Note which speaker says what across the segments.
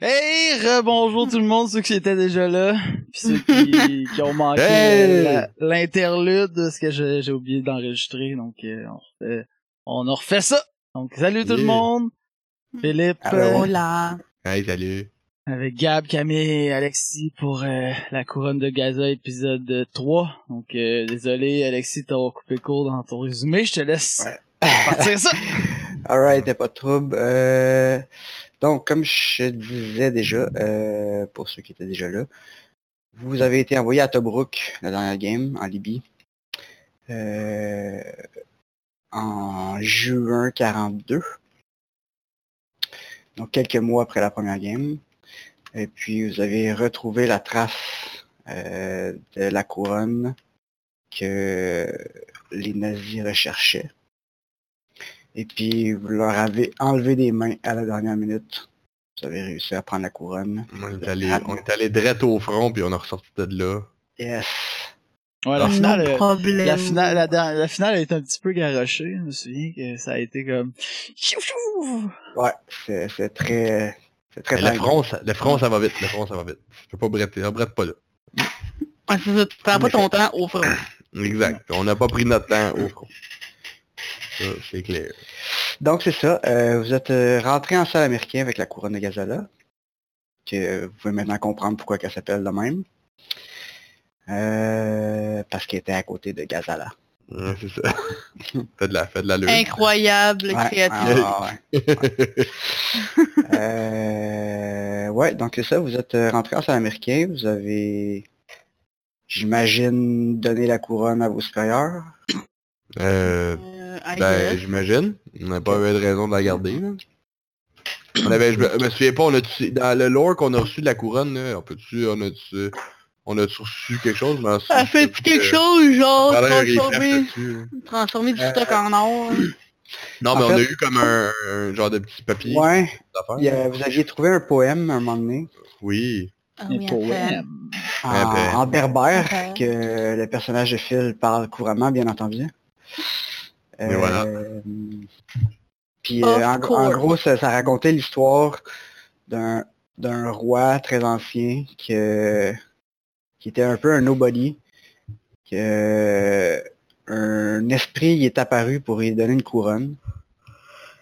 Speaker 1: Hey, bonjour tout le monde, ceux qui étaient déjà là, puis ceux qui, qui ont manqué euh,
Speaker 2: Hey!
Speaker 1: la- l'interlude de ce que je- j'ai oublié d'enregistrer, donc euh, on, refait, on en refait ça. Donc salut tout le
Speaker 2: Yeah.
Speaker 1: monde, Philippe
Speaker 2: Allô.
Speaker 1: euh,
Speaker 3: Hola.
Speaker 2: Hey, salut.
Speaker 1: avec Gab, Camille et Alexis pour euh, la couronne de Gaza épisode 3. Donc euh, désolé Alexis, t'as coupé court dans ton résumé, je te laisse
Speaker 4: Ouais.
Speaker 1: partir ça.
Speaker 4: Alright, y'a pas de trouble. Euh, donc, comme je disais déjà, euh, pour ceux qui étaient déjà là, vous avez été envoyé à Tobruk, la dernière game, en Libye, euh, en juin 42. Donc, quelques mois après la première game. Et puis, vous avez retrouvé la trace euh, de la couronne que les nazis recherchaient. Et puis, vous leur avez enlevé des mains à la dernière minute. Vous avez réussi à prendre la couronne.
Speaker 2: On est allé, on est allé direct au front, puis on est ressorti de là.
Speaker 4: Yes!
Speaker 1: Ouais, la
Speaker 2: Ah.
Speaker 1: finale, euh,
Speaker 3: problème.
Speaker 1: La finale, la, dernière- la finale a été un petit peu garochée. Je me souviens que ça a été comme. Chou, chou.
Speaker 4: Ouais, c'est c'est très... C'est très
Speaker 2: Mais le
Speaker 4: dingue.
Speaker 2: front, ça, le front, ça va vite. Le front, ça va vite. Je peux pas bretter. On brette pas là.
Speaker 3: Ouais, c'est ça, tu Ah, prends pas ton temps au front.
Speaker 2: Exact. On n'a pas pris notre temps
Speaker 4: Euh,
Speaker 2: au front. Ça, c'est clair.
Speaker 4: Donc, c'est ça. euh, vous êtes rentré en salle américaine avec la couronne de Gazala. Que euh, vous pouvez maintenant comprendre pourquoi qu'elle s'appelle de même. Euh, parce qu'elle était à côté de Gazala.
Speaker 2: Ouais, c'est ça. Fais de la, fais de la lune.
Speaker 3: Incroyable
Speaker 4: Ouais,
Speaker 3: créativité.
Speaker 4: ouais, ouais, ouais. Euh, ouais, donc c'est ça, vous êtes euh, rentré en salle américain, vous avez, j'imagine, donné la couronne à vos supérieurs.
Speaker 2: Euh,
Speaker 3: Euh, I
Speaker 2: ben,
Speaker 3: guess.
Speaker 2: j'imagine. On n'a pas eu de raison de la garder. là.
Speaker 4: Mm-hmm.
Speaker 2: On avait, je me, je me souviens pas, on a dans le lore qu'on a reçu de la couronne, là, on peut-tu, on a-tu, on a reçu quelque chose? mais on a
Speaker 3: Ça fait
Speaker 2: euh,
Speaker 3: quelque chose, genre,
Speaker 2: Valère, il est
Speaker 3: transformer,
Speaker 2: plate là-dessus, là.
Speaker 3: transformer du
Speaker 4: Euh,
Speaker 3: stock en or. hein.
Speaker 2: Non,
Speaker 4: En
Speaker 2: mais on a
Speaker 4: fait-
Speaker 2: eu comme un, un genre de petit papier
Speaker 4: Ouais,
Speaker 2: d'affaires.
Speaker 4: il y a- vous aviez trouvé un poème à un moment donné,
Speaker 2: Oui.
Speaker 3: Ah
Speaker 1: Et
Speaker 3: oui,
Speaker 1: pour hmm.
Speaker 3: attends.
Speaker 1: Wem,
Speaker 4: en,
Speaker 2: Ah ben.
Speaker 4: en berbère,
Speaker 3: Ah ben.
Speaker 4: que le personnage de Phil parle couramment, bien entendu. Euh,
Speaker 2: Mais voilà.
Speaker 4: Puis
Speaker 3: Of
Speaker 4: euh, en, en
Speaker 3: course.
Speaker 4: gros, ça, ça racontait l'histoire d'un d'un roi très ancien que- qui était un peu un nobody. Que un esprit y est apparu pour lui donner une couronne.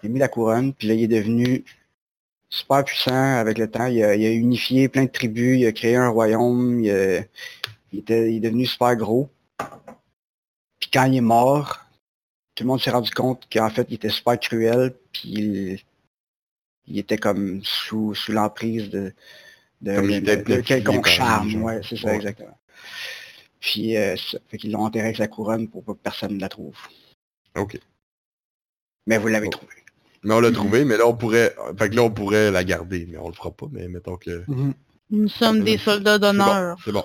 Speaker 4: Il a mis la couronne, puis là il est devenu super puissant avec le temps. Il a, il a unifié plein de tribus, il a créé un royaume, il, a- il était, il est devenu super gros. Puis quand il est mort, tout le monde s'est rendu compte qu'en fait, il était super cruel, puis il, il était comme sous, sous l'emprise de, de,
Speaker 2: Comme il
Speaker 4: de-
Speaker 2: était
Speaker 4: de
Speaker 2: petit,
Speaker 4: quelconque
Speaker 2: par
Speaker 4: charme.
Speaker 2: exemple.
Speaker 4: Ouais, c'est ça,
Speaker 2: Ouais.
Speaker 4: exactement. Puis, euh, ça fait qu'ils l'ont enterré avec la couronne pour pas que personne ne la trouve.
Speaker 2: Ok.
Speaker 4: Mais vous l'avez
Speaker 2: Oh.
Speaker 4: trouvé.
Speaker 2: Mais on l'a trouvé, mais là on pourrait. Fait que là on pourrait la garder, mais on le fera pas, mais mettons que.
Speaker 4: Oh
Speaker 3: Nous sommes des soldats
Speaker 2: C'est bon.
Speaker 3: d'honneur.
Speaker 2: C'est bon.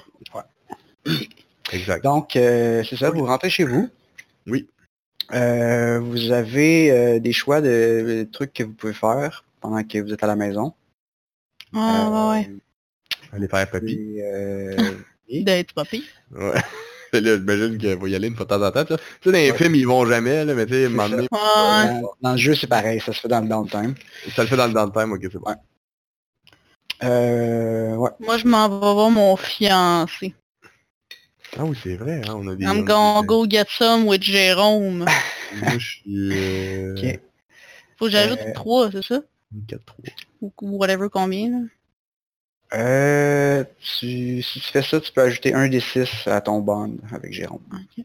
Speaker 2: Exact.
Speaker 4: Donc, euh, c'est ça, vous rentrez chez vous.
Speaker 2: Oui.
Speaker 4: Euh, vous avez euh, des choix de, de trucs que vous pouvez faire pendant que vous êtes à la maison.
Speaker 3: Ah,
Speaker 4: Euh,
Speaker 3: Ouais, ouais, ouais.
Speaker 2: Allez faire papy.
Speaker 4: Puis, euh,
Speaker 3: D'être papy.
Speaker 2: Ouais. Là, j'imagine qu'il va y aller une fois de temps en temps. pis ça. Tu sais, dans les films, ils vont jamais, là, mais tu sais, à un moment donné,
Speaker 3: Ouais.
Speaker 4: dans, dans le jeu, c'est pareil, ça se fait dans le downtime.
Speaker 2: ça le fait dans le downtime, ok, c'est bon.
Speaker 4: Euh, ouais.
Speaker 3: Moi, je m'en vais voir mon fiancé.
Speaker 2: Ah oui, c'est vrai, hein, on a des.
Speaker 3: I'm gonna go get some with Jérôme.
Speaker 2: Moi, je suis. Euh...
Speaker 4: Ok.
Speaker 3: Faut que j'ajoute
Speaker 4: Euh,
Speaker 3: trois, c'est ça?
Speaker 2: 4-3.
Speaker 3: Ou ou whatever combien, là.
Speaker 4: Euh, tu, si tu fais ça, tu peux ajouter un des six à ton bond avec Jérôme.
Speaker 3: Ok.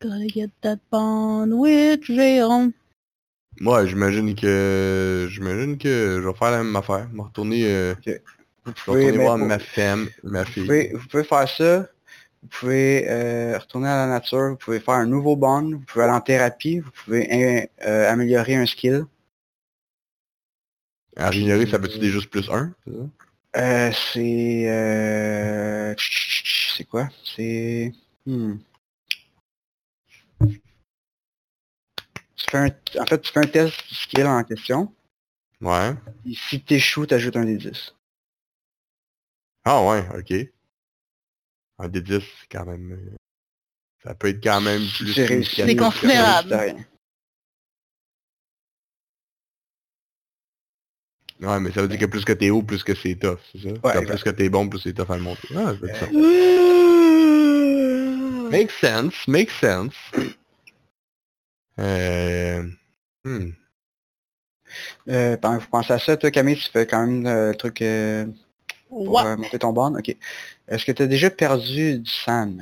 Speaker 3: Gotta get that bond with Jérôme.
Speaker 2: Moi, j'imagine que. J'imagine que je vais faire la même affaire. Je vais retourner. euh,
Speaker 4: Vous
Speaker 2: Je vais
Speaker 4: pouvez,
Speaker 2: retourner
Speaker 4: mais
Speaker 2: voir
Speaker 4: pour-
Speaker 2: ma femme, ma
Speaker 4: vous,
Speaker 2: fille.
Speaker 4: pouvez, vous pouvez faire ça, vous pouvez euh, retourner à la nature, vous pouvez faire un nouveau bond, vous pouvez aller en thérapie, vous pouvez euh, euh, améliorer un skill.
Speaker 2: À Rignerie, ça peut-tu des juste plus un c'est ça?
Speaker 4: Euh, c'est... Euh... C'est quoi? C'est... Hmm. Tu fais un- En fait, tu fais un test du skill en question.
Speaker 2: Ouais.
Speaker 4: Et si t'échoues, t'ajoutes un des 10.
Speaker 2: Ah ouais, ok. Un des 10, c'est quand même. euh, Ça peut être quand même plus.
Speaker 4: C'est réussi.
Speaker 2: significatif
Speaker 3: C'est
Speaker 2: que-
Speaker 3: considérable.
Speaker 4: C'est rien.
Speaker 2: Ouais, mais ça veut dire que plus que t'es haut, plus que c'est tough, c'est ça? Genre,
Speaker 4: exact.
Speaker 2: plus que t'es bon, plus c'est tough à le monter. Ah, je veux dire ça.
Speaker 3: Ouh.
Speaker 2: Make sense, make sense. Euh... hmm.
Speaker 4: Euh, pen- vous pensez à ça, toi, Camille, tu fais quand même euh, le truc euh, pour
Speaker 3: Ouais.
Speaker 4: euh, monter ton bande? Ok. Est-ce que tu as déjà perdu du sang?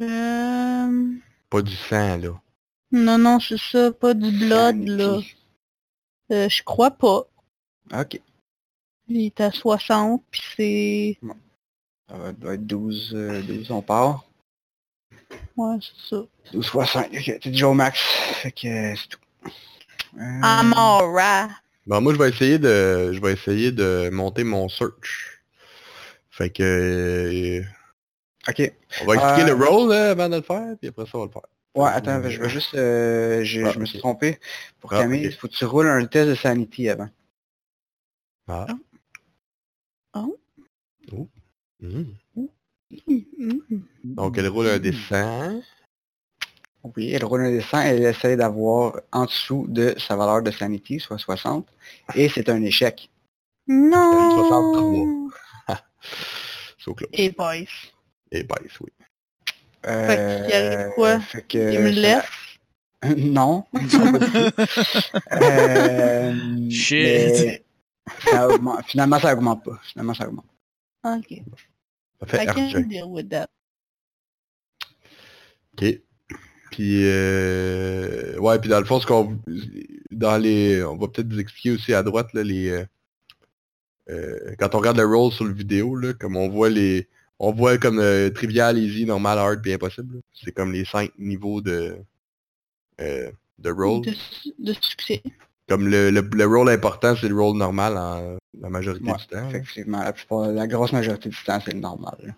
Speaker 3: Euh,
Speaker 2: Pas du sang, là.
Speaker 3: Non, non, c'est ça, pas du blood,
Speaker 4: Sanity.
Speaker 3: là. Euh, je crois pas.
Speaker 4: Ok.
Speaker 3: Il est à 60, puis c'est...
Speaker 4: Ça va- doit être 12, euh, 12 on part.
Speaker 3: Ouais, c'est ça.
Speaker 4: 12 fois 5. Ok, t'es déjà au max. Fait que euh, c'est tout. Euh,
Speaker 2: Hmm.
Speaker 3: I'm alright.
Speaker 2: Bon, moi, je vais essayer de, je vais essayer de monter mon search. Fait que, euh,
Speaker 4: Ok.
Speaker 2: on va expliquer
Speaker 4: Euh,
Speaker 2: le rôle là, avant de le faire, puis après ça, on va le faire.
Speaker 4: Ouais, attends, je veux juste... euh, je,
Speaker 2: Ah,
Speaker 4: je me suis
Speaker 2: ok.
Speaker 4: trompé. Pour
Speaker 2: Ah,
Speaker 4: Camille,
Speaker 2: ok.
Speaker 4: faut que tu roules un test de sanity avant.
Speaker 2: Ah.
Speaker 3: Oh.
Speaker 2: Oh. Mhm.
Speaker 3: Hum, hum, hum.
Speaker 2: Donc, elle roule un dessin.
Speaker 4: Oui, elle roule un dessin et elle essaie d'avoir en dessous de sa valeur de sanity, soit 60. Et c'est un échec.
Speaker 3: Non!
Speaker 2: So close.
Speaker 3: Et boys.
Speaker 2: Et bice, oui.
Speaker 4: Euh,
Speaker 3: Fait qu'il arrive quoi?
Speaker 4: fait que
Speaker 3: Il me
Speaker 4: ça-
Speaker 3: laisse.
Speaker 4: Non. non, pas du tout. Euh,
Speaker 1: Shit.
Speaker 4: mais ça augmente- Finalement, ça augmente pas. Finalement, ça augmente.
Speaker 3: Ok.
Speaker 2: Ça fait
Speaker 3: I
Speaker 2: RJ.
Speaker 3: can deal with that.
Speaker 2: OK. Puis, euh, ouais, puis dans le fond, ce qu'on... Dans les... On va peut-être vous expliquer aussi à droite, là, les... euh, euh, quand on regarde le roll sur le vidéo, là, comme on voit les... On voit comme euh, trivial, easy, normal, hard, puis impossible. là. C'est comme les cinq niveaux de... euh, de roll.
Speaker 3: De, de succès.
Speaker 2: Comme le, le, le roll important, c'est le roll normal en la majorité
Speaker 4: Ouais,
Speaker 2: du temps. hein. là.
Speaker 4: Effectivement, la, plupart, la grosse majorité du temps, c'est le normal. là.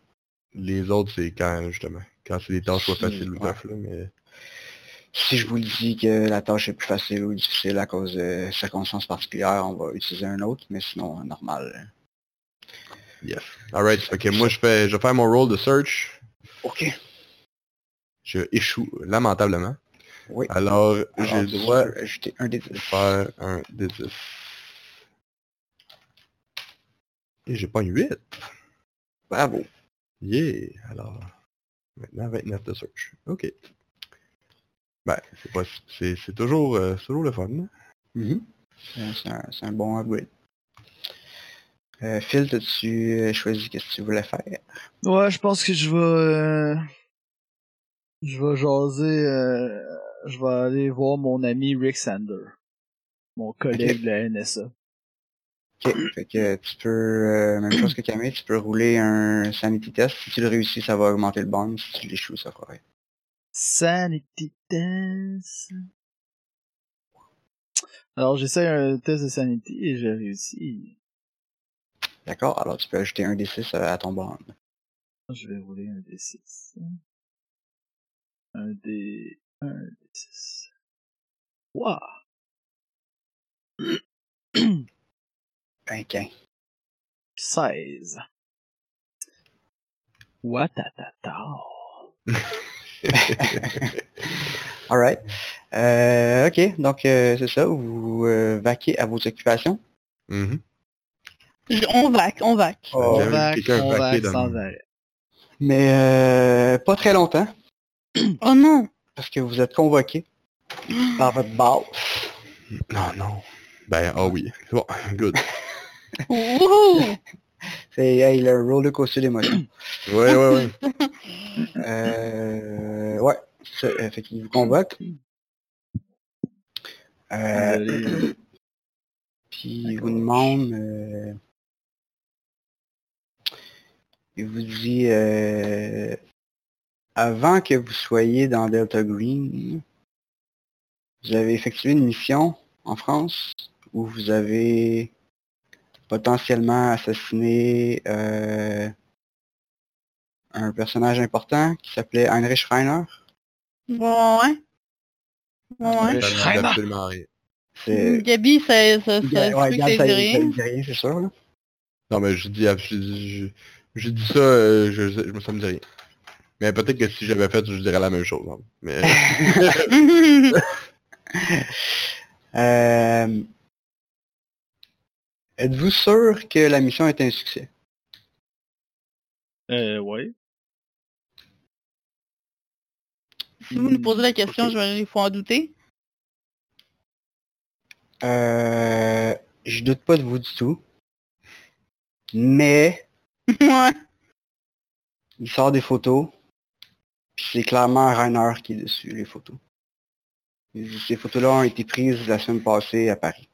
Speaker 2: Les autres, c'est quand, justement, quand c'est des tâches soit
Speaker 4: Si,
Speaker 2: faciles ou
Speaker 4: ouais.
Speaker 2: tough, là, mais...
Speaker 4: Si je vous dis que la tâche est plus facile ou difficile à cause de circonstances particulières, on va utiliser un autre, mais sinon, normal. là.
Speaker 2: Yes. Alright, ok, moi je fais je vais faire mon roll de search.
Speaker 4: Ok.
Speaker 2: Je échoue lamentablement.
Speaker 4: Oui.
Speaker 3: Ah,
Speaker 2: Alors, j'ai
Speaker 4: Alors,
Speaker 2: le
Speaker 4: tu
Speaker 2: droit
Speaker 4: peux ajouter un des
Speaker 2: de
Speaker 4: dix.
Speaker 2: faire un des 10. Et j'ai pas une 8.
Speaker 4: Bravo.
Speaker 2: Yeah. Alors, maintenant 29 de search. Ok. Ben, c'est pas c'est c'est toujours euh, c'est toujours le fun. hein?
Speaker 4: Mhm. Euh, C'est un, c'est un bon upgrade. Euh, Phil, as-tu euh, choisi qu'est-ce que tu voulais faire?
Speaker 1: Ouais, je pense que je vais. euh, Je vais jaser. euh, Je vais aller voir mon ami Rick Sander. Mon collègue de la NSA.
Speaker 4: Ok, fait que tu peux, euh, même chose que Camille, tu peux rouler un sanity test. Si tu le réussis, ça va augmenter le bond. Si tu l'échoues, ça fera rien.
Speaker 1: Sanity test. Alors, j'essaie un test de sanity et j'ai réussi.
Speaker 4: D'accord? Alors tu peux ajouter un D6 à ton bond.
Speaker 1: Je vais rouler un D6. Un D. Un D6. Waouh!
Speaker 4: Ben, quin.
Speaker 1: 16. Watatata.
Speaker 4: Alright. Euh, ok, donc euh, c'est ça. Vous euh, vaquez à vos occupations.
Speaker 2: Mhm.
Speaker 3: Je- on vac, on vac.
Speaker 2: Oh.
Speaker 1: On
Speaker 2: J'avais
Speaker 1: vague,
Speaker 2: quelqu'un
Speaker 1: on
Speaker 2: vaquer
Speaker 1: vague
Speaker 2: dans
Speaker 1: sans
Speaker 2: le-
Speaker 1: arrêt.
Speaker 4: Mais euh, pas très longtemps,
Speaker 2: Hmm.
Speaker 3: Oh non!
Speaker 4: parce que vous êtes convoqué par votre boss.
Speaker 2: Non, non. Ben, ah oui. C'est Bon, good.
Speaker 3: Wouhou!
Speaker 4: C'est hey, le roller coaster d'émotions.
Speaker 2: Ouais, ouais, ouais.
Speaker 4: Euh, ouais, c'est ça. Euh, fait qu'il vous convoque. Euh,
Speaker 1: Désolé.
Speaker 4: puis il vous demande... euh, il vous dit... euh, avant que vous soyez dans Delta Green, vous avez effectué une mission en France où vous avez potentiellement assassiné euh, un personnage important qui s'appelait Heinrich Reiner.
Speaker 3: Bon, ouais. Bon, ouais.
Speaker 1: Ouais.
Speaker 2: Ça me dit
Speaker 1: Schreiber.
Speaker 2: Ben, absolument rien.
Speaker 4: C'est...
Speaker 3: Gabi, ça, ça, ça,
Speaker 4: Euh, Ouais,
Speaker 3: je sais que
Speaker 4: Gab,
Speaker 3: ça
Speaker 4: ça-
Speaker 3: dit
Speaker 4: ça-
Speaker 3: rien.
Speaker 4: ça- rien, c'est sûr. Là.
Speaker 2: Non, mais je dis, abs- je dis, je, je dis ça, euh, je, je, me- ça me dit rien. Mais peut-être que si j'avais fait, je dirais la même chose. hein. Mais
Speaker 4: Euh, Êtes-vous sûr que la mission est un succès?
Speaker 1: Euh, ouais.
Speaker 3: Si
Speaker 4: Mm.
Speaker 3: vous nous posez la question,
Speaker 4: ok.
Speaker 3: j'imagine qu'il faut en douter.
Speaker 4: Euh, je doute pas de vous du tout. Mais
Speaker 3: ouais.
Speaker 4: il sort des photos. Puis c'est clairement Rainer qui est dessus, les photos. Ces photos-là ont été prises la semaine passée à Paris.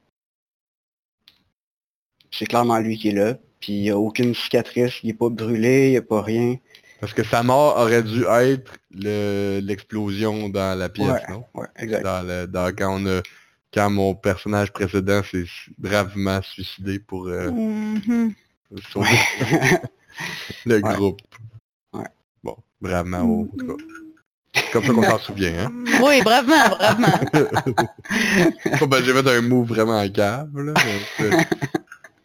Speaker 4: C'est clairement lui qui est là. Puis il n'y a aucune cicatrice, il n'est pas brûlé, il n'y a pas rien.
Speaker 2: Parce que sa mort aurait dû être le- l'explosion dans la pièce,
Speaker 4: Ouais.
Speaker 2: non?
Speaker 4: Ouais, exact.
Speaker 2: Dans le- dans- quand, on a- quand mon personnage précédent s'est su- bravement suicidé pour euh,
Speaker 3: Mhm.
Speaker 2: sauver
Speaker 4: Ouais.
Speaker 2: le
Speaker 4: Ouais.
Speaker 2: groupe.
Speaker 4: Ouais.
Speaker 2: Bon, bravement, en tout cas. Comme ça qu'on s'en souvient, hein?
Speaker 3: Oui, bravement, bravement.
Speaker 2: Bon, ben, j'ai fait un move vraiment en cave, là. mais, euh,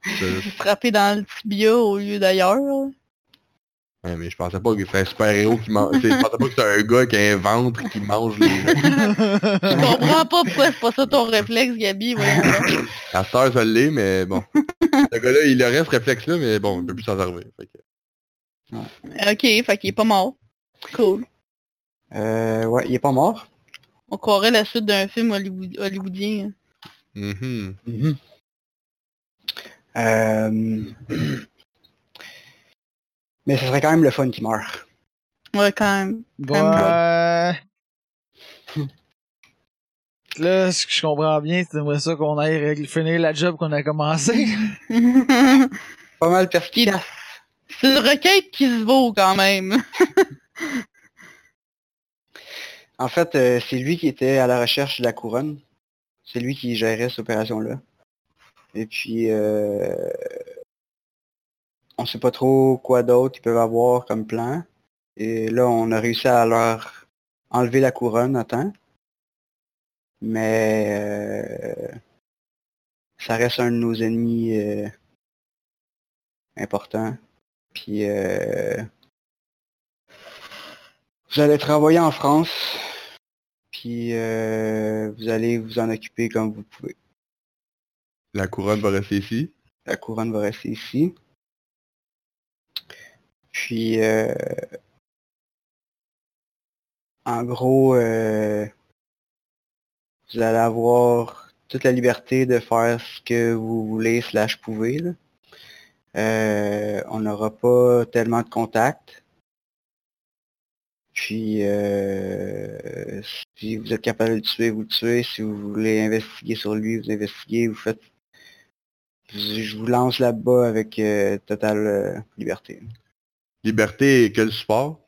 Speaker 2: je-
Speaker 3: Frappé dans le tibia au lieu d'ailleurs. là.
Speaker 2: ouais, mais je pensais pas que c'est un super-héros qui mange... Je pensais pas que c'est un gars qui a un ventre qui mange les gens.
Speaker 3: Je comprends pas pourquoi c'est pas ça ton réflexe, Gabi. voyons donc.
Speaker 2: La star, ça l'est, mais bon. Ce gars-là, il aurait ce réflexe-là, mais bon, il peut plus s'en servir. Fait que-
Speaker 3: ok, fait qu'il est pas mort. Cool.
Speaker 4: Euh, ouais, il est pas mort.
Speaker 3: On croirait la suite d'un film hollywood- hollywoodien.
Speaker 2: Mhm.
Speaker 4: Euh, Mais ce serait quand même le fun qu'il meure.
Speaker 3: hein. Ouais, quand même.
Speaker 1: Ouais. Là, ce que je comprends bien, c'est aimerais ça qu'on aille régl- finir la job qu'on a commencé.
Speaker 4: Pas mal perspicace.
Speaker 3: c'est une requête qui se vaut quand même.
Speaker 4: En fait, euh, c'est lui qui était à la recherche de la couronne. C'est lui qui gérait cette opération-là. Et puis, euh, on sait pas trop quoi d'autre ils peuvent avoir comme plan. Et là, on a réussi à leur enlever la couronne à temps. Mais euh, ça reste un de nos ennemis euh, importants. Puis, euh, vous allez travailler en France, puis euh, vous allez vous en occuper comme vous pouvez.
Speaker 2: La couronne va rester ici.
Speaker 4: La couronne va rester ici. Puis, euh, en gros, euh, vous allez avoir toute la liberté de faire ce que vous voulez slash pouvez. là. Euh, on n'aura pas tellement de contacts. Puis, euh, si vous êtes capable de le tuer, vous le tuez. Si vous voulez investiguer sur lui, vous investiguez. Vous faites. Je je vous lance là-bas avec euh, totale euh, liberté.
Speaker 2: Liberté et quel support?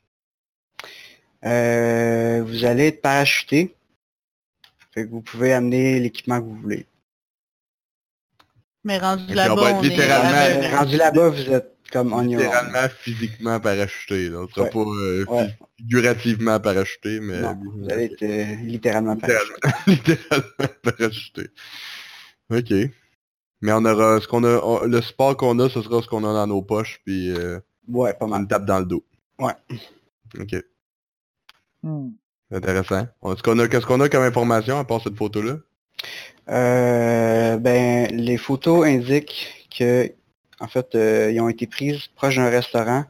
Speaker 4: Euh, vous allez être parachuté. Fait que vous pouvez amener l'équipement que vous voulez.
Speaker 3: Mais rendu
Speaker 2: Et puis on va
Speaker 3: là-bas,
Speaker 2: être
Speaker 3: on, est
Speaker 2: littéralement-
Speaker 3: aveugle.
Speaker 4: Euh, rendu là-bas, vous êtes comme on your own.
Speaker 2: Littéralement, physiquement parachuté. Là. On sera
Speaker 4: Ouais.
Speaker 2: pas euh, fi-
Speaker 4: Ouais,
Speaker 2: figurativement parachuté, mais
Speaker 4: Non, vous allez être euh, littéralement parachuté.
Speaker 2: littéralement, littéralement parachuté. OK. Mais on aura ce qu'on a. on- le support qu'on a, ce sera ce qu'on a dans nos poches, puis euh,
Speaker 4: Ouais, pas
Speaker 2: on
Speaker 4: mal.
Speaker 2: le tape dans le dos.
Speaker 4: Ouais.
Speaker 2: OK.
Speaker 1: Hmm.
Speaker 2: Intéressant. On- ce qu'on a- Qu'est-ce qu'on a comme information à part cette photo-là?
Speaker 4: Euh, ben, les photos indiquent que, en fait, euh, ils ont été prises proche d'un restaurant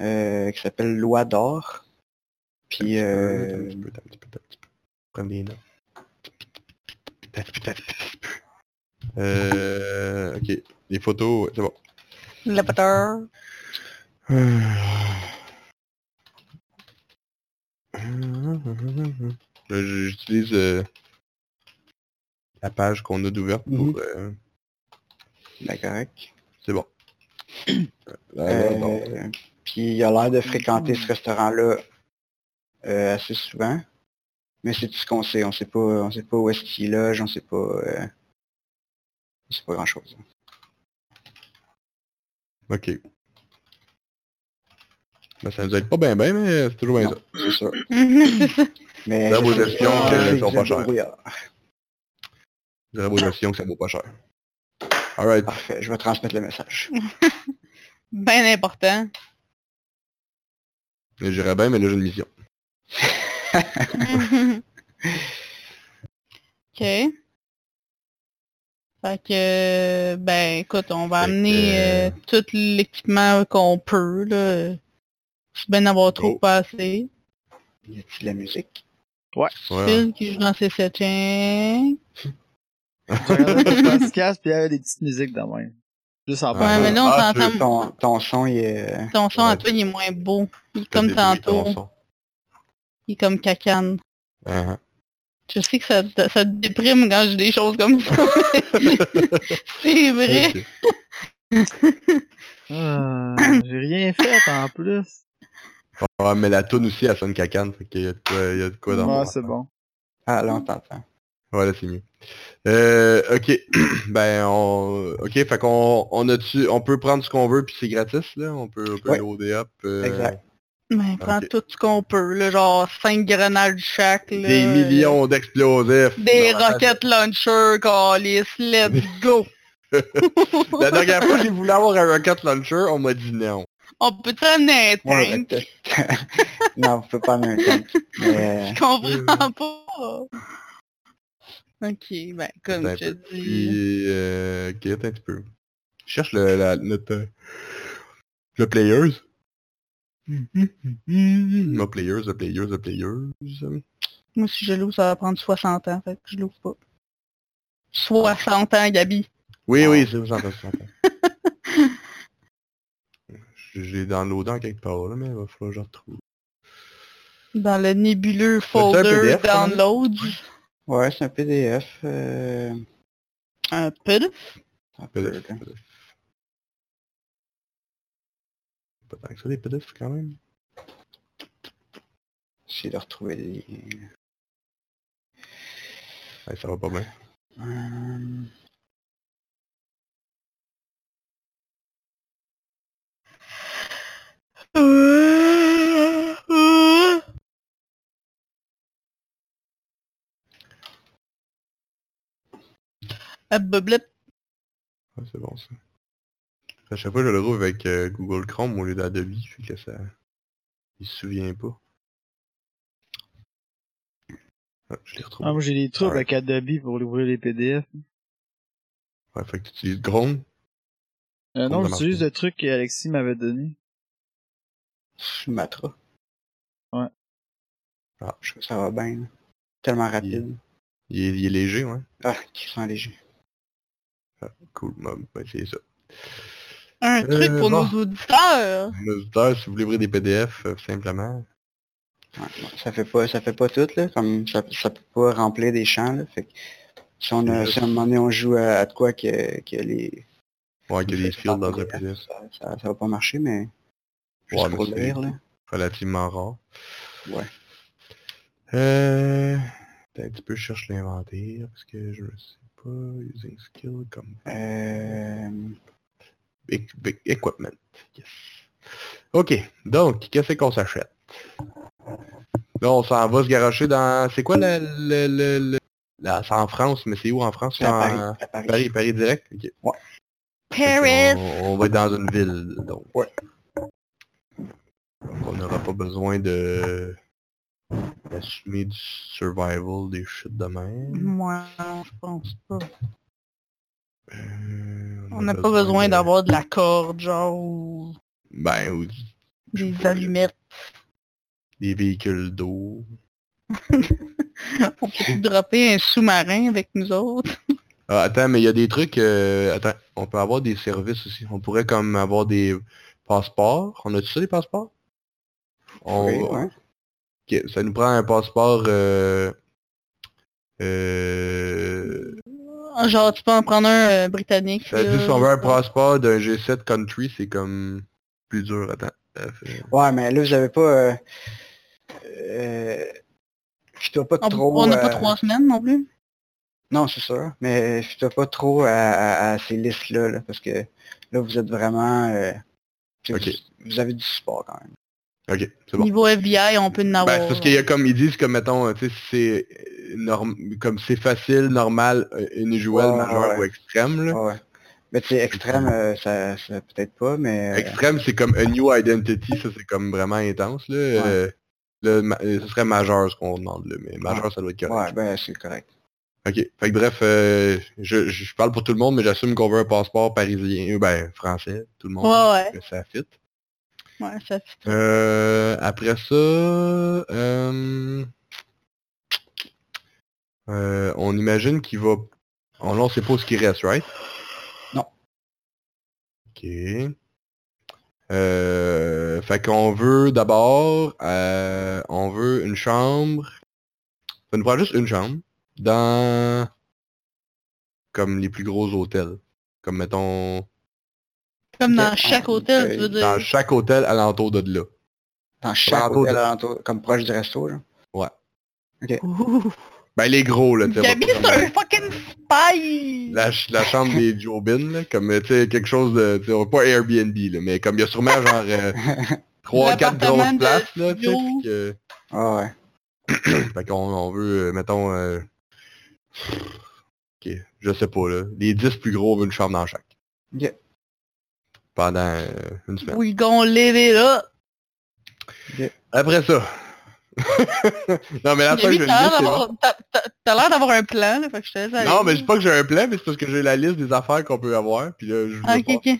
Speaker 4: euh, qui s'appelle Loi d'Or. Puis,
Speaker 2: Un
Speaker 4: euh,
Speaker 2: petit peu, un petit peu, un petit peu. Prendre des notes. Un petit peu, un petit peu, un petit peu. Euh, ok, les photos, ouais, c'est bon. Euh.
Speaker 3: Le pateur.
Speaker 2: Là, j- J'utilise euh, la page qu'on a d'ouverte pour...
Speaker 4: Mhm.
Speaker 2: euh,
Speaker 4: ben, correct.
Speaker 2: c'est bon.
Speaker 4: Euh,
Speaker 2: Euh, non.
Speaker 4: puis il a l'air de fréquenter ce restaurant-là euh, assez souvent. Mais c'est tout ce qu'on sait. On sait pas, on sait pas où est-ce qu'il loge, on sait pas. euh, on sait pas grand chose.
Speaker 2: Ok. Ben, ça nous aide pas bien, bien, mais c'est toujours bien
Speaker 4: Non.
Speaker 2: ça.
Speaker 4: C'est sûr.
Speaker 3: C'est ça.
Speaker 4: Mais
Speaker 2: Dans vos
Speaker 4: je sais
Speaker 2: espions,
Speaker 4: que-
Speaker 2: euh,
Speaker 4: je sais que
Speaker 2: sont
Speaker 4: vous
Speaker 2: pas
Speaker 4: êtes
Speaker 2: chers.
Speaker 4: débrouillards.
Speaker 2: Je dirais vos actions que ça vaut pas cher. Alright.
Speaker 4: Parfait, je vais transmettre le message.
Speaker 3: Ben important.
Speaker 2: Mais J'irais bien, mais là j'ai une mission.
Speaker 3: ok. Fait que, euh, ben, écoute, on va
Speaker 2: Fait que,
Speaker 3: amener euh,
Speaker 2: euh,
Speaker 3: tout l'équipement qu'on peut, là. C'est bien d'avoir trop
Speaker 2: Oh.
Speaker 3: pas assez.
Speaker 4: Y a-t-il de la musique?
Speaker 2: Ouais.
Speaker 3: Phil qui joue dans ses setchings.
Speaker 1: Je regardais le podcast, puis il y avait des petites musiques de même. Juste en
Speaker 2: Ouais,
Speaker 3: Ouais,
Speaker 1: parlant.
Speaker 3: mais là, on
Speaker 2: Ah,
Speaker 3: t'entend...
Speaker 4: Ton, ton son, il est...
Speaker 3: Ton son à
Speaker 2: Ouais.
Speaker 3: toi, il est moins beau. Il est
Speaker 2: T'as
Speaker 3: comme
Speaker 2: des bruits dans
Speaker 3: tantôt.
Speaker 2: le son.
Speaker 3: Il est comme cacane.
Speaker 2: Ah,
Speaker 3: Je sais que ça, te- ça te déprime quand j'ai des choses comme ça. C'est vrai.
Speaker 2: ok.
Speaker 1: Ah, J'ai rien fait en plus.
Speaker 2: Ouais, mais la toune aussi, elle sonne cacane, fait qu'il y a de quoi, il y a de quoi dans hein.
Speaker 1: Ah,
Speaker 2: mon-
Speaker 1: c'est bon.
Speaker 4: Ah, là, on t'entend.
Speaker 2: Ouais, là, c'est mieux. Euh, ok. ben, on... Ok, fait qu'on on a-tu... On peut prendre ce qu'on veut, puis c'est gratis, là? On peut, on peut
Speaker 4: Ouais.
Speaker 2: loader up. euh,
Speaker 4: Exact.
Speaker 3: Mais prends
Speaker 2: Ok.
Speaker 3: tout ce qu'on peut, là, genre 5 grenades chaque. Là,
Speaker 2: Des millions d'explosifs.
Speaker 3: Des
Speaker 2: Dans la-
Speaker 3: rocket launchers, Calis, let's go!
Speaker 2: La dernière fois, j'ai voulu avoir un rocket launcher, on m'a dit non.
Speaker 3: On peut te ramener un tank?
Speaker 4: Ouais, ben, peut-être. non, on peut pas en même temps. Mais,
Speaker 3: Je comprends pas! Ok, ben,
Speaker 2: Attends un
Speaker 3: comme je
Speaker 2: peu.
Speaker 3: dis...
Speaker 2: Puis, euh, ok, attends un petit peu. Je cherche le, la, notre, euh, le players. Le players, le players, le players.
Speaker 3: Moi, si je l'ouvre, ça va prendre 60 ans, fait que je l'ouvre pas. 60 ans, Gabi!
Speaker 2: Oui, oui, c'est j'entends, j'entends. J'ai dans l'odeur quelque part, là, mais il va falloir que je retrouve.
Speaker 3: Dans le nébuleux
Speaker 2: un
Speaker 3: folder
Speaker 2: PDF, quand même?
Speaker 3: downloads.
Speaker 4: ouais, c'est un PDF. euh,
Speaker 2: hein?
Speaker 3: Un PDF?
Speaker 4: un peu,
Speaker 2: PDF,
Speaker 4: là.
Speaker 2: PDF. Pas tant que ça, des PDF, quand même.
Speaker 4: J'essaie de retrouver les...
Speaker 2: Ouais, ça va pas bien.
Speaker 4: Euh,
Speaker 3: Fait
Speaker 2: Ouais, c'est bon, ça. À chaque fois, je le trouve avec euh, Google Chrome au lieu d'Adobe, fait que ça... Il se souvient pas. Ah, je l'ai retrouvé.
Speaker 1: Ah, moi, j'ai des trucs
Speaker 2: Ouais.
Speaker 1: avec Adobe pour ouvrir les PDF.
Speaker 2: Ouais, fait que tu utilises Chrome.
Speaker 1: Euh, non,
Speaker 2: Comme
Speaker 1: j'utilise
Speaker 2: Martin.
Speaker 1: le truc qu'Alexis m'avait donné.
Speaker 4: Sumatra.
Speaker 2: Ah, je-
Speaker 4: Ça va bien. là. Tellement rapide.
Speaker 2: il est, il est léger, ouais.
Speaker 4: Ah, qui sent léger.
Speaker 2: Cool, bah, bah, c'est ça.
Speaker 3: Un
Speaker 2: Euh,
Speaker 3: truc pour
Speaker 2: bon.
Speaker 3: nos auditeurs.
Speaker 2: Nos auditeurs, si vous voulez ouvrir des PDF, euh, simplement.
Speaker 4: Ouais, ouais, ça fait pas, ça fait pas tout là, comme ça, ça peut pas remplir des champs là. Fait que si on a,
Speaker 2: C'est
Speaker 4: si à un moment donné on joue à, à de quoi que, que les.
Speaker 2: Ouais, qu'il y a des fields dans un
Speaker 4: ça,
Speaker 2: PDF.
Speaker 4: ça, ça va pas marcher, mais juste
Speaker 2: Ouais, mais
Speaker 4: pour le
Speaker 2: c'est
Speaker 4: lire là.
Speaker 2: Relativement rare.
Speaker 4: Ouais.
Speaker 2: Euh... attends Un petit peu, je cherche l'inventaire, parce que je sais pas... Using skill comme...
Speaker 4: Euh,
Speaker 2: Equ- equ- Equipment. Yes. OK. Donc, qu'est-ce qu'on s'achète? Là, on s'en va se garocher dans... C'est quoi le... le, le, le- Là, c'est en France, mais c'est où en France?
Speaker 4: c'est à
Speaker 2: en-
Speaker 4: Paris. à Paris.
Speaker 2: Paris, Paris direct? OK. Fait
Speaker 3: Paris.
Speaker 2: qu'on- On, va être dans une ville, donc.
Speaker 4: Ouais.
Speaker 2: On n'aura pas besoin de... d'assumer du survival, des shit de même.
Speaker 3: Moi, je pense pas.
Speaker 2: Euh,
Speaker 3: On n'a pas besoin
Speaker 2: de-
Speaker 3: d'avoir de la corde, genre, ou
Speaker 2: Ben, ou
Speaker 3: des allumettes.
Speaker 2: des véhicules d'eau.
Speaker 3: On peut dropper un sous-marin avec nous autres.
Speaker 2: Ah, attends, mais il y a des trucs. euh, attends, on peut avoir des services aussi. On pourrait comme avoir des passeports. On a-tu ça des passeports? On-
Speaker 4: Oui, ouais.
Speaker 2: ok, ça nous prend un passeport. Euh, euh,
Speaker 3: Genre, tu peux en prendre un euh, britannique.
Speaker 2: ça dit
Speaker 3: là.
Speaker 2: si Ben, on veut un passeport d'un G7 country, c'est comme plus dur. Attends. ça fait-
Speaker 4: Ouais, mais là vous avez pas. Euh, euh, je dois pas
Speaker 3: On-
Speaker 4: trop.
Speaker 3: On n'a pas
Speaker 4: euh,
Speaker 3: trois semaines non plus.
Speaker 4: Non, c'est sûr, mais je ne pas trop à, à- à ces listes-là, là, parce que là, vous êtes vraiment... euh, tu
Speaker 2: Ok.
Speaker 4: sais, vous, vous avez du support quand même.
Speaker 2: Ok, c'est bon.
Speaker 3: Niveau FBI, on peut en avoir.
Speaker 2: Ben, c'est parce qu'il y a comme ils disent comme mettons, tu sais, c'est euh, norm- comme c'est facile, normal, euh, inusual,
Speaker 4: Ouais,
Speaker 2: majeur
Speaker 4: ouais.
Speaker 2: ou extrême. Là.
Speaker 4: Ah Ouais. Mais tu sais, extrême, euh, ça, ça peut-être pas, mais... euh,
Speaker 2: Extrême, c'est comme a new identity, ça c'est comme vraiment intense. Là. Euh, le ma- euh, ce serait majeur ce qu'on demande, là, mais majeur ça doit être correct.
Speaker 4: ouais, ben c'est correct.
Speaker 2: OK. Fait que bref, euh, je, je parle pour tout le monde, mais j'assume qu'on veut un passeport parisien, euh, ben français, tout le monde.
Speaker 3: Ouais,
Speaker 2: que ça fit.
Speaker 3: ouais. Ouais, ça fait.
Speaker 2: Euh, après ça, euh, euh, on imagine qu'il va... On ne sait pas ce qui reste, right?
Speaker 4: Non.
Speaker 2: OK. Euh, fait qu'on veut d'abord, euh, on veut une chambre. On nous prend juste une chambre dans comme les plus gros hôtels. Comme mettons
Speaker 3: Comme dans
Speaker 4: Ok.
Speaker 3: chaque
Speaker 4: Ah,
Speaker 3: hôtel,
Speaker 2: ben,
Speaker 4: ok.
Speaker 3: tu veux dire.
Speaker 2: dans chaque hôtel alentour de là.
Speaker 4: Dans chaque
Speaker 2: Alentour de-
Speaker 4: hôtel, alentour- comme proche du resto, là.
Speaker 3: Ouh.
Speaker 2: Ben les gros là, tu sais,
Speaker 3: Gabi,
Speaker 2: on va
Speaker 3: c'est
Speaker 2: pas
Speaker 3: un fucking spy!
Speaker 2: la, ch- la chambre des Jobin, là, comme euh, tu sais, quelque chose de. tu sais, pas Airbnb, là, mais comme il y a sûrement genre euh, trois, quatre
Speaker 3: L'appartement
Speaker 2: grosses
Speaker 3: de
Speaker 2: places, là, tu sais,
Speaker 3: studio.
Speaker 2: puis que-
Speaker 4: Ah ouais.
Speaker 2: Fait qu'on on veut, euh, mettons, euh, ok, je sais pas, là, les 10 plus gros veulent une chambre dans chaque.
Speaker 4: Ok.
Speaker 2: Pendant euh, une semaine.
Speaker 3: We gonna live it up!
Speaker 2: Après ça. non, mais la fois que
Speaker 3: Gabi,
Speaker 2: je le
Speaker 3: t'as
Speaker 2: dis,
Speaker 3: l'air
Speaker 2: c'est
Speaker 3: d'avoir- t'as- t'as- t'as l'air d'avoir un plan, là, fait que je te laisse
Speaker 2: bon.
Speaker 3: aller.
Speaker 2: Non, mais c'est pas que j'ai un plan, mais c'est parce que j'ai la liste des affaires qu'on peut avoir, puis là, je me,
Speaker 3: Ah, Ok,
Speaker 2: dis,
Speaker 3: ok.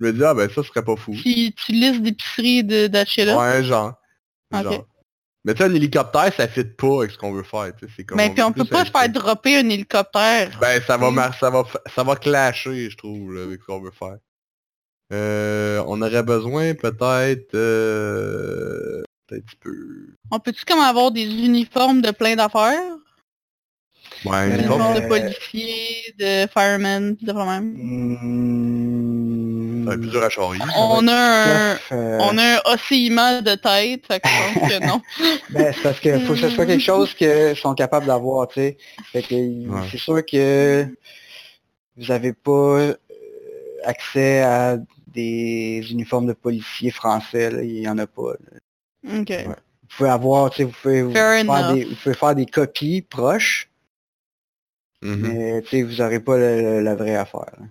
Speaker 2: je me dis, ah ben ça serait pas fou.
Speaker 3: Puis tu listes d'épicerie de d'Achela.
Speaker 2: Ouais, genre.
Speaker 3: Ok.
Speaker 2: genre. Mais tu sais, un hélicoptère, ça fit pas avec ce qu'on veut faire, tu sais, c'est comme...
Speaker 3: Mais
Speaker 2: on
Speaker 3: puis
Speaker 2: veut
Speaker 3: on peut
Speaker 2: plus
Speaker 3: pas
Speaker 2: un-
Speaker 3: se faire Hmm. dropper un hélicoptère.
Speaker 2: Ben, ça va, mar- ça va, fa- ça va clasher, je trouve, là, avec ce qu'on veut faire. Euh, on aurait besoin peut-être... euh, peut-être un petit peu...
Speaker 3: On peut-tu comme avoir des uniformes de plein d'affaires?
Speaker 2: Ouais, un
Speaker 4: Mais
Speaker 3: Des
Speaker 4: non,
Speaker 2: uniforme.
Speaker 3: uniformes de
Speaker 4: mais-
Speaker 3: policiers, de firemen, pis de même.
Speaker 4: Mmh.
Speaker 2: Ça va être plus dur à charrier.
Speaker 3: On a un...
Speaker 4: Sauf, euh,
Speaker 3: On a un oscillement de tête, fait que je pense que non.
Speaker 4: Ben, c'est parce que faut que ce soit quelque chose qu'ils sont capables d'avoir, tu sais. Fait que
Speaker 2: Ouais.
Speaker 4: c'est sûr que vous avez pas euh, accès à des uniformes de policiers français, là. il y en a pas. là.
Speaker 3: Ok.
Speaker 4: Vous pouvez avoir, tu sais, vous pouvez, vous
Speaker 3: Fair
Speaker 4: faire,
Speaker 3: enough.
Speaker 4: des, vous pouvez faire des copies proches,
Speaker 2: Mhm.
Speaker 4: mais tu sais, vous n'aurez pas le- le- la vraie affaire. là.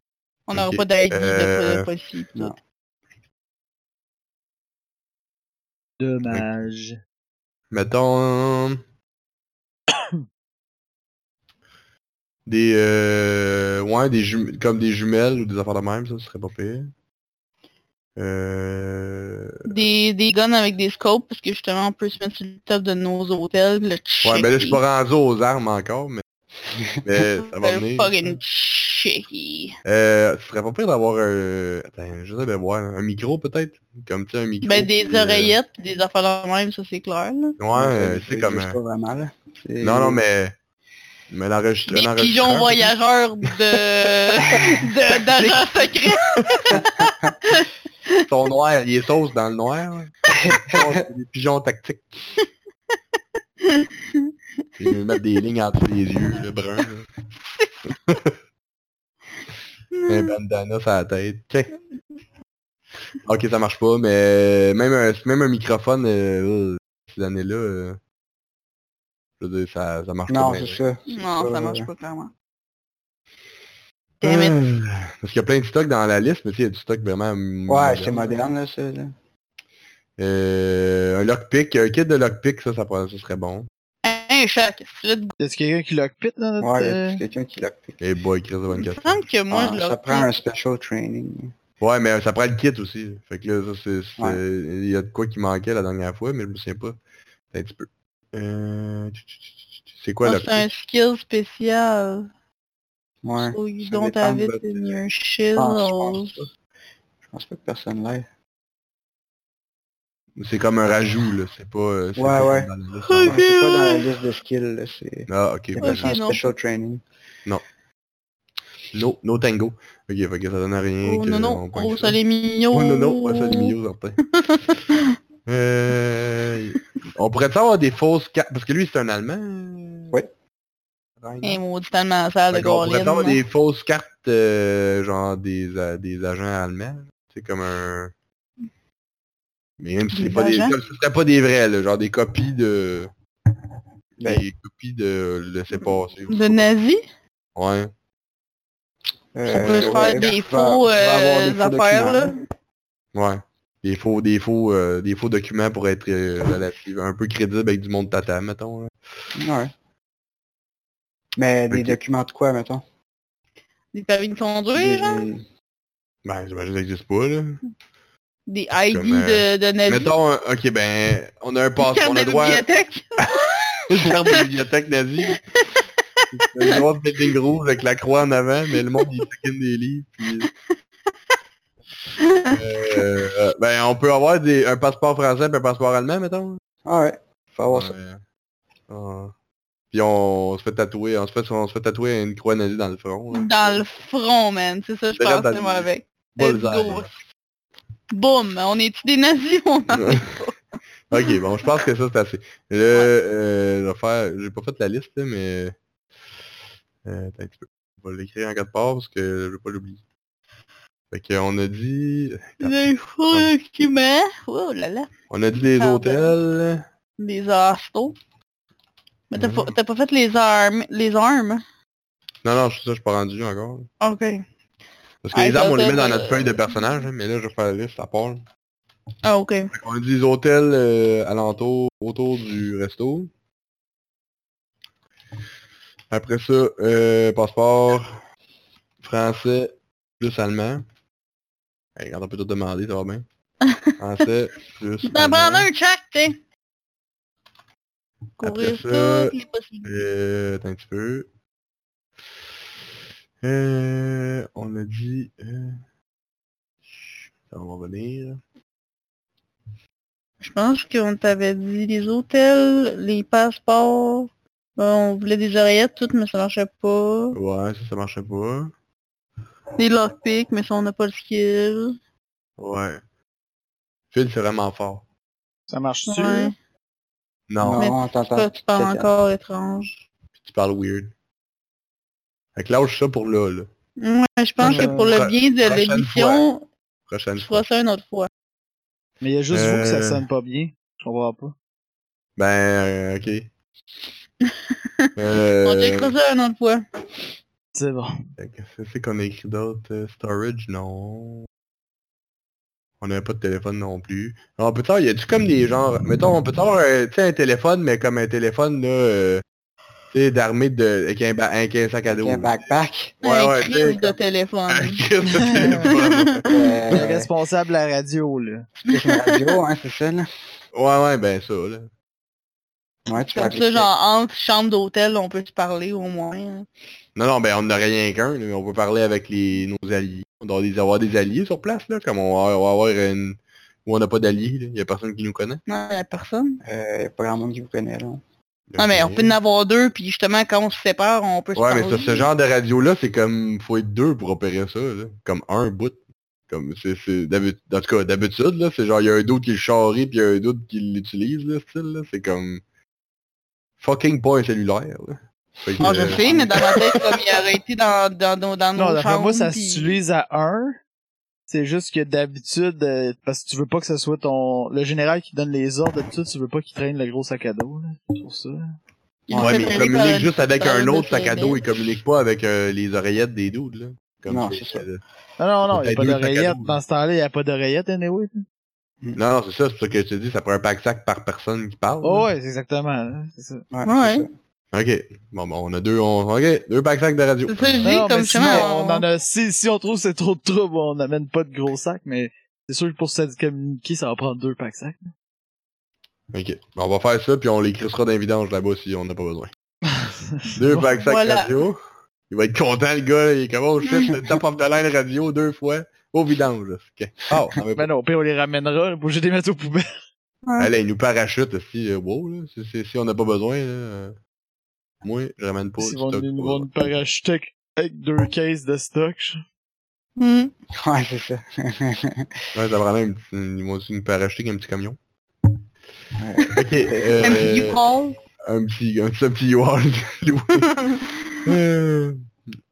Speaker 3: On n'aura
Speaker 2: Ok.
Speaker 3: pas d'ID de
Speaker 2: Euh,
Speaker 3: de policier. pis
Speaker 4: non.
Speaker 3: tout.
Speaker 1: Dommage.
Speaker 2: Mettons... des... Euh, ouais, des jumelles, comme des jumelles ou des affaires de même, ça, ce serait pas pire. Euh...
Speaker 3: Des, des guns avec des scopes, parce que justement, on peut se mettre sur le top de nos hôtels, le checker.
Speaker 4: ben
Speaker 2: Ouais, mais là, je suis pas rendu aux armes encore, mais... mais ça va
Speaker 3: Le
Speaker 2: venir.
Speaker 3: fucking checker.
Speaker 2: Euh, ce serait pas pire d'avoir un... Attends, j'essaie de voir. Un micro, peut-être? Comme, tu sais, un micro.
Speaker 3: Ben, des
Speaker 2: puis, euh,
Speaker 3: oreillettes, pis des affaires de même, ça c'est clair, là.
Speaker 2: Ouais, euh,
Speaker 4: c'est
Speaker 2: c'est comme...
Speaker 4: pas vraiment, là. C'est-
Speaker 2: Non, non, mais... Mais l'enregistreur...
Speaker 3: Des pigeons voyageurs de... de... d'agents secrets.
Speaker 2: Son noir, il est sauce dans le noir. hein. C'est des pigeons tactiques. Ils lui mettent des lignes entre les yeux, le brun. là.
Speaker 4: Eh
Speaker 2: un
Speaker 4: ben,
Speaker 2: bandana sur la tête. Tiens. Ok, ça marche pas, mais même un, même un microphone, euh, euh, ces années-là, euh, je veux dire, ça, ça marche
Speaker 4: Non,
Speaker 2: pas. bien,
Speaker 4: c'est ça.
Speaker 3: Non, ça marche
Speaker 4: Ouais.
Speaker 3: pas clairement.
Speaker 4: Euh.
Speaker 2: là.
Speaker 3: Damn it.
Speaker 2: Hmm. Parce qu'il y a plein de stock dans la liste, mais tu sais, il y a du stock vraiment...
Speaker 4: Ouais, c'est moderne, là, ça. là.
Speaker 2: Euh, un lockpick, un kit de lockpick, ça, ça, pourrait- ça serait bon.
Speaker 3: Un choc. Là, de-
Speaker 1: Est-ce qu'il y a quelqu'un qui lockpit dans notre...
Speaker 4: Ouais,
Speaker 1: euh,
Speaker 4: c'est quelqu'un qui l'a pris.
Speaker 2: Et Eh boy, Chris,
Speaker 3: il
Speaker 2: bonne
Speaker 3: me
Speaker 2: question.
Speaker 3: semble que moi,
Speaker 4: Ah,
Speaker 3: je
Speaker 4: ça
Speaker 3: l'aurais
Speaker 4: prend un special training.
Speaker 2: Ouais, mais ça prend le kit aussi. Fait que là, ça, c'est... c'est-
Speaker 4: Ouais.
Speaker 2: Il y a de quoi qui manquait la dernière fois, mais je me souviens pas. Un petit peu. Euh, tu- tu- tu- tu- C'est quoi
Speaker 3: Ah,
Speaker 2: le
Speaker 3: c'est un
Speaker 2: lockpick?
Speaker 3: skill spécial.
Speaker 4: Ouais.
Speaker 3: So you
Speaker 4: ça
Speaker 3: don't
Speaker 4: dépend
Speaker 3: have
Speaker 4: de
Speaker 3: it
Speaker 4: votre-
Speaker 3: in your
Speaker 4: Je
Speaker 3: shield.
Speaker 4: pense, je pense pas. Je pense pas que personne l'ait.
Speaker 2: C'est comme un rajout, là. C'est pas... euh, c'est
Speaker 4: Ouais,
Speaker 2: pas
Speaker 4: ouais.
Speaker 2: dans la liste,
Speaker 4: Ouais,
Speaker 2: hein.
Speaker 3: Ok,
Speaker 4: ben, C'est pas dans la
Speaker 3: ouais.
Speaker 4: liste de skills, là, c'est...
Speaker 2: Ah, ok.
Speaker 4: C'est
Speaker 2: ben,
Speaker 4: pas
Speaker 3: Ok,
Speaker 4: ça,
Speaker 3: non.
Speaker 4: special training.
Speaker 2: no, no tango. Ok, fait que ça donne à rien
Speaker 3: Oh
Speaker 2: que...
Speaker 3: non,
Speaker 2: on
Speaker 3: non,
Speaker 2: pointe
Speaker 3: oh
Speaker 2: ça.
Speaker 3: soleil mignon.
Speaker 2: Oh non, non, pas ça, les milieux, certain. Euh, on pourrait avoir des fausses cartes, parce que lui, c'est un Allemand. euh,
Speaker 4: Oui.
Speaker 2: Reinhardt.
Speaker 3: Eh, maudit tellement sale de
Speaker 2: Fait qu'on pourrait
Speaker 3: Gorlin.
Speaker 2: avoir
Speaker 3: hein.
Speaker 2: des fausses cartes, euh, genre des, euh, des agents allemands. C'est comme un... Mais même si
Speaker 3: Des
Speaker 2: c'est pas des...
Speaker 3: agents?
Speaker 2: Comme si c'était pas des vrais, là, genre des copies de...
Speaker 4: Ben.
Speaker 2: Des copies de... Je sais pas. c'est-
Speaker 3: De nazis?
Speaker 2: Ouais. Euh,
Speaker 3: On
Speaker 4: Euh,
Speaker 3: peut se faire des faux euh, affaires, là.
Speaker 2: Ouais. Des faux, des faux, euh, des faux documents pour être euh, relative- un peu crédible avec du monde tata, mettons. là.
Speaker 4: Ouais. Mais des
Speaker 2: Ok.
Speaker 4: documents de quoi, mettons?
Speaker 3: Des permis de
Speaker 4: Des-
Speaker 3: conduire, genre?
Speaker 4: des-
Speaker 2: Ben, j'imagine que ça n'existe pas, là.
Speaker 3: hein? Des ID
Speaker 2: Comme, euh,
Speaker 3: de, de nazi?
Speaker 2: Mettons, un- ok, ben, on a un passeport,
Speaker 3: Carte
Speaker 2: on
Speaker 3: de
Speaker 2: a droit à
Speaker 3: bibliothèque?
Speaker 2: une carte de bibliothèque nazie. Le droit de building rouge avec la croix en avant, mais le monde, il skin des livres, puis... Euh, euh, ben, on peut avoir des, un passeport français et un passeport allemand, mettons.
Speaker 4: Ah ouais, faut avoir ça.
Speaker 2: Ouais. Ah. Puis on, se fait tatouer, on se fait, on se fait tatouer une croix nazie dans le front. hein. là.
Speaker 3: Dans le front, man. C'est ça, je
Speaker 2: Regarde
Speaker 3: pensais,
Speaker 2: dans
Speaker 3: moi,
Speaker 2: le-
Speaker 3: avec. Let's
Speaker 2: Bullseye.
Speaker 3: go. Boum! On est-tu des nazis ou on en est
Speaker 2: ok, bon, je pense que ça c'est assez. Le, euh, je vais faire, j'ai pas fait la liste, là, mais euh, attends un petit peu. On va l'écrire en quatre parts parce que je vais pas l'oublier. Fait que on a dit,
Speaker 3: des faux documents? Oh là là!
Speaker 2: on a dit les
Speaker 3: Ah,
Speaker 2: hôtels.
Speaker 3: Des hostels. Mais t'as
Speaker 2: Mhm.
Speaker 3: pas, t'as pas fait les armes. Les armes?
Speaker 2: Non, non, je suis ça, je suis pas rendu encore.
Speaker 3: Ok.
Speaker 2: Parce que
Speaker 3: Ah,
Speaker 2: les armes, on les met dans
Speaker 3: hôtels,
Speaker 2: notre
Speaker 3: euh,
Speaker 2: feuille de personnage, hein, mais là, je vais faire la liste à part.
Speaker 3: Ah, ok.
Speaker 2: On a dit les hôtels euh, alentour, autour du resto. Après ça, euh, passeport français plus allemand. Hey, quand on peut tout demander, ça va bien. Français plus
Speaker 3: T'en prends
Speaker 2: allemand.
Speaker 3: un check, t'sais!
Speaker 2: Après
Speaker 3: Couvrir
Speaker 2: ça,
Speaker 3: toutes les possibilités.
Speaker 2: Euh, attends un petit peu. Euh, on a dit... euh, ça va revenir.
Speaker 3: Je pense qu'on t'avait dit les hôtels, les passeports. Euh, On voulait des oreillettes toutes, mais ça marchait pas.
Speaker 2: Ouais, ça, ça marchait pas.
Speaker 3: Des lockpicks, mais ça on n'a pas le skill.
Speaker 2: Ouais. Phil, c'est vraiment fort.
Speaker 1: Ça hein? marche-tu?
Speaker 3: Ouais.
Speaker 2: Non,
Speaker 3: Mais
Speaker 4: Non, t'entends.
Speaker 3: Ça, tu parles
Speaker 4: Peut-être.
Speaker 3: encore étrange.
Speaker 2: tu parles weird. Fait que lâche ça pour là, là.
Speaker 3: Ouais, je pense
Speaker 1: Euh,
Speaker 3: que pour le bien de
Speaker 2: prochaine
Speaker 3: l'émission,
Speaker 2: Prochaine
Speaker 3: tu
Speaker 2: fois.
Speaker 3: feras ça une autre fois.
Speaker 1: Mais il y a juste vous que ça
Speaker 2: Euh.
Speaker 1: sonne pas bien. Je comprends pas.
Speaker 2: Ben, euh, ok.
Speaker 3: On checkera
Speaker 2: euh,
Speaker 3: ça une autre fois.
Speaker 1: C'est bon.
Speaker 2: fait que c'est c'est qu'on a écrit d'autres euh, Storage, non. On n'avait pas de téléphone non plus. Ah, On peut savoir, y a-tu comme des genres... Mettons, on peut savoir, euh, tu sais, un téléphone, mais comme un téléphone, là... euh, tu sais, d'armée de... Avec un, ba- avec un sac à dos.
Speaker 4: Un
Speaker 2: là.
Speaker 4: backpack.
Speaker 2: Ouais,
Speaker 3: Un
Speaker 2: ouais, tu sais,
Speaker 3: crise de téléphone.
Speaker 2: Un crise de téléphone.
Speaker 1: Le
Speaker 4: Euh,
Speaker 1: responsable à la radio, là.
Speaker 4: c'est une radio, hein, c'est ça, là.
Speaker 2: Ouais, ouais, ben ça, là.
Speaker 4: Ouais, tu peux
Speaker 3: Comme ça,
Speaker 4: appeler ça.
Speaker 3: genre, entre chambres d'hôtel, on peut se parler au moins.
Speaker 2: Non, non, ben on n'a rien qu'un, là, mais on peut parler avec les, nos alliés. On doit les avoir des alliés sur place, là, comme on va, on va avoir une... Où on n'a pas d'alliés, là. il n'y a personne qui nous connaît.
Speaker 3: Non, y a personne.
Speaker 4: Euh, y a pas grand monde qui vous connaît, là.
Speaker 3: Non, mais on
Speaker 2: Ok.
Speaker 3: peut en avoir deux, puis justement, quand on se sépare, on peut se
Speaker 2: Ouais,
Speaker 3: parler.
Speaker 2: mais ça, ce genre de radio-là, c'est comme... faut être deux pour opérer ça, là. Comme un bout. Comme c'est... c'est d'habit- En tout cas, d'habitude, là, c'est genre, il y a un d'autre qui le charrie, puis il y a un d'autre qui l'utilise, là, ce style, là. C'est comme... Fucking pas un cellulaire, là. Fait que,
Speaker 3: Ah, je
Speaker 2: euh,
Speaker 3: sais, mais dans ma tête, comme il aurait été dans, dans, dans, dans
Speaker 1: Non,
Speaker 3: nos
Speaker 1: d'après
Speaker 3: chambres.
Speaker 1: moi, ça
Speaker 3: puis-
Speaker 1: s'utilise à un. C'est juste que d'habitude, euh, parce que tu veux pas que ce soit ton... Le général qui donne les ordres, d'habitude, tu veux pas qu'il traîne le gros sac à dos, là. C'est pour ça.
Speaker 3: il
Speaker 4: Ouais,
Speaker 2: Ouais,
Speaker 3: fait
Speaker 2: mais il
Speaker 3: parler par
Speaker 2: communique
Speaker 3: une-
Speaker 2: juste avec
Speaker 3: par
Speaker 2: un
Speaker 3: une
Speaker 2: autre sac à
Speaker 3: autre
Speaker 2: dos, il communique pas avec euh, les oreillettes des dudes, là.
Speaker 4: Non,
Speaker 2: tu-
Speaker 4: c'est ça.
Speaker 2: euh,
Speaker 1: Non, non, non,
Speaker 2: Peut-être
Speaker 1: y a pas
Speaker 2: deux sacs à
Speaker 1: d'oreillette.
Speaker 2: dos,
Speaker 1: Dans ce temps-là, y a pas d'oreillette, anyway.
Speaker 3: Mm.
Speaker 2: Non, non, c'est ça, c'est pour ça que je te dis, ça prend un pack-sac par personne qui parle.
Speaker 1: Oh,
Speaker 2: là.
Speaker 1: ouais, c'est exactement, hein, c'est ça.
Speaker 3: Ouais.
Speaker 4: c'est ça.
Speaker 2: Ok. Bon, bon, on a deux, on... ok, deux pack-sacs de radio.
Speaker 3: C'est ça, je
Speaker 1: Non,
Speaker 3: dis,
Speaker 1: non,
Speaker 3: comme
Speaker 1: mais sinon,
Speaker 3: justement,
Speaker 1: on...
Speaker 3: on-
Speaker 1: en a... Si, si on trouve que c'est trop de trouble, on n'amène pas de gros sac, mais c'est sûr que pour ça de communiquer, ça va prendre deux packs sacs.
Speaker 2: Ok. Bon, on va faire ça, puis on les crissera dans les vidanges là-bas si on n'a pas besoin. deux pack-sacs
Speaker 3: Voilà.
Speaker 2: radio. Il va être content, le gars, là, il est comme, oh shit, le top of the line radio deux fois, au vidange, là. Ok. Oh, on va
Speaker 1: Ben non, au pire, on les ramènera, pour j'ai des mettre aux poubelles.
Speaker 3: Hein?
Speaker 2: Allez, il nous parachute aussi, euh, wow, là. Si, si- si on n'a pas besoin, là, euh, moi, je ramène pas.
Speaker 1: Ils
Speaker 2: le
Speaker 1: vont
Speaker 2: stock
Speaker 1: nous
Speaker 2: pour- euh,
Speaker 1: vont nous parachuter avec- avec deux cases de stock. je-
Speaker 2: euh,
Speaker 3: Hmm.
Speaker 4: Ouais, c'est ça.
Speaker 2: Ouais, ça prend même, ils vont aussi nous parachuter avec un petit camion.
Speaker 4: Ouais.
Speaker 2: Ok, euh,
Speaker 3: Un petit U-Haul.
Speaker 2: un petit, un petit, un petit U-Haul. Euh,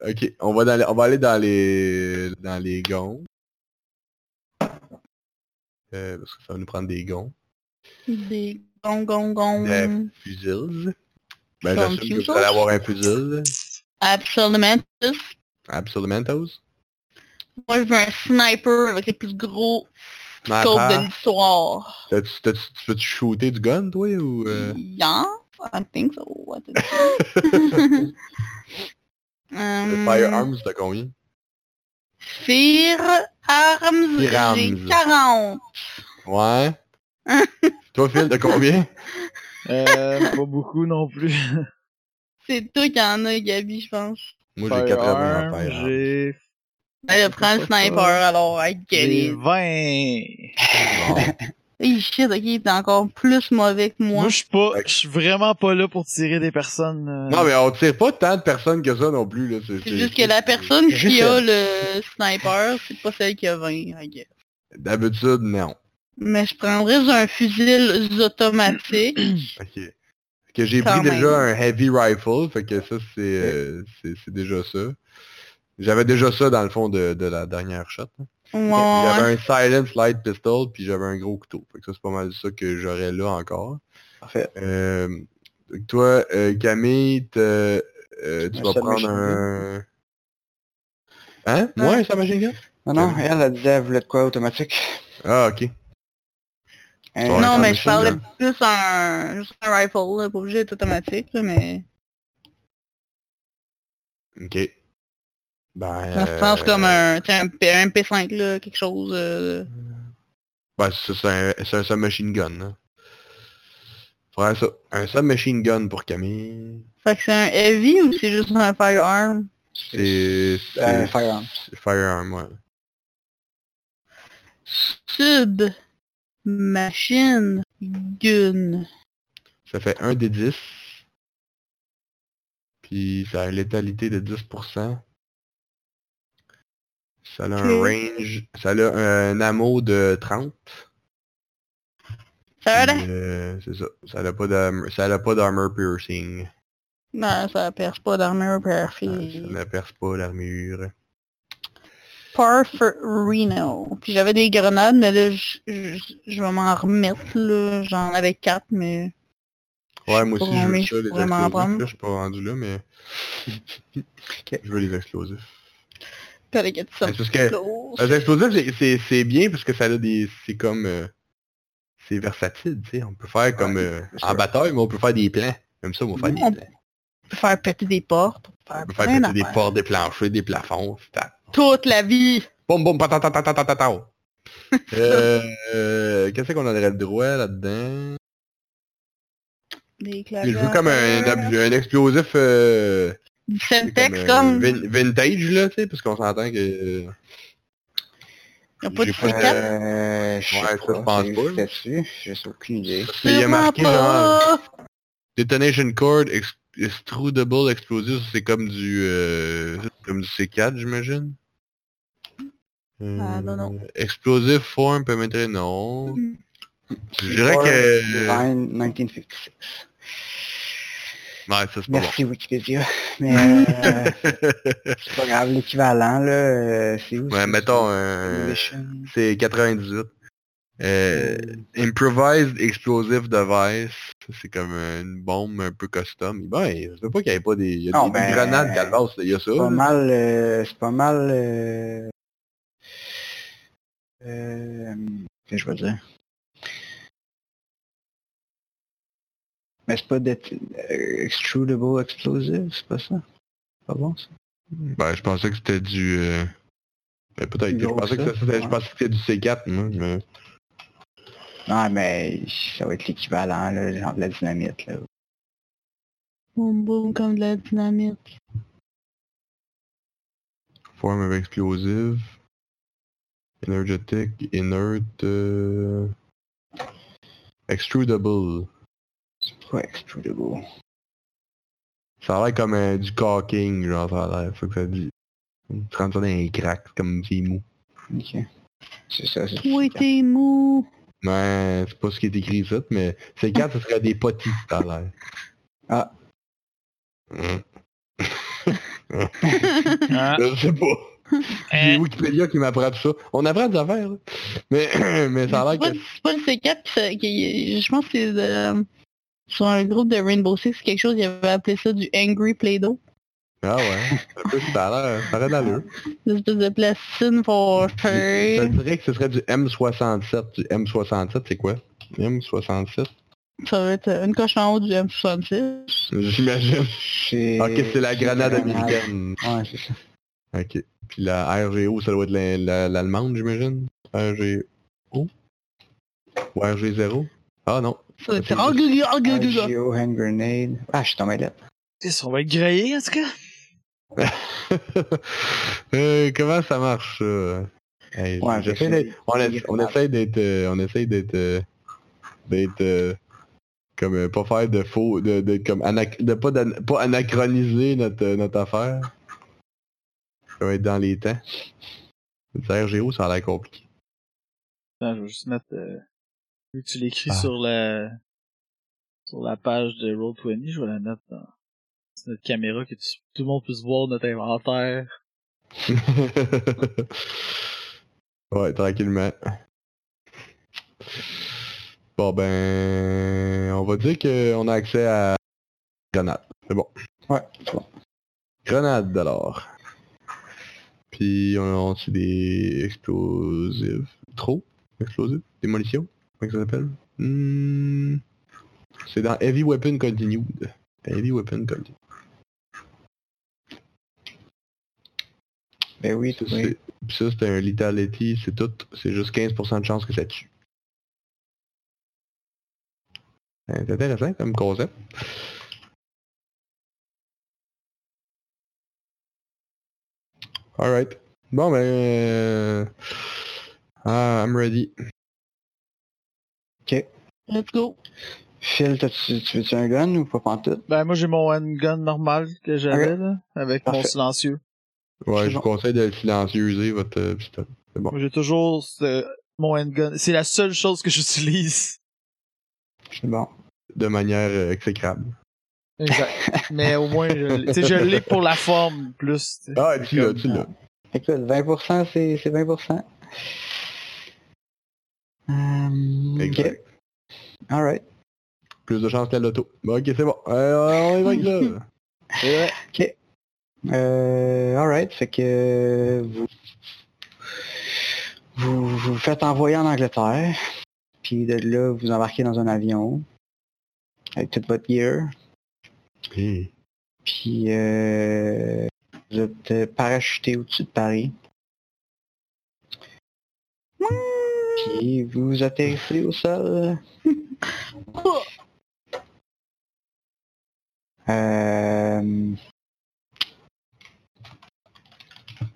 Speaker 2: ok, on va, dans les- on va aller dans les, dans les gonds. Euh, parce que ça va nous prendre des gonds.
Speaker 3: Des gong gong gong.
Speaker 2: Des fusils. Ben,
Speaker 3: Comme
Speaker 2: j'assume que
Speaker 3: fusils?
Speaker 2: vous allez avoir un fusil.
Speaker 3: Absolument.
Speaker 2: Absolument, Toast.
Speaker 3: Moi, je veux un sniper avec les plus gros
Speaker 2: Ma
Speaker 3: scopes
Speaker 2: part.
Speaker 3: de l'histoire.
Speaker 2: T'as-tu, t'as-tu, tu peux-tu shooter euh, du gun, toi, ou... euh?
Speaker 3: Yeah, I think so. What the-
Speaker 2: Le
Speaker 3: Euh,
Speaker 2: Firearms, t'as combien?
Speaker 3: Firearms,
Speaker 2: Firearms.
Speaker 3: j'ai 40.
Speaker 2: Ouais. Toi, Phil, t'as combien?
Speaker 1: Euh, pas beaucoup non plus.
Speaker 3: C'est toi qui en as, Gabi, je pense.
Speaker 2: Moi, j'ai 80
Speaker 1: Firearm,
Speaker 2: Firearms.
Speaker 1: J'ai
Speaker 3: Elle prend Ben, le sniper, alors, I
Speaker 1: j'ai
Speaker 3: get it.
Speaker 1: 20.
Speaker 3: Hey, shit, ok, il est encore plus mauvais que moi.
Speaker 1: Moi, je suis pas,
Speaker 2: Fait que-
Speaker 1: je suis vraiment pas là pour tirer des personnes. euh,
Speaker 2: Non, mais on tire pas tant de personnes que ça non plus. là. C'est
Speaker 3: C'est
Speaker 2: c'est-
Speaker 3: juste que la personne
Speaker 4: Juste
Speaker 3: qui a
Speaker 4: elle.
Speaker 3: le sniper, c'est pas celle qui a 20, I guess.
Speaker 2: D'habitude, non.
Speaker 3: Mais je prendrais un fusil automatique.
Speaker 2: Ok. Fait Que j'ai
Speaker 3: Quand
Speaker 2: pris
Speaker 3: même.
Speaker 2: déjà un heavy rifle, fait que ça, c'est euh, c'est- c'est déjà ça. J'avais déjà ça dans le fond de, de la dernière shot.
Speaker 3: Mon-
Speaker 2: J'avais un silent light pistol, puis j'avais un gros couteau. Fait que ça, c'est pas mal ça que j'aurais là encore.
Speaker 4: Parfait.
Speaker 2: Euh, donc toi, euh, Camille, t'as- euh, tu
Speaker 4: Un
Speaker 2: vas
Speaker 4: submachine
Speaker 2: prendre un... Hein?
Speaker 3: Non.
Speaker 2: Moi, un submachine gun?
Speaker 4: Non, non, elle, elle disait, elle voulait de quoi automatique.
Speaker 2: Ah,
Speaker 4: Euh,
Speaker 2: ok.
Speaker 4: Un-
Speaker 2: Ouais,
Speaker 3: non,
Speaker 2: un
Speaker 3: mais je
Speaker 2: machine
Speaker 3: parlais
Speaker 2: gun.
Speaker 3: plus un, juste un rifle, là, pas obligé d'être automatique, là, mais
Speaker 2: Ok. Ben,
Speaker 3: ça se pense
Speaker 2: euh,
Speaker 3: comme un, t'sais, un, P- un MP5, là, quelque chose. euh,
Speaker 2: Ben, ça, c'est un, c'est un submachine gun. Hein. Faudrait ça. Un submachine gun pour Camille.
Speaker 3: Fait que c'est un heavy ou c'est juste un firearm?
Speaker 2: C'est... c'est-
Speaker 4: Un firearm.
Speaker 2: c'est Firearm, ouais.
Speaker 3: Sub machine gun.
Speaker 2: Ça fait un des 10. Puis ça a une létalité de 10%. Ça a un
Speaker 3: Ok.
Speaker 2: range. Ça a un ammo de 30.
Speaker 3: Ça a
Speaker 2: puis,
Speaker 3: l'air?
Speaker 2: euh, c'est ça. Ça n'a pas d'armor- ça a pas d'armor piercing.
Speaker 3: Non, ça perce pas d'armure
Speaker 2: Ah, Ça
Speaker 3: perfide.
Speaker 2: ne perce pas l'armure.
Speaker 3: Parferino. Puis j'avais des grenades, mais là, je- je je vais m'en remettre, là. J'en avais quatre, mais...
Speaker 2: Ouais, moi
Speaker 3: pas
Speaker 2: aussi, je veux
Speaker 3: mais
Speaker 2: ça,
Speaker 3: je
Speaker 2: les
Speaker 3: pourrais m'en
Speaker 2: explosifs.
Speaker 3: prendre.
Speaker 2: Là, je suis pas rendu là, mais... Je veux les explosifs.
Speaker 3: T'as les quatre
Speaker 2: C'est parce que les explosifs, Ah, c'est- c'est- c'est bien parce que ça a des... C'est comme... euh, c'est versatile, tu sais. On peut faire comme... euh,
Speaker 4: c'est
Speaker 2: en
Speaker 4: vrai.
Speaker 2: bataille, mais on peut faire des plans. Comme ça, on va faire
Speaker 3: On-
Speaker 2: des plans.
Speaker 3: peut faire péter des portes, on peut faire,
Speaker 2: On peut faire
Speaker 3: plein
Speaker 2: péter des
Speaker 3: d'affaires.
Speaker 2: portes, des planchers, des plafonds, c'est à-
Speaker 3: Toute la vie.
Speaker 2: Boum, boum, patatatatatatatao. Euh, euh, Qu'est-ce qu'on aurait le droit
Speaker 3: Euh,
Speaker 2: là-dedans?
Speaker 3: Des
Speaker 2: Je veux comme un, ob- un explosif... euh,
Speaker 3: Du
Speaker 2: C'est
Speaker 3: Semtex,
Speaker 2: euh,
Speaker 3: comme... Il
Speaker 2: vin- vintage là, tu sais, parce qu'on s'entend que. euh,
Speaker 3: n'y a pas de
Speaker 2: j'ai pas de-
Speaker 3: fricat.
Speaker 4: Euh, je sais
Speaker 2: Ouais, ça, je
Speaker 4: pas,
Speaker 2: pense
Speaker 4: c'est-
Speaker 2: pas.
Speaker 4: c'était dessus, je sais aucune idée.
Speaker 2: Parce qu'il y a marqué genre Detonation Cord ex- Extrudable Explosive, c'est comme du euh, comme du C4 j'imagine. Euh,
Speaker 3: Ah, non, non.
Speaker 2: Explosive Form permettrait non.
Speaker 3: Mm.
Speaker 2: Je dirais que.
Speaker 4: Design 1956.
Speaker 2: Ouais, ça c'est pas bon.
Speaker 4: Merci Wikipédia. Mais euh, c'est pas grave, l'équivalent, là, euh, c'est où?
Speaker 2: Ouais,
Speaker 4: c'est-
Speaker 2: mettons
Speaker 4: c'est-
Speaker 2: euh,
Speaker 4: Innovation.
Speaker 2: C'est 98. Euh, Improvised Explosive Device, ça, c'est comme une bombe un peu custom. Ben, je sais pas qu'il n'y avait pas des, il y a
Speaker 4: Non,
Speaker 2: des
Speaker 4: ben,
Speaker 2: grenades Calvas, il y a ça.
Speaker 4: C'est pas
Speaker 2: là.
Speaker 4: mal. euh, c'est pas mal. Euh, euh, que je veux dire. Mais c'est pas det euh, extrudable explosive, c'est pas ça. C'est Pas bon ça.
Speaker 2: Ben, je pensais que c'était du... euh, ben, peut-être.
Speaker 4: Du
Speaker 2: Je
Speaker 4: gros
Speaker 2: pensais, que
Speaker 4: stuff,
Speaker 2: ça, c'était- je
Speaker 4: ouais.
Speaker 2: pensais que c'était du C4, moi. mais-
Speaker 4: Non mais ça va être l'équivalent là, genre de la dynamite là.
Speaker 3: Boum boum, comme de la dynamite.
Speaker 2: Form of Explosive. Energetic, Inert... euh, Extrudable.
Speaker 4: Quoi extrudable?
Speaker 2: Ça a l'air comme euh, du caulking, genre, ça a l'air. Faut que ça dit. Tu rentres ça dans un crack, comme c'est mou.
Speaker 4: Ok. C'est ça, c'est
Speaker 3: Toi, t'es mou.
Speaker 2: Ouais, Ben, c'est pas ce qui est écrit ici, mais c'est quatre, ce serait des potis, ça a l'air.
Speaker 4: Ah.
Speaker 2: Hum,
Speaker 1: hein.
Speaker 2: Je sais pas.
Speaker 1: Eh.
Speaker 2: J'ai Wikipédia qui m'apprend tout ça. On apprend des affaires, là. Mais, mais ça a
Speaker 3: C'est
Speaker 2: l'air
Speaker 3: pas,
Speaker 2: que...
Speaker 3: c'est pas le C4 qui, se- euh, qui- je pense que c'est euh, sur un groupe de Rainbow Six quelque chose, ils avaient appelé ça du Angry Play-Doh.
Speaker 2: Ah ouais. Un peu, ça a l'air... hein. Ça aurait de l'allure.
Speaker 3: L'espèce de plastine pour
Speaker 2: Je
Speaker 3: faire.
Speaker 2: dirais que ce serait du M67. Du M67, c'est quoi? M67?
Speaker 3: Ça va être une coche en haut du M66.
Speaker 2: J'imagine.
Speaker 4: C'est...
Speaker 2: Ok, c'est la grenade
Speaker 4: c'est la
Speaker 2: américaine.
Speaker 4: Ouais, c'est ça.
Speaker 2: Ok. Puis la RGO, ça doit être la- la- l'allemande, j'imagine. RGO. Ou RG0. Ah non.
Speaker 3: Ça va être...
Speaker 2: Ça fait
Speaker 4: RGO hand grenade. Ah, je suis tombé là.
Speaker 1: Qu'est-ce qu'on va être grillé en tout cas?
Speaker 2: Euh, comment ça marche ça? Hey,
Speaker 4: Ouais,
Speaker 2: j'essaie
Speaker 4: mais
Speaker 2: d'être- on, ess- on essaye d'être euh, on essaye d'être euh, d'être euh, comme euh, pas faire de faux de, de comme anac- de pas d'an- pas anachroniser notre euh, notre affaire ça va être dans les temps le RGO ça a l'air compliqué
Speaker 1: Attends, je vais juste mettre... euh, vu que tu l'écris
Speaker 2: Ah.
Speaker 1: sur la... Sur la page de Roll20, je vais la mettre dans sur notre caméra que tu- tout le monde puisse voir notre inventaire.
Speaker 2: ouais, tranquillement. Bon ben, on va dire qu'on a accès à grenade. C'est bon.
Speaker 4: Ouais, c'est bon.
Speaker 2: Grenade alors. Puis on a aussi des explosifs. Trop Explosifs Démolition Comment ça s'appelle Hmm. C'est dans Heavy Weapon Continued. Heavy Weapon Continued.
Speaker 4: Ben oui,
Speaker 2: Ça,
Speaker 4: oui.
Speaker 2: c'est- pis ça, c'est un lethality, c'est tout. C'est juste 15% de chance que ça tue. Euh, C'est intéressant comme concept. Alright. Bon ben... euh, Ah, I'm ready.
Speaker 3: Let's go.
Speaker 4: Phil, t'as- tu, tu veux-tu un gun ou pas pantoute?
Speaker 1: Ben moi j'ai mon handgun normal que j'avais là, avec mon
Speaker 4: Parfait.
Speaker 1: silencieux.
Speaker 2: Ouais,
Speaker 4: C'est
Speaker 2: je
Speaker 4: bon.
Speaker 2: vous conseille de silencieux user votre euh, pistolet. C'est bon.
Speaker 1: Moi j'ai toujours ce- mon handgun. C'est la seule chose que j'utilise.
Speaker 4: C'est bon.
Speaker 2: De manière euh, exécrable.
Speaker 1: Exact. Mais au moins, je l'ai- tu sais, je l'ai pour la forme plus. tu sais.
Speaker 2: Ah, tu l'as,
Speaker 1: comme-
Speaker 2: tu l'as.
Speaker 4: Écoute, 20%, c'est, c'est 20%. Hum,
Speaker 2: Exact.
Speaker 4: ok, alright.
Speaker 2: Plus de chance que la loto. Bon, ok, c'est bon. Euh, on évoque là.
Speaker 1: Et ouais.
Speaker 4: Euh, alright, fait que vous, vous vous vous faites envoyer en Angleterre, puis de là, vous embarquez dans un avion avec toute votre gear,
Speaker 2: Hey.
Speaker 4: puis euh, vous êtes euh, parachuté au-dessus de Paris. Puis vous atterrissez au sol. Euh...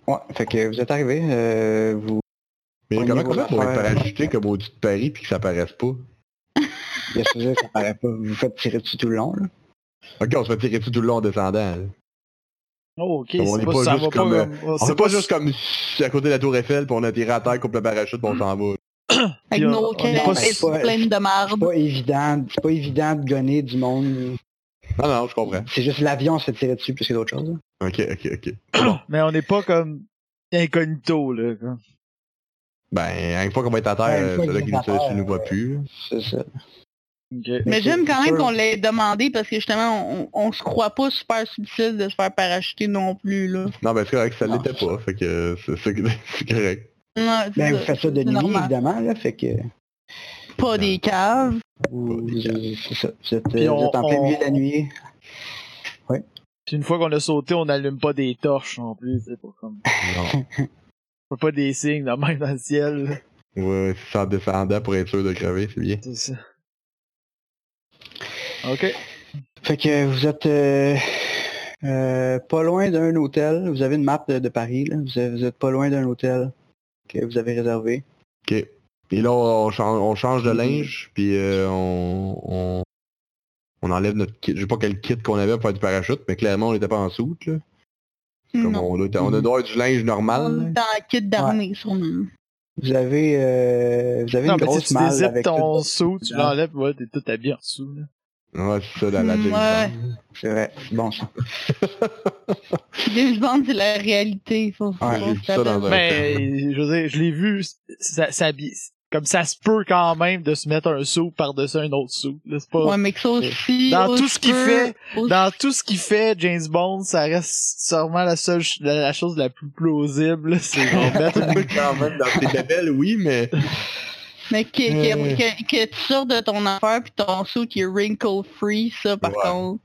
Speaker 4: Ouais, fait que vous êtes arrivé, euh, vous
Speaker 2: Mais
Speaker 4: Au
Speaker 2: comment
Speaker 4: niveau
Speaker 2: on fait pour être
Speaker 4: d'affaires.
Speaker 2: parachuté comme au-dessus de Paris puis que ça paraisse pas?
Speaker 4: Bien sûr, ça paraît pas. Vous vous faites tirer dessus tout le long, là.
Speaker 2: Ok, on se fait tirer dessus tout le long en descendant. là.
Speaker 1: Oh, ok,
Speaker 2: On
Speaker 1: c'est
Speaker 2: est
Speaker 1: pas,
Speaker 2: pas
Speaker 1: ça
Speaker 2: juste
Speaker 1: va pas
Speaker 2: comme, euh,
Speaker 1: comme.
Speaker 2: On
Speaker 1: c'est
Speaker 2: fait pas juste comme si à côté de la tour Eiffel puis on a tiré à terre contre le parachute puis on s'en va.
Speaker 3: Avec
Speaker 1: Puis on- on
Speaker 3: nos
Speaker 1: est pas
Speaker 3: canettes et
Speaker 4: sûr.
Speaker 3: pleines de
Speaker 4: C'est
Speaker 3: marde.
Speaker 4: pas évident, c'est pas évident de gonner du monde.
Speaker 2: Non, non, je comprends.
Speaker 4: C'est juste l'avion se fait tirer dessus plus que d'autres choses. là.
Speaker 2: Ok, ok, ok.
Speaker 1: Mais on n'est pas comme incognito, là. quoi.
Speaker 2: Ben, une fois qu'on va être à terre,
Speaker 4: Ouais, une
Speaker 2: euh,
Speaker 4: fois
Speaker 2: celui
Speaker 4: qu'on
Speaker 2: qui
Speaker 4: est
Speaker 2: nous,
Speaker 4: à terre,
Speaker 2: celui qui nous voit plus.
Speaker 4: C'est ça.
Speaker 1: Ok.
Speaker 3: Mais
Speaker 4: Mais
Speaker 3: j'aime
Speaker 4: c'est-
Speaker 3: quand
Speaker 4: c'est
Speaker 3: même
Speaker 4: sûr.
Speaker 3: qu'on l'ait demandé parce que justement, on, on se croit pas super subtil de se faire parachuter non plus, là.
Speaker 2: Non, ben c'est correct, ça
Speaker 4: Non,
Speaker 2: l'était pas. Fait que euh, c'est c'est- c'est correct.
Speaker 3: Non, c'est
Speaker 4: Ben, vous faites ça de
Speaker 3: C'est
Speaker 4: nuit,
Speaker 3: normal.
Speaker 4: évidemment, là, fait que
Speaker 3: Pas des caves.
Speaker 4: vous,
Speaker 2: Pas des
Speaker 4: vous- c'est ça. Vous êtes,
Speaker 1: Puis
Speaker 4: euh, vous
Speaker 1: on-
Speaker 4: êtes en plein
Speaker 1: on-
Speaker 4: milieu de la nuit.
Speaker 1: Puis une fois qu'on a sauté, on n'allume pas des torches non plus. C'est pas comme.
Speaker 2: Non.
Speaker 1: On fait pas des signes de même dans le ciel. là.
Speaker 2: Ouais, c'est en descendant pour être sûr de crever, c'est bien.
Speaker 1: C'est ça. Ok.
Speaker 4: Fait que vous êtes euh, euh, pas loin d'un hôtel. Vous avez une map de, de Paris, là. Vous, êtes- vous êtes pas loin d'un hôtel que vous avez réservé.
Speaker 2: Ok. Et là, on, cha- on change de
Speaker 4: Mm-hmm.
Speaker 2: linge, puis euh, on, on, on enlève notre kit. Je sais pas quel kit qu'on avait pour faire du parachute, mais clairement, on n'était pas en soute, là. Comme
Speaker 3: Non.
Speaker 2: on, doit être- on a droit à du linge
Speaker 3: On est
Speaker 2: normal.
Speaker 3: dans la kit d'armée, sûrement.
Speaker 4: Vous avez, euh, vous avez
Speaker 1: Non,
Speaker 4: une
Speaker 1: mais tu sais,
Speaker 4: grosse
Speaker 1: tu
Speaker 4: malle
Speaker 1: dézippes
Speaker 4: avec Hein? tout- Ah,
Speaker 1: ton seau, tu l'enlèves, ouais, t'es tout habillé en dessous, là.
Speaker 2: là. Ouais, c'est ça, la, la
Speaker 3: Mm,
Speaker 2: James
Speaker 3: ouais.
Speaker 2: Bond.
Speaker 4: C'est vrai, c'est bon ça.
Speaker 3: James Bond, c'est la réalité. Faut, faut
Speaker 2: Ouais, j'ai
Speaker 3: se
Speaker 2: vu ça
Speaker 3: rappeler.
Speaker 2: dans un-
Speaker 1: Mais, je veux dire, je l'ai vu, ça, ça, comme ça se peut quand même de se mettre un seau par-dessus un autre seau, là, c'est pas...
Speaker 3: Ouais, mais que ça aussi.
Speaker 1: Dans
Speaker 3: aussi
Speaker 1: tout ce qu'il
Speaker 3: peu,
Speaker 1: fait,
Speaker 3: aussi-
Speaker 1: Dans tout ce qu'il fait, James Bond, ça reste sûrement la seule, ch- la, la chose la plus plausible, là, c'est genre mettre une-
Speaker 2: quand même dans tes bébelles, oui, mais
Speaker 3: Mais que, que-
Speaker 2: Euh.
Speaker 3: que- que tu sors de ton affaire puis ton saut qui est wrinkle free, ça par
Speaker 2: Ouais.
Speaker 3: contre.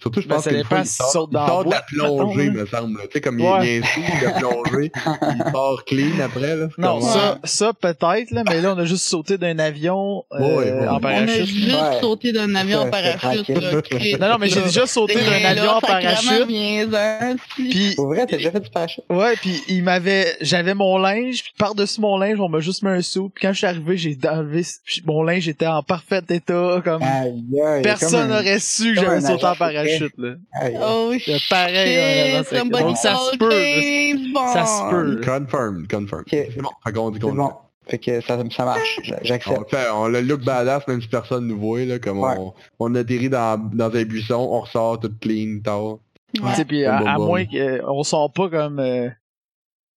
Speaker 2: Surtout, je
Speaker 1: Ben,
Speaker 2: pense
Speaker 1: ça
Speaker 2: qu'il
Speaker 1: dépend
Speaker 2: il
Speaker 1: s'il
Speaker 2: sort,
Speaker 1: saute
Speaker 2: il
Speaker 1: dans
Speaker 2: sort
Speaker 1: la
Speaker 2: de la
Speaker 1: boîte,
Speaker 2: plongée,
Speaker 1: mettons,
Speaker 2: me semble. là. Tu sais, comme il
Speaker 1: Ouais.
Speaker 2: est bien sous, il a plongé, il sort clean après. Là, C'est
Speaker 1: Non,
Speaker 2: comme,
Speaker 1: ça, ça peut-être, là, mais là, on a juste sauté d'un avion euh,
Speaker 2: Ouais, ouais.
Speaker 1: en
Speaker 3: On a
Speaker 1: parachute.
Speaker 3: juste
Speaker 4: Ouais.
Speaker 3: sauté d'un avion en
Speaker 4: Ça, c'est
Speaker 3: parachute.
Speaker 4: tranquille.
Speaker 3: là, Chris.
Speaker 1: Non, non, mais j'ai déjà sauté
Speaker 3: T'es
Speaker 1: d'un
Speaker 3: là,
Speaker 1: avion en
Speaker 3: sacrément
Speaker 1: parachute.
Speaker 3: niaiseux, si.
Speaker 1: Puis,
Speaker 4: Pour vrai, t'as déjà fait du parachute?
Speaker 1: ouais, puis il m'avait, j'avais mon linge, puis par-dessus mon linge, on m'a juste mis un sou. Puis quand je suis arrivé, j'ai enlevé, puis mon linge était en parfait état, comme
Speaker 4: Aïe, aïe,
Speaker 1: personne
Speaker 4: comme un-
Speaker 1: n'aurait su que
Speaker 4: comme
Speaker 1: j'avais
Speaker 4: un
Speaker 1: sauté en
Speaker 4: agent secret.
Speaker 1: parachute, là.
Speaker 4: aïe, aïe.
Speaker 3: Oh
Speaker 1: C'est
Speaker 3: shit,
Speaker 1: pareil, ouais, vraiment, c'est-
Speaker 3: somebody
Speaker 1: donc ça se peut,
Speaker 3: called James
Speaker 1: ça se
Speaker 3: Bond.
Speaker 1: peut.
Speaker 2: euh, Confirmed, confirmed. C'est bon. Fait qu'on dit
Speaker 4: C'est
Speaker 2: qu'on
Speaker 4: bon. Fait que ça, ça marche. J'a-
Speaker 2: On,
Speaker 4: J'accepte.
Speaker 2: le fait, on le look badass même si personne nous voit là, comme
Speaker 4: Ouais.
Speaker 2: on, on atterrit dans, dans un buisson, on ressort tout clean, tard.
Speaker 3: Ouais.
Speaker 1: Tu sais, puis
Speaker 2: Bon,
Speaker 1: à,
Speaker 2: bon,
Speaker 1: à
Speaker 2: bon.
Speaker 1: moins qu'on sort pas comme... euh,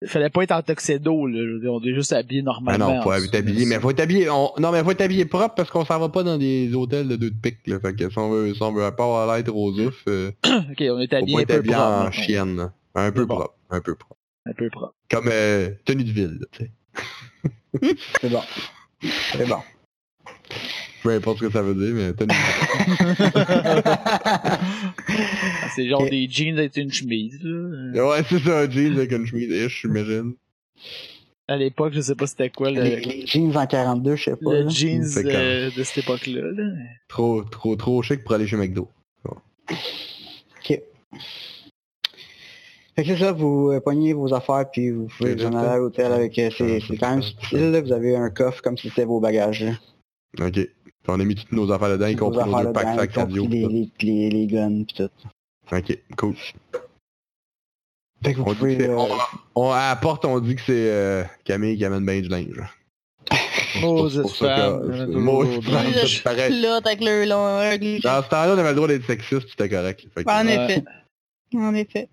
Speaker 1: fallait pas être en tuxedo, là. Je veux dire, On est juste habillé
Speaker 2: Ah
Speaker 1: normalement.
Speaker 4: ben
Speaker 2: non, faut
Speaker 1: en
Speaker 2: être habillé, mais faut être habillé. on- non mais faut être habillé propre parce qu'on s'en va pas dans des hôtels de deux de pique. Là, fait que si on veut, si on veut pas aller être aux ouf, euh,
Speaker 1: Ok, on est
Speaker 2: faut
Speaker 1: habillé
Speaker 2: pas
Speaker 1: un
Speaker 2: être
Speaker 1: peu
Speaker 2: habillé
Speaker 1: propre.
Speaker 2: en
Speaker 1: mettons.
Speaker 2: chienne. là. Un peu
Speaker 1: Bon.
Speaker 2: propre. Un peu propre.
Speaker 1: Un peu propre.
Speaker 2: Comme euh, tenue de ville, là, tu sais.
Speaker 4: C'est bon. C'est bon.
Speaker 2: Peu importe ce que ça veut dire, mais tenue de ville.
Speaker 1: Ah, C'est genre
Speaker 4: Ok.
Speaker 1: des jeans avec une chemise, là.
Speaker 2: ouais, c'est ça, un jeans avec une chemise ish, j'imagine.
Speaker 1: À l'époque, je sais pas c'était quoi le,
Speaker 4: les, les jeans en 42, je sais pas.
Speaker 1: le
Speaker 2: hein.
Speaker 4: là.
Speaker 1: jeans
Speaker 2: C'est
Speaker 1: euh,
Speaker 2: clair.
Speaker 1: de cette époque-là, là.
Speaker 2: Trop, trop, trop chic pour aller chez McDo.
Speaker 4: Fait que c'est ça, vous euh, pognez vos affaires puis vous pouvez vous en aller à l'hôtel avec... euh, C'est c'est quand même subtil, là. Vous avez un coffre comme si c'était vos bagages. là.
Speaker 2: Ok. Puis on a mis toutes nos affaires dedans, y
Speaker 4: Vos
Speaker 2: compris nos
Speaker 4: affaires
Speaker 2: deux packs
Speaker 4: dedans, y
Speaker 2: sacs
Speaker 4: compris
Speaker 2: radio.
Speaker 4: les,
Speaker 2: tout
Speaker 4: les, les, les guns pis tout.
Speaker 2: ça. Ok, cool.
Speaker 4: Fait que vous
Speaker 2: On dit
Speaker 4: pouvez...
Speaker 2: que c'est-
Speaker 4: euh,
Speaker 2: on- on- à la porte, on dit que c'est euh, Camille qui amène ben du linge. C'est pour- c'est
Speaker 1: Moses
Speaker 2: pour ça
Speaker 1: femme,
Speaker 2: que-
Speaker 1: il y en a
Speaker 2: c'est-
Speaker 1: toujours
Speaker 2: Moses
Speaker 1: d'autres.
Speaker 2: femme,
Speaker 1: Oui,
Speaker 2: c'est
Speaker 1: je-
Speaker 2: pareil.
Speaker 3: Là, avec le long onglet.
Speaker 2: Dans ce temps-là, on avait le droit d'être sexiste, c'était correct. Fait que-
Speaker 3: En
Speaker 1: Ouais.
Speaker 3: effet. En effet.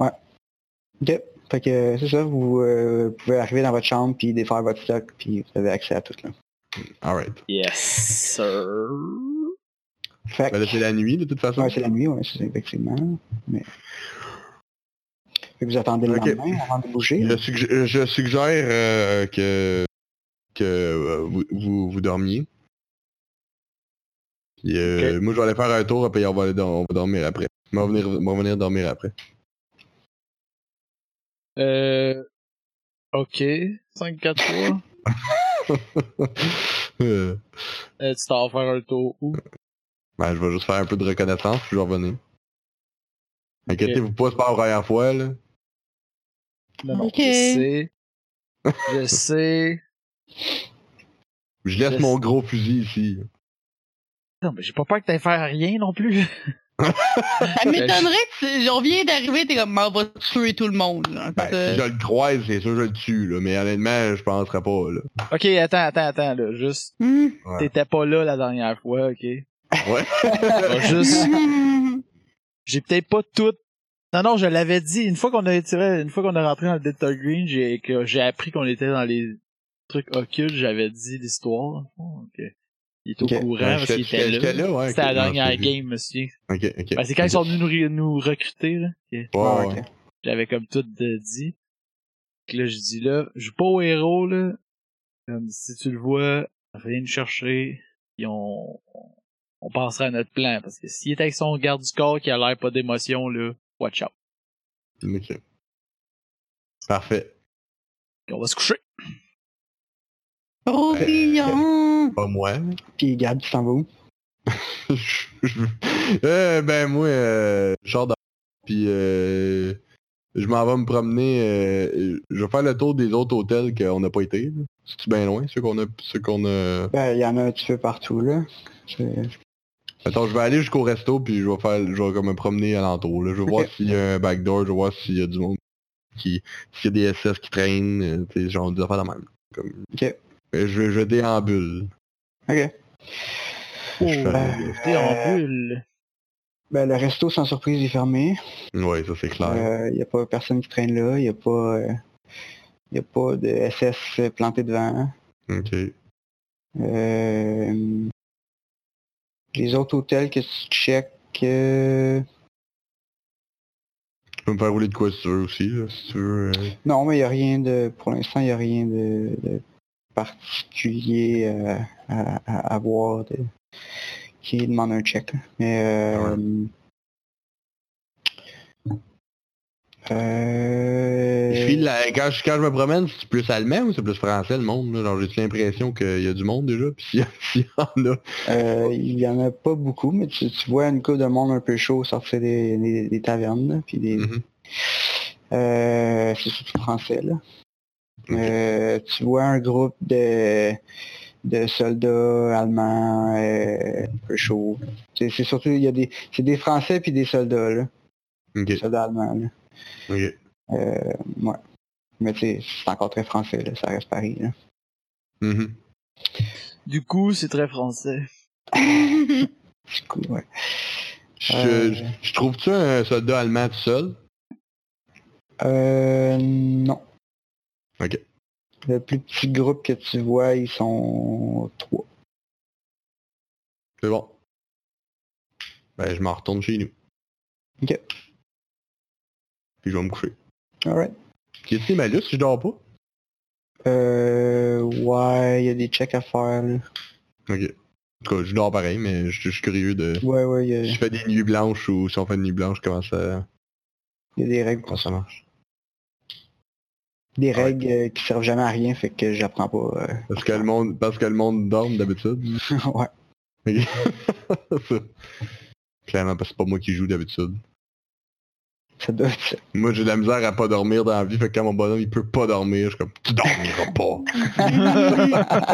Speaker 4: ok. Fait que euh, c'est ça, vous euh, pouvez arriver dans votre chambre puis défaire votre stock puis vous avez accès à tout là.
Speaker 2: Alright.
Speaker 1: Yes, sir.
Speaker 4: Fait que...
Speaker 2: Ben là, c'est la nuit, de toute façon.
Speaker 4: Ouais, c'est la nuit, ouais, c'est ça, effectivement. Mais... Fait que vous attendez le
Speaker 2: Ok.
Speaker 4: lendemain avant de bouger.
Speaker 2: je, suggère, je suggère, euh, que, que euh, vous, vous, vous dormiez. Puis, euh, Moi, je vais aller faire un tour, puis on va, aller dor- on va dormir après. On va venir, on va venir dormir après.
Speaker 1: Euh, ok. 5, 4, 3.
Speaker 2: Euh,
Speaker 1: Euh, tu t'en vas faire un tour où?
Speaker 2: ben, je vais juste faire un peu de reconnaissance, puis je vais revenir. Inquiétez-vous pas, c'est pas la première fois, là.
Speaker 1: Non, non,
Speaker 3: Ok.
Speaker 1: Je sais. Je sais.
Speaker 2: Je laisse
Speaker 1: Yes.
Speaker 2: mon gros fusil ici.
Speaker 1: Non, mais j'ai pas peur que t'ailles faire rien non plus.
Speaker 2: Ben,
Speaker 3: Ça m'étonnerait que tu- j'en viens d'arriver, t'es comme, m'en va tuer tout le monde. là.
Speaker 2: Ben,
Speaker 3: Euh,
Speaker 2: si je le croise, c'est sûr que je le tue, là, mais honnêtement, je penserais pas, là.
Speaker 1: Ok, attends, attends, attends, là. Juste,
Speaker 3: hmm.
Speaker 2: Ouais.
Speaker 1: t'étais pas là la dernière fois, ok?
Speaker 2: Ouais.
Speaker 1: Bon, juste,
Speaker 2: Ben,
Speaker 1: j'ai peut-être pas tout. Non, non, je l'avais dit. Une fois qu'on a tiré, une fois qu'on est rentré dans le Delta Green, j'ai que j'ai appris qu'on était dans les trucs occultes. J'avais dit l'histoire. dans le fond, donc, euh, Il est au
Speaker 4: Ok.
Speaker 1: courant
Speaker 2: Ouais,
Speaker 1: parce
Speaker 2: j'étais-
Speaker 1: qu'il était
Speaker 2: j'étais-
Speaker 1: là.
Speaker 2: j'étais là, ouais,
Speaker 1: C'était
Speaker 2: ok.
Speaker 1: la
Speaker 2: Non,
Speaker 1: dernière
Speaker 2: c'est-
Speaker 1: game, monsieur.
Speaker 2: Ok, ok.
Speaker 1: Ben, c'est quand ils sont venus nous, ré- nous recruter, là. que
Speaker 2: Ouais,
Speaker 4: Ouais,
Speaker 2: ouais.
Speaker 4: Ah, ok.
Speaker 1: J'avais comme tout de- dit. Puis là, je dis là, je joue pas au héros, là. Comme si tu le vois, viens nous chercher. Puis on, on pensera à notre plan. Parce que s'il est avec son garde du corps qui a l'air pas d'émotion, là, watch out.
Speaker 2: Ok. Parfait.
Speaker 1: Puis on va se coucher.
Speaker 3: Roupillon.
Speaker 2: Pas moi.
Speaker 4: Puis Gab, tu t'en vas où?
Speaker 2: Euh, ben, moi, euh, je sors dans... Puis, euh, je m'en vais me promener. euh, je vais faire le tour des autres hôtels qu'on n'a pas été. là. C'est bien loin, ceux qu'on a, ceux qu'on a.
Speaker 4: Ben, il y en a un petit peu partout là. C'est-
Speaker 2: Attends, je vais aller jusqu'au resto, puis je vais faire, je vais comme me promener alentour. Là. Je vais
Speaker 4: Ok.
Speaker 2: voir s'il y a un backdoor, je vais voir s'il y a du monde qui, s'il y a des SS qui traînent, euh, tu sais, genre des affaires de même. Comme...
Speaker 4: Ok.
Speaker 2: Euh, Je, je déambule.
Speaker 4: Ok.
Speaker 1: Oh,
Speaker 2: Je
Speaker 1: euh, déambule.
Speaker 4: Ben, le resto, sans surprise, est fermé.
Speaker 2: Ouais, ça c'est
Speaker 4: Il
Speaker 2: clair.
Speaker 4: n'y a pas personne qui traîne là. Il n'y a pas... euh, y a pas de SS planté devant.
Speaker 2: Ok.
Speaker 4: Euh, les autres hôtels que tu check... euh,
Speaker 2: Tu peux me faire rouler de quoi si tu veux aussi, là, si tu veux. euh.
Speaker 4: Non, mais il n'y a rien de... Pour l'instant, il n'y a rien de, de particulier euh, à, à- à voir de- qui demande un check. là. Mais euh, euh,
Speaker 2: Je suis là- quand, je, quand je me promène, c'est plus allemand ou c'est plus français le monde? là? Genre, j'ai l'impression qu'il y a du monde déjà, puis s'il s'il y en a.
Speaker 4: Euh, il y en a pas beaucoup, mais tu, tu vois une coupe de monde un peu chaud sortir des, des- des tavernes, là, puis des...
Speaker 2: Mhm.
Speaker 4: Euh, c'est surtout français, là. Euh, tu vois un groupe de, de soldats allemands euh, un peu chauds. C'est c'est surtout, il y a des, c'est des français puis des soldats, là.
Speaker 2: Ok,
Speaker 4: Des soldats allemands, là.
Speaker 2: ok.
Speaker 4: Euh, ouais. Mais tu sais, c'est encore très français, là. Ça reste Paris, là.
Speaker 2: Mhm.
Speaker 1: Du coup, c'est très français.
Speaker 4: Du coup, ouais.
Speaker 2: Je,
Speaker 4: Euh.
Speaker 2: je- je trouve-tu un soldat allemand tout seul?
Speaker 4: Euh, non.
Speaker 2: Ok.
Speaker 4: Le plus petit groupe que tu vois, ils sont trois.
Speaker 2: C'est bon. Ben, je m'en retourne chez nous.
Speaker 4: Ok.
Speaker 2: Puis je vais me coucher.
Speaker 4: Alright.
Speaker 2: Y a-t-il malus si je dors pas?
Speaker 4: Euh, ouais, il y a des checks à faire. là.
Speaker 2: Ok. En tout cas, je dors pareil, mais je, je suis curieux de...
Speaker 4: Ouais, ouais, il y, a-
Speaker 2: Si je fais des nuits blanches ou si on fait une nuit blanche, comment ça,
Speaker 4: il y a des règles.
Speaker 2: comment ça marche?
Speaker 4: Des
Speaker 1: Ah
Speaker 4: règles euh, qui servent jamais à rien, fait que j'apprends pas. euh.
Speaker 2: Parce que le monde, parce que le monde dorme d'habitude.
Speaker 4: ouais.
Speaker 2: Ça. Clairement, parce que c'est pas moi qui joue d'habitude.
Speaker 4: Ça doit être ça.
Speaker 2: Moi, j'ai de la misère à pas dormir dans la vie, fait que quand mon bonhomme, il peut pas dormir, je suis comme, tu dormiras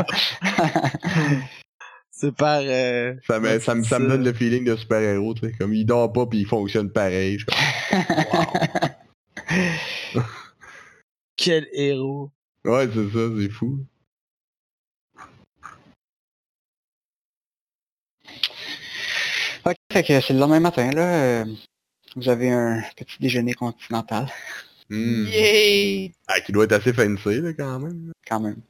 Speaker 2: pas.
Speaker 1: C'est par... euh,
Speaker 2: Ça me, ça, me- ça me
Speaker 1: Ça.
Speaker 2: donne le feeling de super-héros, tu sais. Comme, il dort pas, puis il fonctionne pareil. Je suis
Speaker 1: quel héros.
Speaker 2: comme, ouais, c'est ça, c'est fou.
Speaker 4: ok, fait que c'est le lendemain matin, là. euh, vous avez un petit déjeuner continental,
Speaker 2: Hmm.
Speaker 3: Yay!
Speaker 2: Ah, qui doit être assez fancy, là, quand même.
Speaker 4: quand même.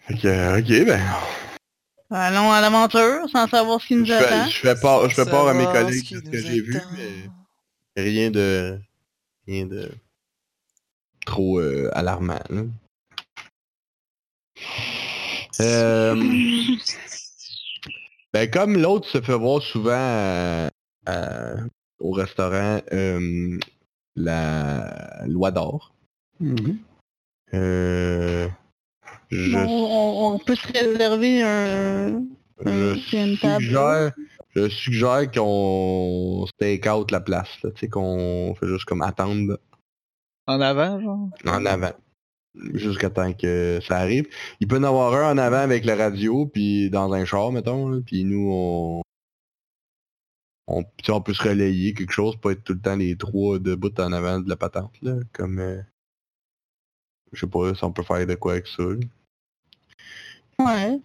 Speaker 2: Fait que, ok, ben,
Speaker 3: Allons à l'aventure sans savoir ce qui nous
Speaker 2: je fais,
Speaker 3: attend.
Speaker 2: je fais part, je fais part à mes
Speaker 5: Savoir ce
Speaker 2: collègues
Speaker 5: qui
Speaker 2: de ce que
Speaker 5: nous
Speaker 2: j'ai vu,
Speaker 5: attend.
Speaker 2: mais... rien de rien de trop euh, alarmant. là. Euh, ben, comme l'autre se fait voir souvent à- à- au restaurant euh, la loi d'or. euh, je,
Speaker 3: Bon, on, on peut se réserver un...
Speaker 2: je
Speaker 3: Il y a une table.
Speaker 2: suggère je suggère qu'on stake out la place, là, tu sais qu'on fait juste comme attendre
Speaker 1: En avant, genre?
Speaker 2: En avant. Jusqu'à temps que ça arrive. Il peut y en avoir un en avant avec la radio, puis dans un char, mettons, là, puis nous, on... On, tu sais, on peut se relayer quelque chose, pas être tout le temps les trois debout en avant de la patente, là, comme... euh, je sais pas si on peut faire de quoi avec ça. là.
Speaker 3: Ouais.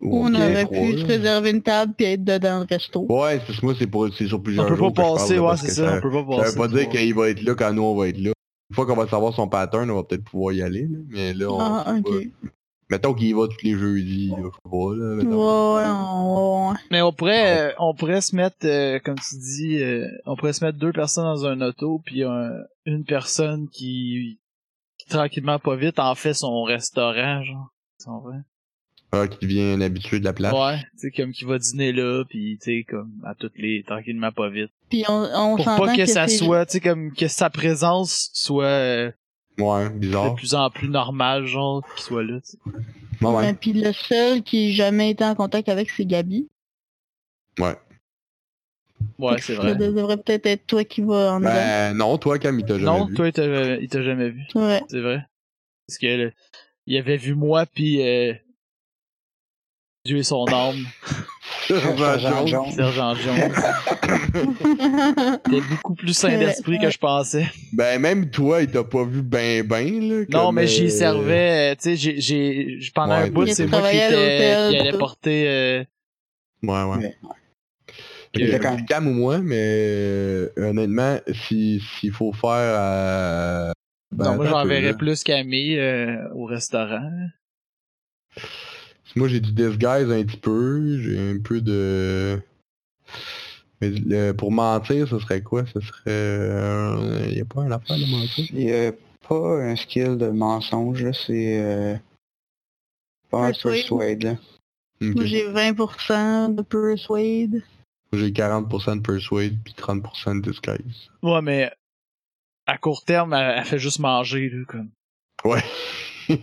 Speaker 2: Ou
Speaker 3: Où on
Speaker 2: est
Speaker 3: aurait
Speaker 2: trois,
Speaker 3: pu
Speaker 2: là.
Speaker 3: se réserver une table puis être dedans le resto.
Speaker 2: Ouais, c'est parce que moi, c'est pour- c'est sur plusieurs
Speaker 1: On peut pas
Speaker 2: jours que je parle,
Speaker 1: passer,
Speaker 2: là,
Speaker 1: ouais,
Speaker 2: parce
Speaker 1: c'est
Speaker 2: que
Speaker 1: ça, on peut pas
Speaker 2: Ça
Speaker 1: passer.
Speaker 2: veut pas dire qu'il va être là quand nous, on va être là. Une fois qu'on va savoir son pattern, on va peut-être pouvoir y aller, là, mais là, on...
Speaker 3: Ah, ok.
Speaker 2: ouais.
Speaker 3: Ouais,
Speaker 2: Mettons qu'il y va tous les jeudis, là, je sais pas, là,
Speaker 3: ouais,
Speaker 2: mettons.
Speaker 3: on- ouais.
Speaker 1: Mais on pourrait, euh, on pourrait se mettre, euh, comme tu dis, euh, on pourrait se mettre deux personnes dans un auto, puis un- une personne qui, qui, tranquillement, pas vite, en fait son restaurant, genre. Tu comprends?
Speaker 2: Ah, qui devient un habitué de la place.
Speaker 1: Ouais, tu sais, comme qui va dîner là, puis tu sais, comme à toutes les, tranquillement, pas vite.
Speaker 3: Puis on, on
Speaker 1: Pour
Speaker 3: s'entend
Speaker 1: pas que, ça
Speaker 3: c'est-
Speaker 1: soit, tu sais, comme que sa présence soit euh,
Speaker 2: Ouais, bizarre.
Speaker 1: de plus en plus normale, genre, qu'il soit là, tu sais.
Speaker 2: Ouais, ouais.
Speaker 3: Ouais, Puis le seul qui ait jamais été en contact avec, c'est Gabi.
Speaker 1: Ouais, c'est vrai.
Speaker 3: Ça devrait peut-être être toi qui vas en avant.
Speaker 2: Ben non, toi Cam, il t'a jamais
Speaker 1: Non,
Speaker 2: vu.
Speaker 1: toi, il t'a il t'a jamais vu.
Speaker 3: Ouais.
Speaker 1: C'est vrai. Parce que le- il avait vu moi puis euh, Dieu et son âme,
Speaker 2: Sergent
Speaker 4: Sergent
Speaker 2: Jones.
Speaker 4: Jones.
Speaker 1: Sergent Jones. T'es beaucoup plus sain d'esprit que je pensais.
Speaker 2: Ben même toi, il t'a pas vu ben ben là.
Speaker 1: Non,
Speaker 2: comme,
Speaker 1: mais
Speaker 2: euh,
Speaker 1: j'y servais. euh, Tu sais, j'ai, j'ai, j- pendant
Speaker 2: Ouais,
Speaker 1: un bout,
Speaker 2: t'as-
Speaker 1: c'est moi qui,
Speaker 3: Travaillais à
Speaker 1: était,
Speaker 3: l'hôtel,
Speaker 1: qui allait
Speaker 3: tout.
Speaker 1: porter. euh,
Speaker 2: Ouais, ouais.
Speaker 4: Ouais.
Speaker 2: Fait que
Speaker 4: T'étais
Speaker 2: j'ai
Speaker 4: quand-
Speaker 2: vu Cam ou moi, mais euh, honnêtement, si s'il faut faire euh, ben,
Speaker 1: non, moi,
Speaker 2: attends un peu,
Speaker 1: j'enverrais
Speaker 2: là.
Speaker 1: plus Camille euh, au restaurant.
Speaker 2: Moi j'ai du disguise un petit peu, j'ai un peu de. Mais euh, le- pour mentir, ce serait quoi? Ce serait. Il n'y a pas un affaire de mentir.
Speaker 4: Et, euh, pas un skill de mensonge, là, c'est euh, pas mal
Speaker 3: Persuade.
Speaker 4: persuade, là.
Speaker 2: Ok.
Speaker 3: Moi, j'ai 20% de persuade.
Speaker 2: J'ai 40% de persuade puis 30% de disguise.
Speaker 1: Ouais, mais à court terme, elle, elle fait juste manger, là, comme.
Speaker 2: Ouais.
Speaker 3: Ouais,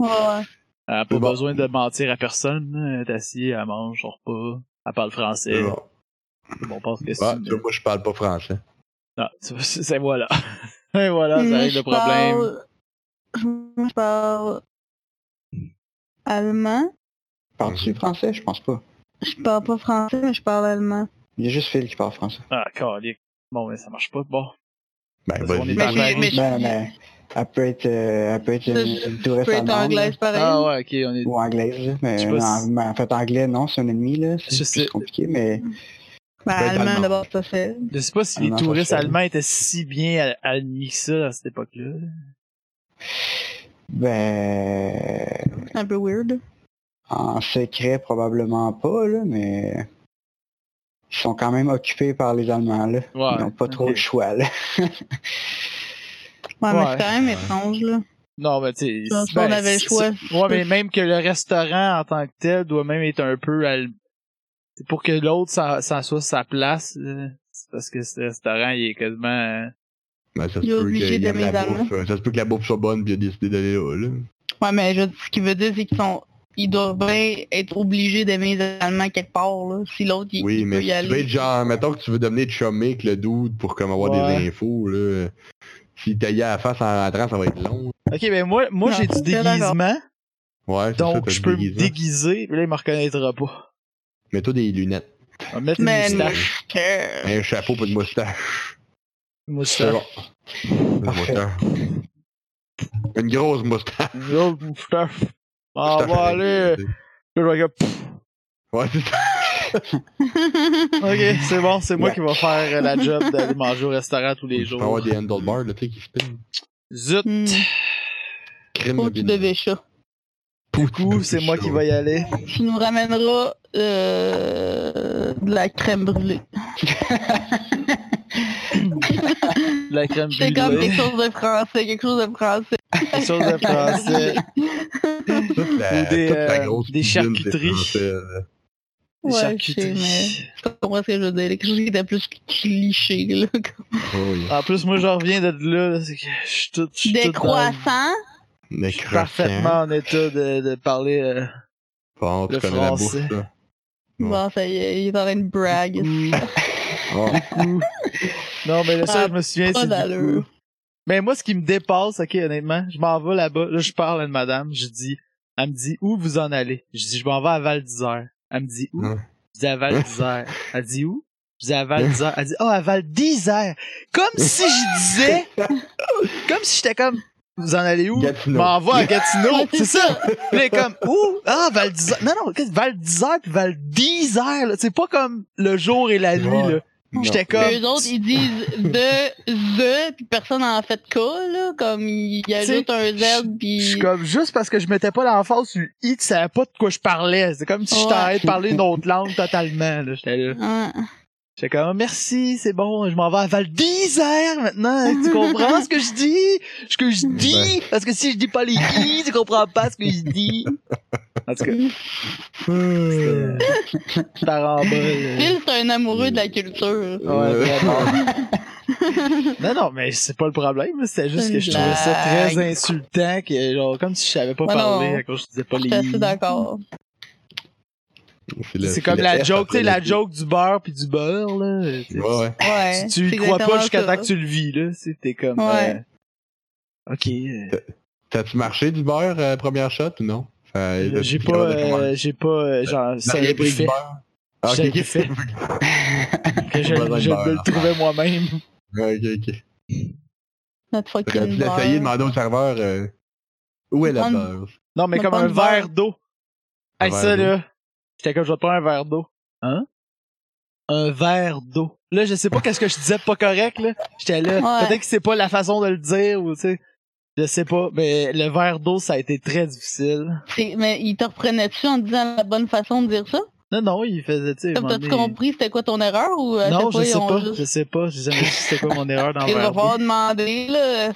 Speaker 1: Ah,
Speaker 3: ouais.
Speaker 1: Elle a pas
Speaker 2: C'est bon.
Speaker 1: besoin de mentir à personne, là. Elle est assise, elle mange, son repas, elle parle français.
Speaker 2: C'est bon.
Speaker 1: Bon, on pense que c'est.
Speaker 2: Ah, tu vois, moi, je parle pas français.
Speaker 1: Non, Ah, c'est- c'est voilà. Et voilà, ça
Speaker 3: Moi,
Speaker 1: règle
Speaker 3: je
Speaker 1: le problème.
Speaker 3: parle- Moi, je parle allemand.
Speaker 4: Parles-tu
Speaker 2: Mhm.
Speaker 4: français? Je pense pas.
Speaker 3: Je parle pas français, mais je parle allemand.
Speaker 4: Il y a juste Phil qui parle français.
Speaker 1: Ah, calique. Bon, mais ça marche pas. Bon.
Speaker 2: Ben,
Speaker 1: Parce qu'on
Speaker 2: vas-y.
Speaker 1: est à
Speaker 3: Mais j'ai-
Speaker 1: Paris.
Speaker 3: mais
Speaker 4: Ben, mais elle peut être, euh, elle peut être
Speaker 3: Je-
Speaker 4: une- une
Speaker 3: Je
Speaker 2: ben,
Speaker 4: touriste
Speaker 3: peux être
Speaker 4: allemande, là,
Speaker 3: anglaise pareil.
Speaker 1: Ah ouais, ok, on est.
Speaker 4: ou anglaise, là, mais
Speaker 1: Je sais
Speaker 4: non,
Speaker 1: pas si-
Speaker 4: mais en fait anglais, non, c'est un ennemi, là,
Speaker 1: Je
Speaker 4: c'est
Speaker 1: sais.
Speaker 4: plus compliqué, mais
Speaker 3: Ben,
Speaker 2: Je peux être
Speaker 3: allemand
Speaker 2: allemand.
Speaker 3: d'abord, ça fait.
Speaker 1: Je sais pas si
Speaker 4: Ah,
Speaker 1: les
Speaker 4: non, ça,
Speaker 1: touristes
Speaker 4: je sais.
Speaker 1: allemands étaient si bien à- admis que ça à cette époque-là.
Speaker 4: ben,
Speaker 3: Un peu weird.
Speaker 4: en secret probablement pas, là, mais ils sont quand même occupés par les Allemands, là.
Speaker 1: Ouais,
Speaker 4: ils n'ont pas trop
Speaker 1: ok.
Speaker 4: le choix, là.
Speaker 3: Ouais, mais
Speaker 1: Ouais.
Speaker 3: c'est quand même
Speaker 2: Ouais.
Speaker 3: étrange, là.
Speaker 1: Non, mais tu ben,
Speaker 3: Si on avait le choix,
Speaker 1: Ouais, mais même que le restaurant en tant que tel doit même être un peu al- C'est pour que l'autre s'en s'en soit sa place. euh, c'est parce que ce restaurant, il est quasiment. euh,
Speaker 2: Ben, ça se
Speaker 3: Il est
Speaker 2: peut
Speaker 3: obligé
Speaker 2: qu'il y ait de
Speaker 3: d'aimer
Speaker 2: la
Speaker 3: les
Speaker 2: bouffe. euh, Ça se peut que la bouffe soit bonne puis il a décidé d'aller là, là.
Speaker 3: Ouais, mais je, ce qu'il veut dire, c'est qu'ils sont. Ils doivent bien être obligés d'aimer les Allemands quelque part, là. Si l'autre, il,
Speaker 2: Oui,
Speaker 3: il
Speaker 2: mais
Speaker 3: peut y
Speaker 2: si tu veux
Speaker 3: aller.
Speaker 2: être genre, mettons que tu veux devenir chumé avec le dude pour comme avoir
Speaker 1: Ouais.
Speaker 2: des infos, là. Si t'as eu à la face en rentrant, ça va être long.
Speaker 1: Ok, ben moi, moi
Speaker 3: Non,
Speaker 1: j'ai du
Speaker 3: je suis d'accord.
Speaker 1: déguisement,
Speaker 2: Ouais, c'est ça,
Speaker 1: donc
Speaker 2: t'as
Speaker 1: je
Speaker 2: le
Speaker 1: peux me
Speaker 2: déguisement.
Speaker 1: déguiser, puis là, il me reconnaîtra pas.
Speaker 2: Mets-toi des lunettes.
Speaker 1: On va mettre une
Speaker 3: Mais non,
Speaker 1: moustache.
Speaker 3: que-
Speaker 2: Un chapeau pas de moustache.
Speaker 1: Une
Speaker 2: C'est
Speaker 1: moustache.
Speaker 2: bon. Une
Speaker 4: Parfait.
Speaker 2: moustache. Une grosse moustache.
Speaker 1: Une autre moustache. Ah, on
Speaker 2: Moustache
Speaker 1: va
Speaker 2: avec-
Speaker 1: aller. Là, je vais comme, pff,
Speaker 2: Ouais, c'est ça.
Speaker 1: Ok, c'est bon, c'est moi
Speaker 4: Ouais.
Speaker 1: qui va faire euh, la job d'aller manger au restaurant tous les jours.
Speaker 2: Faut avoir des handlebars, là, tu sais, qui spin.
Speaker 1: Zut!
Speaker 3: Hmm,
Speaker 2: Crime
Speaker 3: Faut
Speaker 2: de
Speaker 3: qu'il
Speaker 2: bine.
Speaker 3: devait ça.
Speaker 1: Du coup, c'est moi qui va y aller.
Speaker 3: Tu nous ramèneras euh, de la crème brûlée.
Speaker 1: De La crème
Speaker 3: C'est comme
Speaker 1: brûlée.
Speaker 3: quelque chose de français, quelque chose de français.
Speaker 1: Quelque chose de français.
Speaker 2: Toute la,
Speaker 1: Ou des,
Speaker 2: toute la
Speaker 1: euh,
Speaker 2: grosse
Speaker 1: des
Speaker 2: cuisine, c'est
Speaker 1: charcuteries.
Speaker 2: français.
Speaker 1: Des
Speaker 3: Ouais,
Speaker 1: charcuteries.
Speaker 3: je sais, Tu comprends ce que je veux dire? Quelque chose qui était plus cliché, là. comme-
Speaker 2: Oh, yeah.
Speaker 1: En plus, moi, j'en reviens de là, là, c'est que je suis tout. je suis
Speaker 3: Des
Speaker 1: tout dans-
Speaker 3: croissants?
Speaker 2: Des
Speaker 1: Je suis
Speaker 2: croissants.
Speaker 1: parfaitement en état de, de parler. euh,
Speaker 2: Bon, tu
Speaker 1: Le
Speaker 2: connais la bouffe,
Speaker 1: français.
Speaker 2: là. Ouais.
Speaker 3: Bon, ça y est, il est en train de brague.
Speaker 1: beaucoup,
Speaker 2: Ah,
Speaker 1: beaucoup. Non, mais là, ça,
Speaker 3: Ah,
Speaker 1: je me souviens,
Speaker 3: pas
Speaker 1: c'est.
Speaker 3: d'allure.
Speaker 1: beaucoup. Mais moi, ce qui me dépasse, ok, honnêtement, je m'en vais là-bas. Là, je parle à une madame, je dis. Elle me dit, où vous en allez? Je dis, je m'en vais à Val d'Isère. Elle me dit, où?
Speaker 2: Ouais.
Speaker 1: Je dis, à Val d'Isère. Elle dit, où? Je dis, à Val d'Isère. Elle dit, oh, à Val d'Isère. Comme si je disais. comme si j'étais comme. Vous en allez où?
Speaker 2: Gatineau.
Speaker 1: M'envoie à Gatineau, c'est ça! Puis là, il est comme, ouh, ah, Val d'Isère. Non, non, qu'est-ce- Val d'Isère puis Val d'Isère, là. C'est pas comme le jour et la nuit,
Speaker 2: Ouais.
Speaker 1: là.
Speaker 2: Non.
Speaker 1: J'étais comme.
Speaker 3: Eux autres, ils disent de, the, puis personne en fait cas, là. Comme, il y a
Speaker 1: T'sais,
Speaker 3: juste un Z,
Speaker 1: Je suis
Speaker 3: puis...
Speaker 1: comme juste parce que je mettais pas l'emphase sur le i, tu savais pas de quoi je parlais. C'est comme si je
Speaker 3: Ouais.
Speaker 1: t'arrêtais de parler une autre langue totalement. Là, j'étais là.
Speaker 3: Hein.
Speaker 1: J'étais comme merci, c'est bon, je m'en vais à Val d'Isère maintenant. Tu comprends ce que je dis Ce que je dis
Speaker 3: Ben.
Speaker 1: Parce que si je dis pas les i, tu comprends pas ce que je dis. En tout cas,
Speaker 2: Euh,
Speaker 1: euh, parabole. euh,
Speaker 3: Phil, c'est un amoureux de la culture.
Speaker 1: Ouais,
Speaker 2: euh,
Speaker 1: vraiment. non, non, mais c'est pas le problème. C'était juste que je trouvais ça très insultant, que genre comme si je savais pas
Speaker 3: Ouais, non.
Speaker 1: parler à cause que je disais pas
Speaker 3: Je
Speaker 1: les
Speaker 3: suis assez
Speaker 1: i.
Speaker 3: d'accord.
Speaker 2: le-
Speaker 1: C'est comme
Speaker 2: le
Speaker 1: la
Speaker 2: F
Speaker 1: joke, tu sais,
Speaker 2: après
Speaker 1: la
Speaker 2: le T.
Speaker 1: joke du beurre puis du beurre, là. Tu-
Speaker 2: Ouais, ouais.
Speaker 3: Ouais.
Speaker 1: Tu, tu
Speaker 3: c'est
Speaker 1: le crois pas
Speaker 3: exactement
Speaker 1: jusqu'à
Speaker 3: ça.
Speaker 1: temps que tu le vis, là. tu sais, T'es comme...
Speaker 3: Ouais.
Speaker 1: euh, ok. euh,
Speaker 2: T'as-tu marché du beurre, euh, première shot, ou non? Euh, t'as-
Speaker 1: j'ai
Speaker 2: t'es
Speaker 1: pas...
Speaker 2: capable de commander.
Speaker 1: euh, j'ai pas... euh, genre,
Speaker 2: T'as
Speaker 1: ça
Speaker 2: rien pris du
Speaker 1: fait.
Speaker 2: beurre? Ah, ok,
Speaker 1: Ça
Speaker 2: ok.
Speaker 1: fait. que je,
Speaker 2: Pas besoin de
Speaker 1: je me le
Speaker 2: beurre.
Speaker 1: trouvais moi-même.
Speaker 2: Ok, ok.
Speaker 3: Notre
Speaker 2: T'aurais
Speaker 3: fucking
Speaker 2: dû l'essayer,
Speaker 3: beurre.
Speaker 2: demander au serveur euh, où est la
Speaker 3: Prendre-
Speaker 2: beurre?
Speaker 1: Non, mais
Speaker 3: Va
Speaker 1: comme un
Speaker 3: prendre du
Speaker 1: verre
Speaker 3: beurre.
Speaker 1: d'eau.
Speaker 2: Un
Speaker 1: Hey,
Speaker 2: verre
Speaker 1: ça,
Speaker 2: d'eau.
Speaker 1: là. J'étais comme, je vais te prendre un verre d'eau. Hein? Un verre d'eau. Là, je sais pas qu'est-ce que je disais de pas correct, là. J'étais là.
Speaker 3: Ouais.
Speaker 1: Peut-être que c'est pas la façon de le dire, ou tu sais. Je sais pas, mais le verre d'eau, ça a été très difficile.
Speaker 3: C'est- Mais il te reprenait-tu en disant la bonne façon de dire ça?
Speaker 1: Non, non, il faisait, tu sais. à un
Speaker 3: Comme
Speaker 1: moment
Speaker 3: t'as-tu
Speaker 1: donné-
Speaker 3: compris c'était quoi ton erreur ou à
Speaker 1: Non,
Speaker 3: chaque
Speaker 1: je
Speaker 3: fois, euh, ils
Speaker 1: sais
Speaker 3: ont
Speaker 1: pas,
Speaker 3: juste-
Speaker 1: je sais pas, j'ai jamais su c'était quoi mon erreur dans
Speaker 3: Il va
Speaker 1: verre d'eau.
Speaker 3: falloir demander là.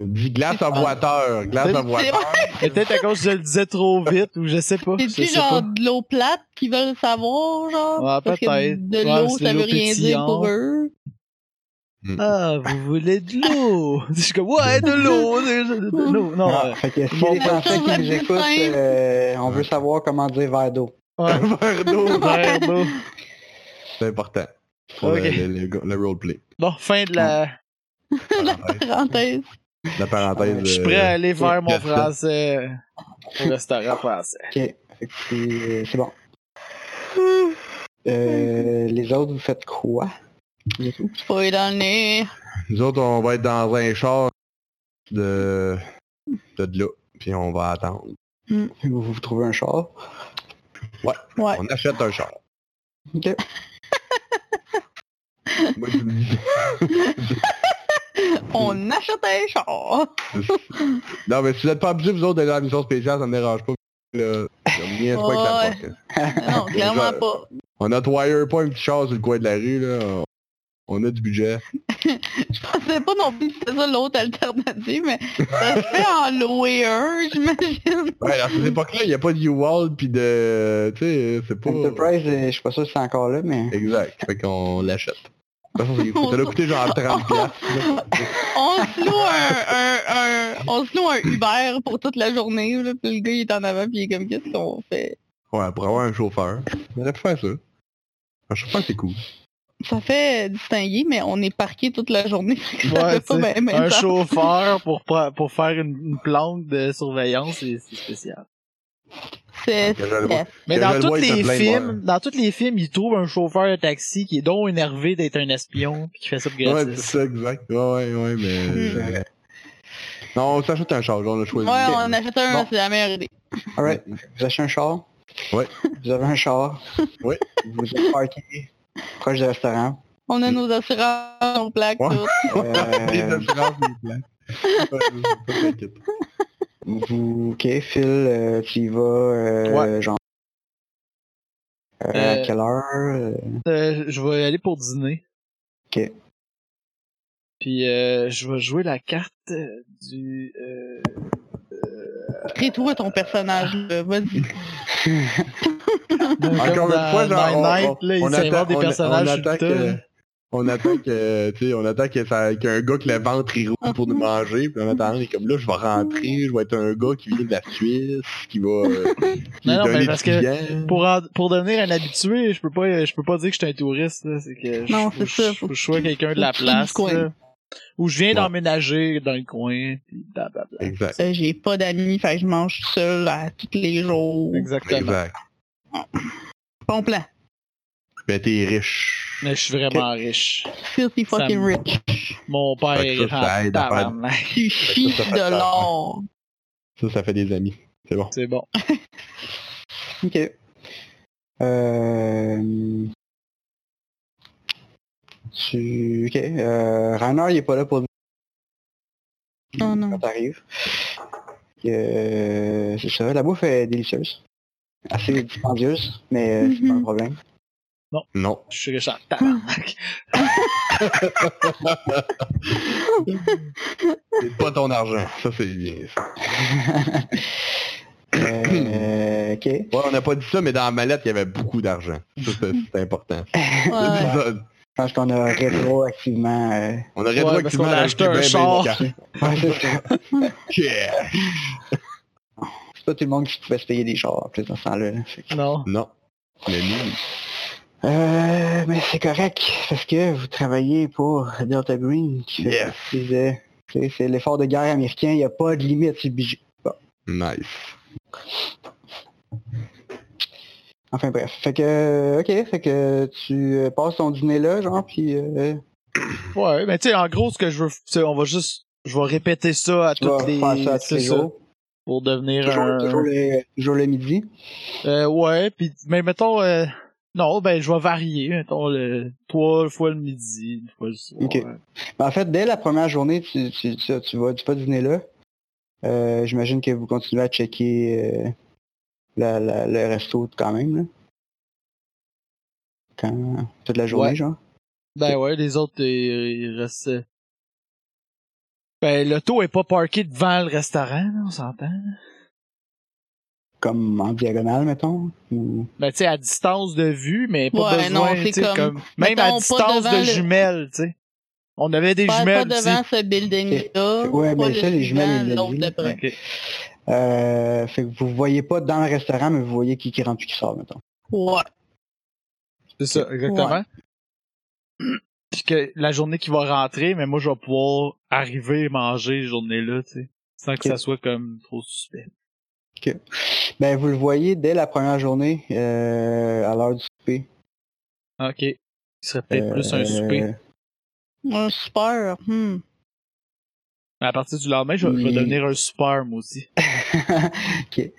Speaker 2: Dis glace à boiteur, glace à boiteur.
Speaker 1: Peut-être à cause que je le disais trop vite ou je sais pas. Je sais
Speaker 3: C'est-tu genre
Speaker 1: pas.
Speaker 3: de l'eau plate qu'ils veulent savoir, genre?
Speaker 1: Ouais,
Speaker 3: Parce que
Speaker 1: peut-être.
Speaker 3: de
Speaker 1: Ouais,
Speaker 3: l'eau,
Speaker 1: c'est
Speaker 3: ça
Speaker 1: de
Speaker 3: veut
Speaker 1: l'eau
Speaker 3: rien dire pour
Speaker 1: pétillante.
Speaker 3: eux.
Speaker 1: Ah, vous voulez de l'eau? Je suis comme, ouais, de l'eau, de, de l'eau. Non,
Speaker 4: Ah,
Speaker 1: euh,
Speaker 4: fait que si
Speaker 1: bon,
Speaker 4: les
Speaker 1: bon.
Speaker 4: Français qui nous écoutent, euh, on veut savoir comment dire verre d'eau.
Speaker 1: ouais,
Speaker 2: Verre d'eau.
Speaker 1: verre d'eau.
Speaker 2: C'est important. Pour
Speaker 1: Ok.
Speaker 2: le, le- le- le roleplay.
Speaker 1: Bon, fin de la...
Speaker 2: Parenthèse.
Speaker 3: Parenthèse.
Speaker 2: La parenthèse.
Speaker 1: Je suis
Speaker 2: euh,
Speaker 1: prêt à aller faire mon
Speaker 2: Gaston.
Speaker 1: français euh, au restaurant français.
Speaker 4: Ok, Fait que c'est c'est bon. Euh, les autres, vous faites quoi?
Speaker 3: Tu peux y dans le nez.
Speaker 2: Nous autres, on va être dans un char de, de, de là. Puis on va attendre.
Speaker 4: Vous vous trouvez un char.
Speaker 3: Ouais.
Speaker 2: On achète un char.
Speaker 4: Ok.
Speaker 2: Moi, je vous le dis.
Speaker 3: On achète un char.
Speaker 2: non, mais si vous n'êtes pas obligé, vous autres, d'aller à la mission spéciale, ça me dérange pas. Le...
Speaker 3: Ouais. Non, clairement
Speaker 2: Genre-
Speaker 3: pas.
Speaker 2: On a wire pas un petit char sur le coin de la rue, là. On a du budget.
Speaker 3: Je pensais pas non plus que c'était ça l'autre alternative, mais ça se fait en louer un, j'imagine.
Speaker 2: Ouais, à cette époque-là, il n'y a pas de U-Wall pis de... Tu sais, c'est
Speaker 1: Hmm.
Speaker 2: pas...
Speaker 4: Enterprise, euh, je suis pas sûr si c'est encore là, mais...
Speaker 2: Exact. Fait qu'on l'achète. De toute façon, ça- ça l'a coûté genre 30 piastres, là.
Speaker 3: On se loue un, un, un, on se loue un Uber pour toute la journée, là, puis le gars il est en avant, puis il est comme qu'est-ce qu'on fait.
Speaker 2: Ouais, pour avoir un chauffeur. On aurait pu faire ça. Un chauffeur, c'est cool.
Speaker 3: Ça fait distinguer, mais on est parqué toute la journée. fait que ça
Speaker 1: Ouais,
Speaker 3: fait pas
Speaker 1: tu sais,
Speaker 3: ben, ben
Speaker 1: Un
Speaker 3: ça.
Speaker 1: chauffeur pour, pra- pour faire une, une planque de surveillance, c'est c'est spécial.
Speaker 3: C'est
Speaker 2: Que je le vois.
Speaker 1: Mais
Speaker 2: Que je
Speaker 1: dans
Speaker 2: le
Speaker 1: tous
Speaker 2: vois, il se
Speaker 1: les
Speaker 2: plaint de
Speaker 1: films, dans tous les films, ils trouvent un chauffeur de taxi qui est donc énervé d'être un espion pis qui fait ça pour
Speaker 2: Ouais, c'est
Speaker 1: gratis.
Speaker 2: ça, exact. Ouais, ouais, ouais, mais...
Speaker 4: Hmm.
Speaker 2: euh, Non, on s'achète un char, genre, on a
Speaker 3: Ouais,
Speaker 2: choisi.
Speaker 3: on achète un,
Speaker 4: Bon.
Speaker 3: c'est la meilleure idée.
Speaker 4: Alright, vous achetez un char.
Speaker 2: Ouais.
Speaker 4: Vous avez un char.
Speaker 2: Ouais.
Speaker 4: Vous êtes parké proche du restaurant.
Speaker 3: On a nos assurances, on plaque
Speaker 2: Ouais.
Speaker 3: tout.
Speaker 2: Les
Speaker 4: Euh,
Speaker 2: assurances, les plans. Ouais, c'est pas t'inquiète.
Speaker 4: vous... Ok, Phil, euh, tu y vas, euh, genre... euh,
Speaker 1: Euh,
Speaker 4: À quelle heure? euh,
Speaker 1: Euh, je vais aller pour dîner.
Speaker 4: Ok.
Speaker 1: Puis euh, je vais jouer la carte euh, du... euh,
Speaker 3: Crée-toi ton personnage, là. Vas-y.
Speaker 2: Encore
Speaker 1: comme
Speaker 2: une
Speaker 1: dans
Speaker 2: fois, genre,
Speaker 1: Nine
Speaker 2: on,
Speaker 1: Night,
Speaker 2: on-
Speaker 1: là, ils
Speaker 2: on
Speaker 1: s'inventent
Speaker 2: attaque,
Speaker 1: des
Speaker 2: on-
Speaker 1: personnages
Speaker 2: on
Speaker 1: sur le
Speaker 2: attaque,
Speaker 1: tas,
Speaker 2: euh,
Speaker 1: là.
Speaker 2: on attaque, euh, tu sais, on attaque que ça- qu'un gars que le ventre il roule pour nous manger, puis en attendant, il est comme là, je vais rentrer, je vais être un gars qui vient de la Suisse, qui va, euh, qui
Speaker 1: Non, non,
Speaker 2: est un
Speaker 1: mais parce que
Speaker 2: étudiant.
Speaker 1: pour, en- pour devenir un habitué, je peux pas, je peux pas dire que je suis un touriste. là. C'est que je-
Speaker 3: Non,
Speaker 1: faut-
Speaker 3: c'est ça,
Speaker 1: je-
Speaker 3: faut
Speaker 1: faut que je sois quelqu'un de
Speaker 3: faut
Speaker 1: la
Speaker 3: que tu sois du
Speaker 1: place.
Speaker 3: coin.
Speaker 1: là. Ou je viens
Speaker 2: Ouais.
Speaker 1: d'emménager dans le coin. Puis blablabla.
Speaker 2: Exact,
Speaker 3: Euh, J'ai pas d'amis, fait que je mange seul à tous les jours.
Speaker 1: Exactement.
Speaker 2: exact.
Speaker 3: Bon plan.
Speaker 2: Mais Ben, t'es riche.
Speaker 1: Mais je suis vraiment riche.
Speaker 3: Filthy
Speaker 1: Ça
Speaker 3: fucking
Speaker 1: me-
Speaker 3: rich.
Speaker 1: Mon père
Speaker 2: Fait que
Speaker 1: est
Speaker 2: ça, ça
Speaker 1: riche.
Speaker 2: aide à faire-
Speaker 3: Tu chies
Speaker 2: ça fait peur.
Speaker 3: de l'or.
Speaker 2: Ça, ça fait des amis. C'est bon.
Speaker 1: C'est bon.
Speaker 4: Ok. Euh... Tu... Ok. Euh... Rana, il est pas là pour nous
Speaker 3: Oh
Speaker 4: quand
Speaker 3: non.
Speaker 4: t'arrives. Euh... C'est ça. La bouffe est délicieuse. Assez dispendieuse, mais euh, c'est pas un
Speaker 3: Mhm.
Speaker 4: problème.
Speaker 2: Non.
Speaker 1: Je suis riche en tabarnak.
Speaker 2: C'est pas ton argent. Ça, c'est bien. ça.
Speaker 4: Euh... ok.
Speaker 2: Ouais, on n'a pas dit ça, mais dans la mallette, il y avait beaucoup d'argent. Ça, c'est c'est important.
Speaker 3: Ouais.
Speaker 4: Je pense qu'on a rétroactivement... Euh...
Speaker 2: On aurait
Speaker 1: Ouais,
Speaker 2: droit
Speaker 1: parce
Speaker 2: qu'il
Speaker 1: qu'on a acheté un char.
Speaker 4: Ouais, c'est ça.
Speaker 2: Yeah.
Speaker 4: C'est pas tout le monde qui pouvait se payer des chars en plus dans ce temps-là. là. Fait que-
Speaker 1: Non.
Speaker 2: Non. Mais nous,
Speaker 4: Euh, mais c'est correct, parce que vous travaillez pour Delta Green, qui fait
Speaker 2: Yes.
Speaker 4: partie de- tu sais, C'est l'effort de guerre américain, il n'y a pas de limite sur le budget.
Speaker 2: nice.
Speaker 4: Enfin bref, fait que, ok, fait que tu euh, passes ton dîner là, genre, puis euh,
Speaker 1: Ouais, mais tu sais, en gros, ce que je veux, tu sais, on va juste, je vais répéter ça à
Speaker 4: tu vas
Speaker 1: toutes les,
Speaker 4: faire ça à tous
Speaker 1: c'est
Speaker 4: les
Speaker 1: ça,
Speaker 4: jours.
Speaker 1: pour devenir
Speaker 4: Toujours,
Speaker 1: un,
Speaker 4: toujours le, toujours le midi.
Speaker 1: Euh, ouais, puis mais mettons euh, non, ben je vais varier, mettons le trois fois le midi, une fois le soir.
Speaker 4: Ok. Mais Ben, en fait, dès la première journée, tu, tu, tu, tu vas, tu vas dîner là. Euh, J'imagine que vous continuez à checker euh, la- la- le resto quand même, là. Quand, toute la journée,
Speaker 1: Ouais.
Speaker 4: genre.
Speaker 1: Ben ouais, les autres ils, ils restent euh, Ben, l'auto est pas parkée devant le restaurant, là, on s'entend.
Speaker 4: Comme en diagonale, mettons. ou-
Speaker 1: Ben, tu sais, à distance de vue, mais pas
Speaker 3: Ouais,
Speaker 1: besoin,
Speaker 3: non, c'est
Speaker 1: tu sais,
Speaker 3: comme-
Speaker 1: comme... Même à
Speaker 3: mettons, pas
Speaker 1: distance
Speaker 3: devant
Speaker 1: de
Speaker 3: le-
Speaker 1: jumelles, tu sais. On avait des
Speaker 3: Pas, pas
Speaker 1: jumelles
Speaker 3: devant ce building-là.
Speaker 4: Ouais,
Speaker 3: pas
Speaker 4: mais
Speaker 3: le
Speaker 4: ça, les jumelles,
Speaker 3: suivant,
Speaker 4: ils l'ont
Speaker 3: l'autre
Speaker 4: dit.
Speaker 1: aussi.
Speaker 3: d'après.
Speaker 1: Ok.
Speaker 4: Euh, fait que vous voyez pas dans le restaurant, mais vous voyez qui, qui rentre puis qui sort, mettons.
Speaker 3: Ouais.
Speaker 1: C'est ça, exactement. Puis que la journée qui va rentrer, mais moi, je vais pouvoir arriver et manger cette journée-là, tu sais. Sans que
Speaker 4: Ok.
Speaker 1: ça soit comme trop suspect.
Speaker 4: Ben, vous le voyez dès la première journée, euh, à l'heure du souper.
Speaker 1: Ok. Ce serait peut-être plus un
Speaker 4: Euh,
Speaker 1: souper.
Speaker 3: Un super. Hmm.
Speaker 1: Mais à partir du lendemain, je, vais- je vais
Speaker 4: Mais-
Speaker 1: devenir un super, moi aussi.
Speaker 4: ok.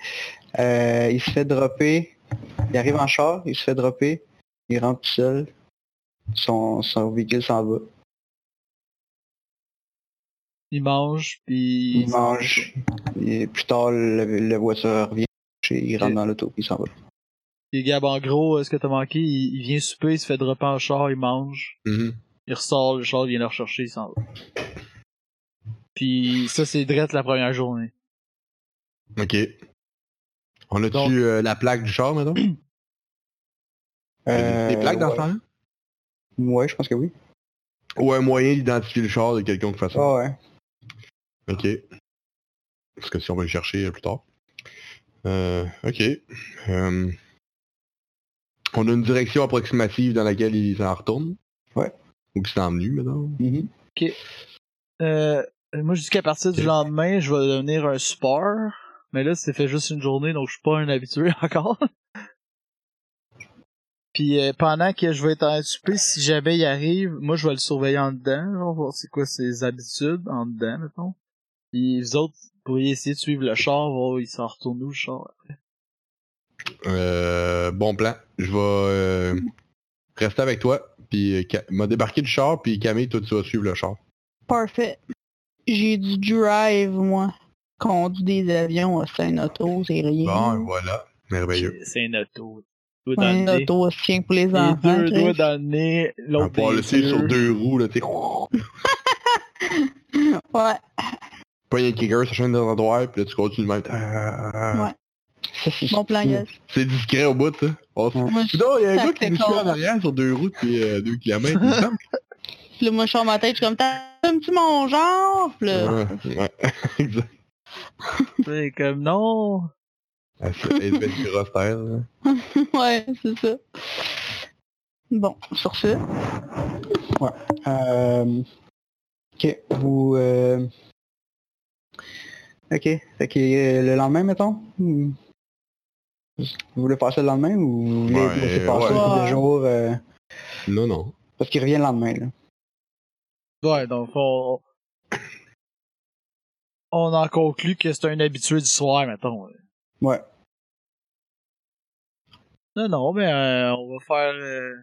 Speaker 4: Euh, il se fait dropper. Il arrive en char, il se fait dropper. Il rentre tout seul. Son, son véhicule s'en va.
Speaker 1: Il mange, puis...
Speaker 4: Il mange. Et plus tard, le- la voiture revient. Il rentre
Speaker 1: Ok.
Speaker 4: dans l'auto, il s'en va.
Speaker 1: Puis Gab, en gros, euh, ce que t'as manqué, il, il vient souper, il se fait dropper en char, il mange.
Speaker 2: Mhm.
Speaker 1: Il ressort, le char vient le rechercher, il s'en va. Puis ça, c'est direct la première journée.
Speaker 2: Ok. On a-tu
Speaker 1: Donc-
Speaker 2: euh, la plaque du char, maintenant?
Speaker 4: Euh,
Speaker 2: Des plaques dans ce
Speaker 4: ouais.
Speaker 2: temps-là?
Speaker 4: Euh, Ouais, je pense que oui.
Speaker 2: Ou un moyen d'identifier le char de quelconque façon.
Speaker 4: Ah ouais.
Speaker 2: Ok. Parce que si on va le chercher euh, plus tard. Euh, ok. Euh, on a une direction approximative dans laquelle il s'en retourne.
Speaker 4: Ouais.
Speaker 2: Ou qu'il s'en venu, maintenant.
Speaker 4: Mhm.
Speaker 1: Euh, moi, je dis qu'à partir du lendemain, je vais devenir un super. Mais là, c'est fait juste une journée, donc je suis pas un habitué encore. Puis euh, pendant que je vais être en souper, si jamais il arrive, moi, je vais le surveiller en dedans, genre, voir c'est quoi ses habitudes en dedans, mettons. Puis vous autres, vous pourriez essayer de suivre le char, voir il s'en retourne où, le char.
Speaker 2: Euh, bon plan. Je vais euh, rester avec toi. Puis euh, Ca- m'a débarqué du char. Puis Camille, toi, tu vas suivre le char.
Speaker 3: Parfait. J'ai du drive, moi. Conduit des avions, c'est un auto, c'est
Speaker 4: Mhm.
Speaker 3: rien.
Speaker 2: Bon, et voilà. Merveilleux.
Speaker 1: C'est un auto. Doigt dans
Speaker 3: un
Speaker 1: le nez.
Speaker 3: auto, c'est rien que pour les
Speaker 1: Les
Speaker 3: enfants.
Speaker 1: deux
Speaker 3: Chris.
Speaker 1: doigts dans le nez,
Speaker 2: On va
Speaker 1: l'autre
Speaker 2: pouvoir
Speaker 1: des
Speaker 2: le suivre sur
Speaker 1: yeux.
Speaker 2: deux roues, là, tu sais.
Speaker 3: Ouais.
Speaker 2: Pas un kicker, ça chaîne dans un endroit, puis là, tu continues de même.
Speaker 4: Euh,
Speaker 2: Ah.
Speaker 3: Ouais. Bon plan, yes.
Speaker 2: C'est discret au bout, ça. On se-
Speaker 3: Moi, je,
Speaker 2: Putain, il y a un
Speaker 3: Ça
Speaker 2: gars qui
Speaker 3: fait
Speaker 2: nous suit
Speaker 3: peur.
Speaker 2: en arrière sur deux roues depuis euh, deux kilomètres, il me semble.
Speaker 3: là, moi, je sors ma tête, je suis comme, t'aimes-tu mon genre? Puis là,
Speaker 2: Ouais, ouais. Exact.
Speaker 1: C'est comme non.
Speaker 2: Elle se elle se fait du roster, là.
Speaker 3: ouais, c'est ça. Bon, sur ce,
Speaker 4: Euh, ok, vous... euh, Ok, fait que, euh, le lendemain, mettons? ou- Vous voulez passer le lendemain ou vous voulez
Speaker 2: Ouais,
Speaker 4: laisser passer
Speaker 2: ouais.
Speaker 4: un couple de
Speaker 3: Ouais.
Speaker 4: jours? euh,
Speaker 2: Non, non.
Speaker 4: parce qu'il revient le lendemain, là.
Speaker 1: Ouais, donc on... On en conclut que c'est un habitué du soir, mettons.
Speaker 4: Ouais.
Speaker 1: Non, non, mais euh, on va faire... euh,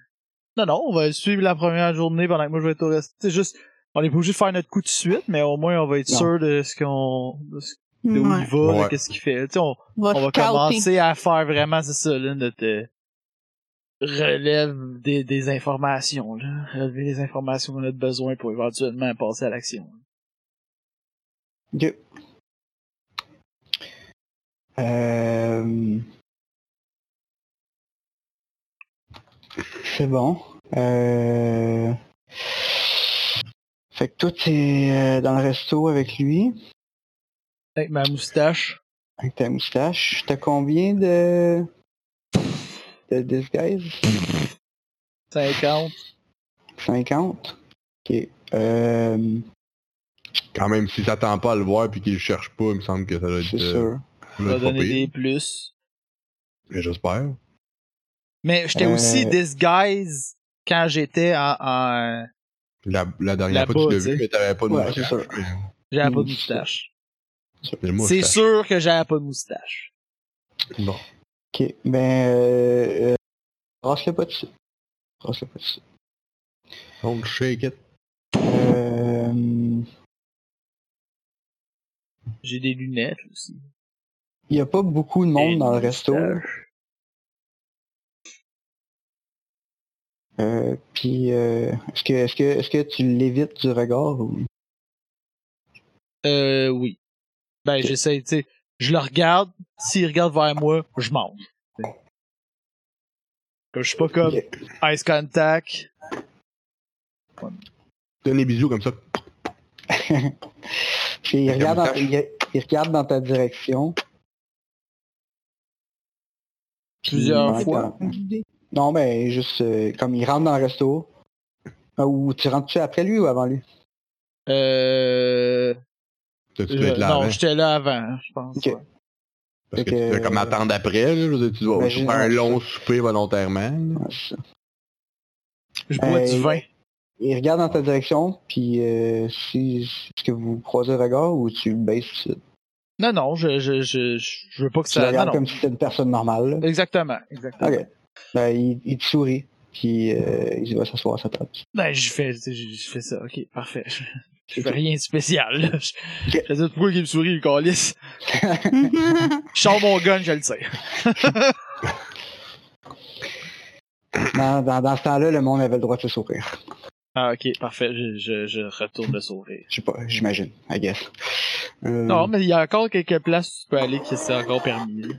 Speaker 1: Non, non, on va suivre la première journée pendant que moi je vais être au reste. C'est juste, on est pas obligé de faire notre coup de suite, mais au moins on va être
Speaker 4: Non.
Speaker 1: sûr de ce qu'on... De, ce- de où
Speaker 3: ouais,
Speaker 1: il va,
Speaker 2: Ouais.
Speaker 1: de qu'est-ce qu'il fait. Tu sais, on,
Speaker 3: on va,
Speaker 1: on va
Speaker 3: scouter.
Speaker 1: commencer à faire vraiment, c'est ça, là, notre euh, relève des, des informations, là. Relever les informations qu'on a de besoin pour éventuellement passer à l'action.
Speaker 4: Ok. Euh, C'est bon. Euh, Fait que toi, t'es euh, dans le resto avec lui,
Speaker 1: Avec ma moustache,
Speaker 4: avec ta moustache. T'as combien de... de disguise?
Speaker 1: 50.
Speaker 4: 50? Ok. Euh,
Speaker 2: Quand même, si t'attends pas à le voir puis qu'il le cherche pas, il me semble que ça doit être.
Speaker 4: C'est
Speaker 2: euh,
Speaker 4: sûr.
Speaker 2: ça
Speaker 1: Je
Speaker 2: doit
Speaker 1: vais
Speaker 2: être pas
Speaker 1: donner
Speaker 2: pire.
Speaker 1: des plus.
Speaker 2: Mais J'espère.
Speaker 1: Mais j'étais
Speaker 4: Euh,
Speaker 1: aussi disguise quand j'étais en... en-
Speaker 2: La, la dernière
Speaker 1: Là-bas,
Speaker 2: fois, tu l'as
Speaker 1: tu sais.
Speaker 2: vu, mais t'avais pas de
Speaker 4: Ouais, c'est
Speaker 2: moustache. euh,
Speaker 4: sûr.
Speaker 1: J'avais pas de
Speaker 4: Une
Speaker 1: moustache.
Speaker 2: Mais moi,
Speaker 1: C'est
Speaker 2: ça-
Speaker 1: sûr que j'avais pas de moustache.
Speaker 2: Bon.
Speaker 4: Ok, ben, euh, euh, brasse-le pas dessus. Brasse-le pas dessus.
Speaker 2: On shake it.
Speaker 4: Euh,
Speaker 1: J'ai des lunettes aussi.
Speaker 4: il y a pas beaucoup de monde
Speaker 1: Et
Speaker 4: dans le
Speaker 1: une
Speaker 4: resto. Euh, puis, euh, est-ce que, est-ce que, est-ce que tu l'évites du regard ou
Speaker 1: Euh, oui. Ben,
Speaker 2: Ok.
Speaker 1: j'essaie, tu sais, je le regarde, s'il regarde vers moi, je monte. tu sais. Que je suis pas comme
Speaker 4: Ok.
Speaker 1: ice contact.
Speaker 2: Donne des bisous comme ça.
Speaker 4: Puis il
Speaker 2: Fait
Speaker 4: regarde,
Speaker 2: qu'on
Speaker 4: dans,
Speaker 2: cache.
Speaker 4: il- il regarde dans ta direction. Puis,
Speaker 1: Plusieurs
Speaker 4: ouais,
Speaker 1: fois.
Speaker 4: quand- Non, mais juste euh, comme il rentre dans le resto. Ah, Ou tu rentres-tu après lui ou avant lui?
Speaker 1: Euh,
Speaker 2: Tu
Speaker 1: je-
Speaker 2: dois être là
Speaker 1: non,
Speaker 2: avant.
Speaker 1: j'étais là avant, je pense.
Speaker 4: Ok.
Speaker 1: ouais.
Speaker 2: Parce que tu
Speaker 4: Fait que- ben,
Speaker 2: dois comme attendre après. Là, je veux dire, tu dois tu
Speaker 4: Imagine-
Speaker 2: dois faire un long souper volontairement. là.
Speaker 4: Ouais, Ah, c'est ça.
Speaker 1: Je bois
Speaker 4: Hey.
Speaker 1: du vin.
Speaker 4: Il regarde dans ta direction, puis euh, si est-ce que vous croisez le regard ou tu le baisses tout de suite?
Speaker 1: Non, non, je, je, je, je veux pas que
Speaker 4: Tu le
Speaker 1: ça.
Speaker 4: regardes
Speaker 1: Non, non.
Speaker 4: comme si c'était une personne normale. là.
Speaker 1: Exactement, exactement.
Speaker 4: Ok. Ben, il, il te sourit, puis euh, il va s'asseoir à sa table.
Speaker 1: Ben, je fais, tu sais, je je fais ça, ok, parfait. Je, je
Speaker 4: Ok.
Speaker 1: fais rien de spécial, là. Je, je dis, pourquoi il me sourit, le calice? Je sors mon gun, je le sais.
Speaker 4: Dans, dans- dans ce temps-là, le monde avait le droit de se sourire.
Speaker 1: Ah, ok, parfait, je, je, je retourne le sourire.
Speaker 4: Je sais pas, j'imagine, I guess. Euh,
Speaker 1: Non, mais il y a encore quelques places où tu peux aller qui c'est encore permis. là.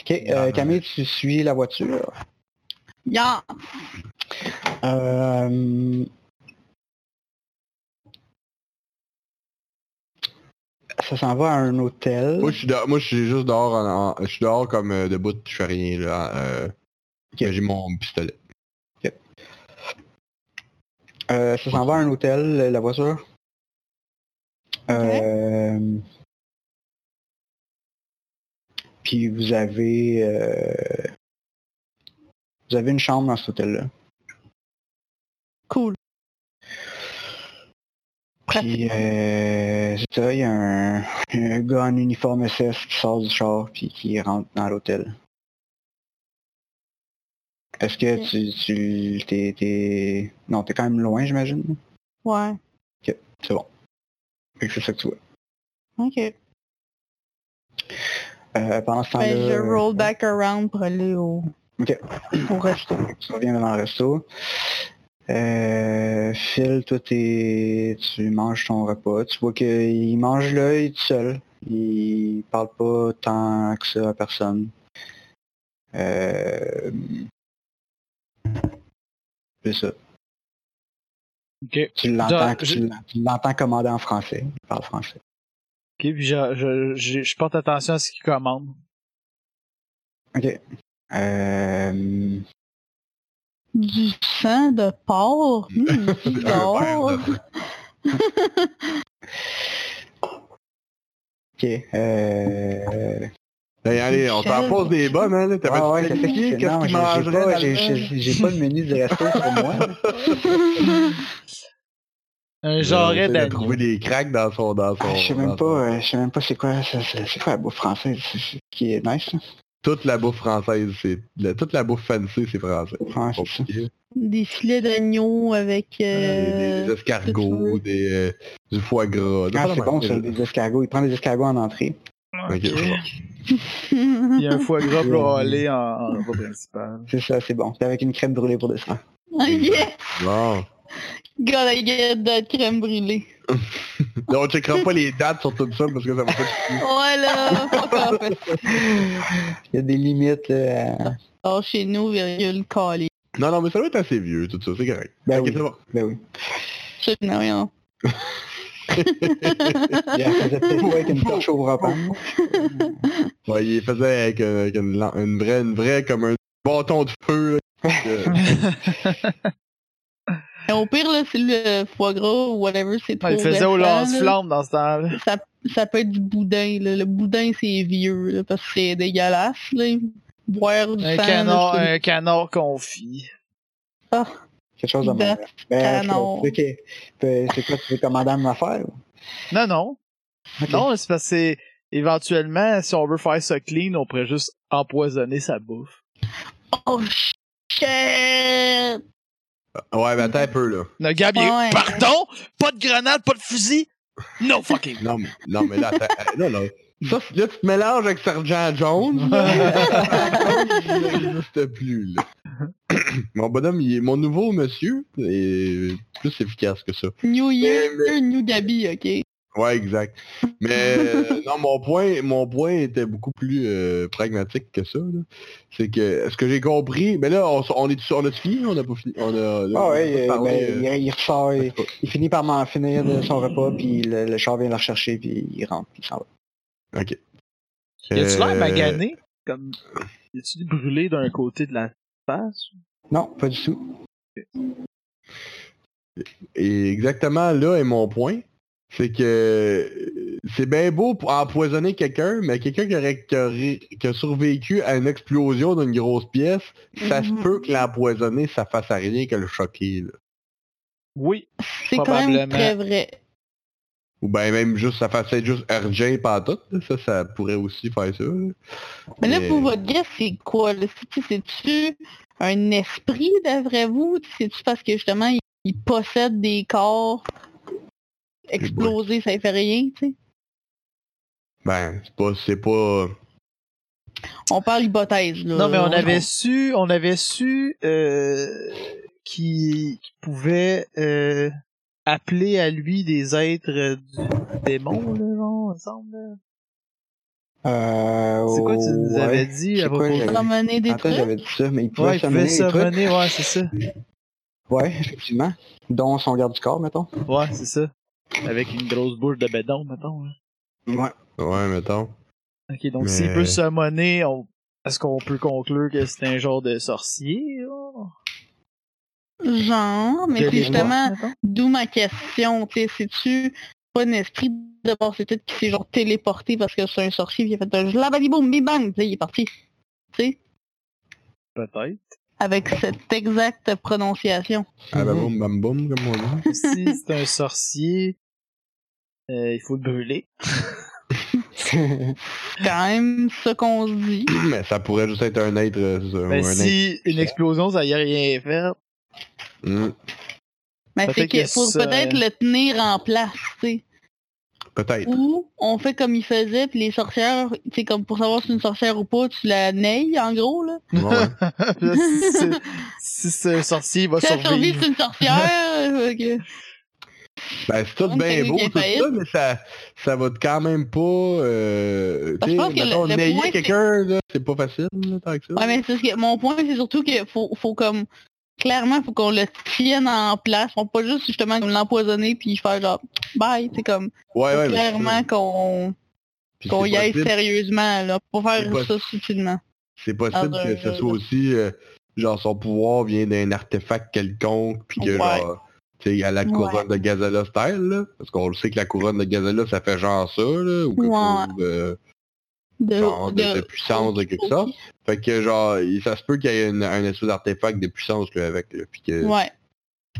Speaker 4: Ok, euh, Camille, tu suis la voiture.
Speaker 3: Yeah.
Speaker 4: Euh, Ça s'en va à un hôtel.
Speaker 2: Moi, je suis dehors- moi, je suis juste dehors. en- en- je suis dehors comme euh, debout, je fais rien. Là, euh, J'ai mon pistolet.
Speaker 4: Euh, ça s'en va à un hôtel, la voiture. Euh, Puis vous avez... euh, Vous avez une chambre dans cet hôtel-là.
Speaker 3: Cool.
Speaker 4: Puis, euh, c'est ça, il y a un, un gars en uniforme SS qui sort du char puis qui rentre dans l'hôtel. Est-ce que
Speaker 3: Ok.
Speaker 4: tu, tu t'es, t'es... Non, t'es quand même loin, j'imagine.
Speaker 3: Ouais.
Speaker 4: C'est bon. Fait que c'est ça que tu vois.
Speaker 3: Ok.
Speaker 4: Euh, pendant ce temps-là...
Speaker 3: Ben, je roll back around pour aller au,
Speaker 4: Ok.
Speaker 3: au resto.
Speaker 4: Tu reviens dans le resto. Euh, Phil, toi, t'es- tu manges ton repas. Tu vois qu'il mange l'œil tout seul. Il parle pas tant que ça à personne. Euh, C'est ça.
Speaker 1: Ok. Ok,
Speaker 4: Tu l'entends,
Speaker 1: je-
Speaker 4: tu l'en- tu l'entends commander en français. Il parle français.
Speaker 1: puis je, je, je, je porte attention à ce qu'il commande.
Speaker 4: Ok. Euh,
Speaker 3: Du sang de porc. Hmm,
Speaker 4: Ah
Speaker 2: Un
Speaker 3: bizarre.
Speaker 2: verre de-
Speaker 4: ok. Euh,
Speaker 2: Hey, Ben, allez, on t'en
Speaker 3: Michel.
Speaker 2: pose des bonnes, hein, là. T'as
Speaker 4: Ah
Speaker 2: pas
Speaker 4: ouais,
Speaker 2: dit
Speaker 4: ça fait
Speaker 2: expliquer
Speaker 4: que non,
Speaker 2: qu'est-ce
Speaker 4: j'ai-
Speaker 2: qu'il
Speaker 4: j'ai pas,
Speaker 2: mangerait
Speaker 4: j'ai-
Speaker 2: dans le-
Speaker 4: j'ai- j'ai pas le menu du resto sur moi.
Speaker 1: Un jarret
Speaker 2: J'essaie de
Speaker 1: d'agneau.
Speaker 2: trouver des cracks dans son... Dans son
Speaker 4: Ah, je sais
Speaker 2: dans
Speaker 4: même pas,
Speaker 2: son-
Speaker 4: euh, je sais même pas c'est quoi, c'est c'est- c'est quoi la bouffe française, c'est- c'est- qui est nice hein, là.
Speaker 2: Toute la bouffe française, c'est... la- toute la bouffe fancy, c'est français.
Speaker 4: Ouais, Ah, c'est ça.
Speaker 2: Compliqué.
Speaker 3: Des filets d'agneau
Speaker 4: Ah,
Speaker 3: avec...
Speaker 2: Des,
Speaker 3: euh,
Speaker 2: des escargots,
Speaker 3: tout
Speaker 2: des, euh, du foie gras.
Speaker 4: Ah,
Speaker 2: N'importe
Speaker 4: c'est bon
Speaker 2: quoi.
Speaker 4: ça, des escargots, il prend des escargots en entrée.
Speaker 2: Ok,
Speaker 1: Ok.
Speaker 2: c'est bon.
Speaker 1: Il y a un foie gras pour aller en, en repas principal.
Speaker 4: C'est ça, c'est bon. C'est avec une crème brûlée pour dessert.
Speaker 3: yeah,
Speaker 2: Bon.
Speaker 3: gotta get that crème brûlée.
Speaker 2: Non, on checkera pas les dates sur tout ça parce que ça va pas...
Speaker 3: Ouais là, fuck off.
Speaker 4: Il y a des limites. euh, à-
Speaker 3: Alors chez nous, virgule, calé.
Speaker 2: Non, non, mais ça doit être assez vieux, tout ça, c'est correct.
Speaker 4: Ben
Speaker 2: Ok,
Speaker 4: oui,
Speaker 2: c'est bon.
Speaker 4: ben oui.
Speaker 3: Ça, je n'ai rien.
Speaker 4: Il y a- faisait peut-être pas avec une torche au repas.
Speaker 2: Ouais, il faisait avec, euh, avec une, lan- une vraie, une vraie, comme un bâton de feu, là. Euh,
Speaker 3: Et au pire, là, c'est le foie gras ou whatever, c'est trop
Speaker 1: Ah, il faisait
Speaker 3: récent,
Speaker 1: au
Speaker 3: là.
Speaker 1: lance-flamme dans ce temps-là.
Speaker 3: ça, ça peut être du boudin. Là. Le boudin, c'est vieux, là, parce que c'est dégueulasse. Là. Boire du
Speaker 1: Un
Speaker 3: sang,
Speaker 1: canard,
Speaker 3: là,
Speaker 1: un canard confit.
Speaker 3: c'est- Ah,
Speaker 4: Quelque chose de
Speaker 3: Date,
Speaker 4: mal. Ben,
Speaker 3: canon.
Speaker 4: c'est- ok. Ben, c'est quoi, tu veux commander une affaire? ou?
Speaker 1: Non, non.
Speaker 4: Ok.
Speaker 1: Non, c'est parce que c'est- éventuellement, si on veut faire ça clean, on pourrait juste empoisonner sa bouffe.
Speaker 3: Oh, shit!
Speaker 2: Ouais, mais attends un peu, là.
Speaker 1: Le Gab, il est-
Speaker 3: Ouais.
Speaker 1: Pardon? Pas de grenade, pas de fusil? No fucking.
Speaker 2: Non, mais, non, mais là, attends, euh, là, là, ça, c'est- là, tu te
Speaker 1: Ah
Speaker 2: mélanges avec Sergent Jones. là. Ça n'existe plus, là. Mon bonhomme, il est mon nouveau monsieur est plus efficace que ça.
Speaker 3: New Year,
Speaker 2: Mais-
Speaker 3: New Gabi, ok.
Speaker 2: Ouais, exact. Mais euh, non, mon point, mon point était beaucoup plus euh, pragmatique que ça. là. C'est que ce que j'ai compris, mais là, on, s- on est sur le fini, on a pas fini. On a, on
Speaker 4: Ah
Speaker 2: a
Speaker 4: ouais,
Speaker 2: pas
Speaker 4: euh,
Speaker 2: parlé,
Speaker 4: ben, il, il ressort,
Speaker 2: euh,
Speaker 4: il, il finit par m'en finir de son repas, puis le, le char vient le rechercher, puis il rentre, puis il s'en va.
Speaker 2: Ok.
Speaker 1: Y a-tu l'air
Speaker 2: Euh,
Speaker 1: magané? Comme, y a-tu brûlé d'un côté de la face?
Speaker 4: Non, pas du tout.
Speaker 2: Et exactement là est mon point. C'est que euh, c'est bien beau pour empoisonner quelqu'un, mais quelqu'un qui, aurait- qui aurait- qui a survécu à une explosion d'une grosse pièce, ça se
Speaker 4: Mm-hmm.
Speaker 3: Mhm.
Speaker 2: peut que l'empoisonner, ça fasse à rien que le choquer. là.
Speaker 1: Oui.
Speaker 3: C'est quand même
Speaker 1: Probablement.
Speaker 3: très vrai.
Speaker 2: Ou ben même juste, ça fasse être juste urgent pas tout. Ça, ça pourrait aussi faire ça. là.
Speaker 3: Mais là,
Speaker 2: Mais-
Speaker 3: pour votre guest, c'est quoi? là? C'est- C'est-tu un esprit, d'après vous? C'est-tu parce que justement, il, il possède des corps explosés, ça fait rien, tu sais?
Speaker 2: Ben, c'est pas. C'est pas.
Speaker 3: On parle hypothèse, là.
Speaker 1: Non, mais on avait su, on avait su euh, qu'il qu'il pouvait euh, appeler à lui des êtres euh, du démon, là, genre, il me semble. là.
Speaker 4: Euh,
Speaker 1: C'est quoi tu nous
Speaker 4: ouais.
Speaker 1: avais dit
Speaker 4: C'est
Speaker 1: à
Speaker 4: quoi,
Speaker 1: propos
Speaker 4: j'avais-
Speaker 3: Ramener des
Speaker 4: Attends,
Speaker 3: trucs.
Speaker 4: j'avais dit ça, mais il pouvait
Speaker 1: Ouais, il pouvait
Speaker 4: summoner des trucs.
Speaker 1: s'amener, ouais, c'est ça.
Speaker 4: Ouais, effectivement. Dont son garde du corps, mettons.
Speaker 1: Ouais, c'est ça. Avec une grosse bouche de bédon, mettons. hein. là.
Speaker 4: Ouais.
Speaker 2: Ouais, mettons.
Speaker 1: Ok, donc
Speaker 2: Mais-
Speaker 1: s'il peut summoner, on... est-ce qu'on peut conclure que c'est un genre de sorcier? genre?
Speaker 3: Genre, mais
Speaker 1: De
Speaker 3: c'est
Speaker 1: les
Speaker 3: justement
Speaker 1: voir, mettons?
Speaker 3: d'où ma question, tu sais, c'est-tu pas un esprit de mort, c'est peut-être qui s'est genre téléporté parce que c'est un sorcier, puis il a fait un jlabaliboum, bim bang, tu sais, il est parti. Tu sais,
Speaker 1: Peut-être.
Speaker 3: avec cette exacte prononciation.
Speaker 2: Ah, bah, boum, bam, boum, comme on dit.
Speaker 1: si c'est un sorcier, euh, il faut le brûler.
Speaker 3: C'est Quand même ce qu'on se dit.
Speaker 2: mais ça pourrait juste être un être. euh, c'est ça, ou
Speaker 1: Mais
Speaker 2: un
Speaker 1: Ben, si une explosion, ça y a rien fait,
Speaker 2: être- Mhm.
Speaker 3: Mais c'est
Speaker 1: Peut-être qu'il y a
Speaker 3: que pour
Speaker 1: ça,
Speaker 3: peut-être
Speaker 1: euh,
Speaker 3: le tenir en place, tu sais.
Speaker 2: Peut-être.
Speaker 3: Ou on fait comme il faisait, puis les sorcières, tu sais, comme pour savoir si c'est une sorcière ou pas, tu la nailles, en gros, là.
Speaker 2: Ouais.
Speaker 1: là, si c'est- si c'est un sorcier, il va
Speaker 3: Si elle survit,
Speaker 1: survivre.
Speaker 3: c'est une sorcière. euh, ok.
Speaker 2: Ben, c'est tout
Speaker 3: Même
Speaker 2: bien
Speaker 3: celui
Speaker 2: beau,
Speaker 3: qui est
Speaker 2: tout
Speaker 3: faillite.
Speaker 2: ça, mais ça, ça va quand même pas... Euh,
Speaker 3: Parce que Ben, je
Speaker 2: tu sais,
Speaker 3: pense que le-
Speaker 2: mettons,
Speaker 3: le
Speaker 2: nailler
Speaker 3: point, c'est-
Speaker 2: quelqu'un, là, c'est pas facile, là, tant que ça.
Speaker 3: Ouais, mais c'est ce que mon point, c'est surtout qu'il faut, faut comme clairement faut qu'on le tienne en place. On peut pas juste justement comme l'empoisonner puis faire genre bye. C'est comme
Speaker 2: ouais, ouais, mais-
Speaker 3: clairement qu'on
Speaker 2: Puis
Speaker 3: qu'on
Speaker 2: c'est
Speaker 3: y aille
Speaker 2: possible-
Speaker 3: sérieusement là, pour
Speaker 2: C'est
Speaker 3: faire ça
Speaker 2: possible.
Speaker 3: subtilement.
Speaker 2: C'est
Speaker 3: Ah,
Speaker 2: possible
Speaker 3: ben,
Speaker 2: que ce
Speaker 3: je-
Speaker 2: soit aussi... euh, genre, son pouvoir vient d'un artefact quelconque, puis que,
Speaker 3: Ouais.
Speaker 2: genre... Tu sais, à la
Speaker 3: Ouais.
Speaker 2: couronne de Gazella style, là, parce qu'on le sait que la couronne de Gazella, ça fait genre ça, là, ou quelque
Speaker 3: Ouais.
Speaker 2: chose de,
Speaker 3: De,
Speaker 2: genre de, de
Speaker 3: de-
Speaker 2: puissance de quelque sorte. Fait que, genre, il- ça se peut qu'il y ait une- un espèce d'artefact de puissance, là, avec, là, puis que...
Speaker 3: Ouais.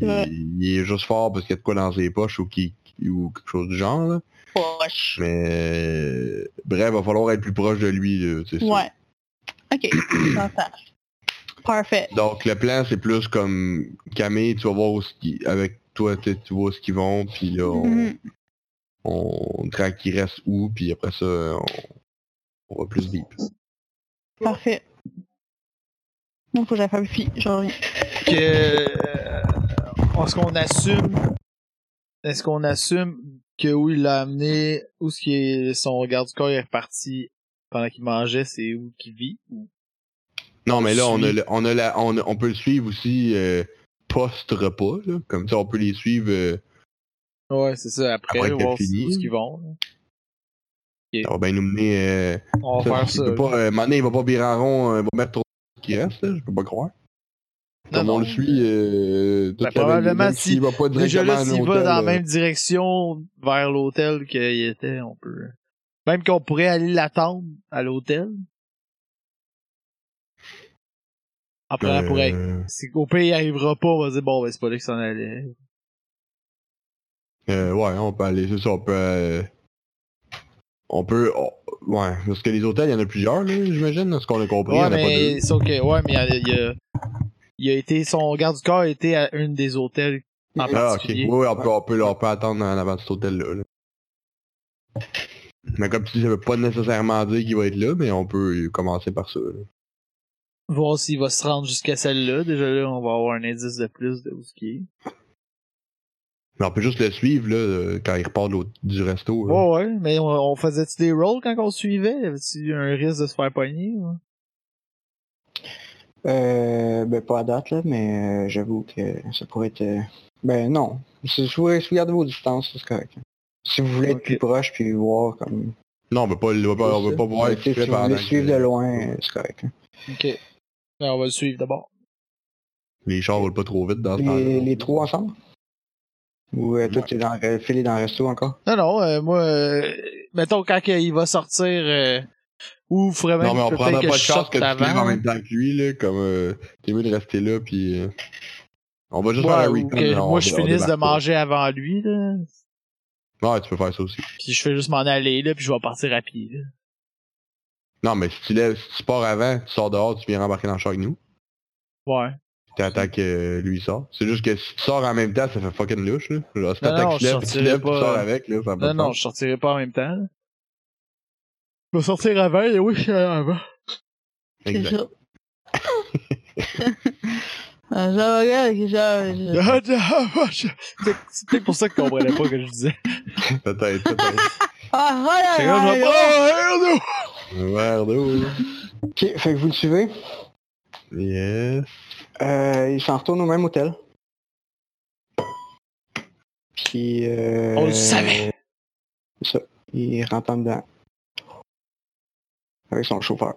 Speaker 3: C'est vrai.
Speaker 2: Il, il est juste fort parce qu'il y a de quoi dans ses poches ou, qui, ou quelque chose du genre. là.
Speaker 3: Poche.
Speaker 2: Mais euh, bref, va falloir être plus proche de lui. là, c'est sûr.
Speaker 3: Ouais. Ok. Fantastique. Parfait.
Speaker 2: Donc le plan, c'est plus comme Camille, tu vas voir où ce qui- avec toi, tu tu vois ce qu'ils vont, puis là, on,
Speaker 3: Mhm.
Speaker 2: on traque qui reste où, puis après ça, on, on va plus deep.
Speaker 3: Parfait. Moi, faut que j'aille faire pipi, je reviens.
Speaker 1: que euh, est-ce qu'on assume est-ce qu'on assume que où il l'a amené où ce qui est son garde du corps est reparti pendant qu'il mangeait c'est où qu'il vit ou
Speaker 2: Non, mais là,
Speaker 1: On
Speaker 2: on, a,
Speaker 1: suit.
Speaker 2: le- on, a la, on, a- on peut le suivre aussi euh, post-repas, là. comme ça, on peut les suivre. euh,
Speaker 1: ouais c'est ça après,
Speaker 2: Après qu'il a
Speaker 1: voir
Speaker 2: fini.
Speaker 1: où ce qu'ils vont là.
Speaker 2: ça va bien nous mener. euh,
Speaker 1: on
Speaker 2: Ça,
Speaker 1: va faire
Speaker 2: il
Speaker 1: ça
Speaker 2: peut pas, euh, Mané, il va pas virer en rond, euh, il va mettre trop qui reste, là, je peux pas croire.
Speaker 1: Non,
Speaker 2: Comme on
Speaker 1: non.
Speaker 2: le suit, euh, toute
Speaker 1: Ben,
Speaker 2: la veille,
Speaker 1: probablement,
Speaker 2: même
Speaker 1: si-
Speaker 2: s'il va pas
Speaker 1: déjà
Speaker 2: directement
Speaker 1: là
Speaker 2: à
Speaker 1: s'il va
Speaker 2: l'hôtel,
Speaker 1: dans la
Speaker 2: euh,
Speaker 1: même direction vers l'hôtel qu'il était on peut même qu'on pourrait aller l'attendre à l'hôtel après on pourrait
Speaker 2: euh,
Speaker 1: si au pays il arrivera pas on va dire bon ben c'est pas là qu'il s'en allait
Speaker 2: euh, ouais, on peut aller, c'est ça, on peut... euh, on peut... on- ouais, parce que les hôtels, il y en a plusieurs, là, j'imagine, là, ce qu'on a compris, il y
Speaker 1: Ouais,
Speaker 2: en a pas
Speaker 1: mais
Speaker 2: deux.
Speaker 1: sauf que, ouais, mais il a, il a, il a été, son garde du corps a été à une des hôtels en
Speaker 2: Ah, ok.
Speaker 1: particulier.
Speaker 2: Oui, oui, on peut, on peut, on peut attendre en avant de cet hôtel-là. là. Mais comme tu dis, ça veut pas nécessairement dire qu'il va être là, mais on peut commencer par ça. là.
Speaker 1: Voir s'il va se rendre jusqu'à celle-là. Déjà là, on va avoir un indice de plus de où ce qui est.
Speaker 2: Mais on peut juste le suivre là, euh, quand il repart de l'autre- du resto. là.
Speaker 4: Oh.
Speaker 1: Ouais, ouais, mais on, on faisait-tu des rolls quand on suivait? Avait-tu un risque de se faire pogner? ou?
Speaker 4: Euh, ben, pas à date, là, mais euh, j'avoue que ça pourrait être... euh, Ben non, si je vous je vous garde vos distances, c'est correct. Si vous voulez être
Speaker 1: Ok.
Speaker 4: plus proche puis voir comme...
Speaker 2: Non, on veut pas, on veut pas, on veut pas voir
Speaker 4: Si
Speaker 2: qui fait
Speaker 4: vous voulez
Speaker 2: pendant
Speaker 4: suivre
Speaker 2: que
Speaker 4: de loin, euh, c'est correct. hein.
Speaker 1: Ok. Ben, on va le suivre d'abord.
Speaker 2: les chars roulent pas trop vite dans ce
Speaker 4: Les,
Speaker 2: temps-là.
Speaker 4: les trois ensemble? Ou euh, toi,
Speaker 2: Ouais.
Speaker 4: t'es dans le filé dans le resto encore?
Speaker 1: Non, non, euh, moi, euh, mettons quand que il va sortir, euh, ou il faudrait même
Speaker 2: Non, mais on
Speaker 1: peut-être
Speaker 2: prendra
Speaker 1: que
Speaker 2: pas de
Speaker 1: je
Speaker 2: chance
Speaker 1: sorte
Speaker 2: que tu te lèves
Speaker 1: avant.
Speaker 2: en même temps que lui, là, comme euh, t'es mieux de rester là, puis euh, on va juste
Speaker 1: Ouais,
Speaker 2: faire un
Speaker 1: ou
Speaker 2: recon.
Speaker 1: que
Speaker 2: là, on-
Speaker 1: moi, je
Speaker 2: on
Speaker 1: finisse de
Speaker 2: débarque pas.
Speaker 1: manger avant lui, là.
Speaker 2: Ouais, tu peux faire ça aussi.
Speaker 1: Puis je fais juste m'en aller, là, puis je vais partir à pied, là.
Speaker 2: Non, mais si tu lèves, si tu pars avant, tu sors dehors, tu viens rembarquer dans le char avec nous,
Speaker 1: Ouais.
Speaker 2: t'attends que euh, lui il sort. C'est juste que si tu sors en même temps, ça fait fucking louche, là. Genre, si
Speaker 1: Non, non,
Speaker 2: t'attends
Speaker 1: je
Speaker 2: qu'il lève, puis tu
Speaker 1: sortirai
Speaker 2: lèves, puis
Speaker 1: pas,
Speaker 2: tu sors
Speaker 1: euh,
Speaker 2: avec, là, ça va pas
Speaker 1: Non,
Speaker 2: de
Speaker 1: non,
Speaker 2: sens.
Speaker 1: je sortirai pas en même temps, là. Je vais sortir avant, et oui, je suis avant.
Speaker 3: C'est
Speaker 2: Exact.
Speaker 3: ça. Euh, Ah! Genre, regarde, genre, je-
Speaker 1: Ah, je- C'est c'est peut-être pour ça que tu comprenais pas ce que je disais.
Speaker 2: Peut-être, peut-être.
Speaker 3: Ah, voilà,
Speaker 1: C'est comme,
Speaker 3: voilà,
Speaker 1: je vais-
Speaker 3: voilà.
Speaker 1: Oh, hell no!
Speaker 2: Merde, oh.
Speaker 4: Ok, fait que vous le suivez.
Speaker 2: Yes.
Speaker 4: Euh, ils s'en retournent au même hôtel. Puis... Euh,
Speaker 1: On le savait.
Speaker 4: C'est ça. Il rentre en dedans. Avec son chauffeur.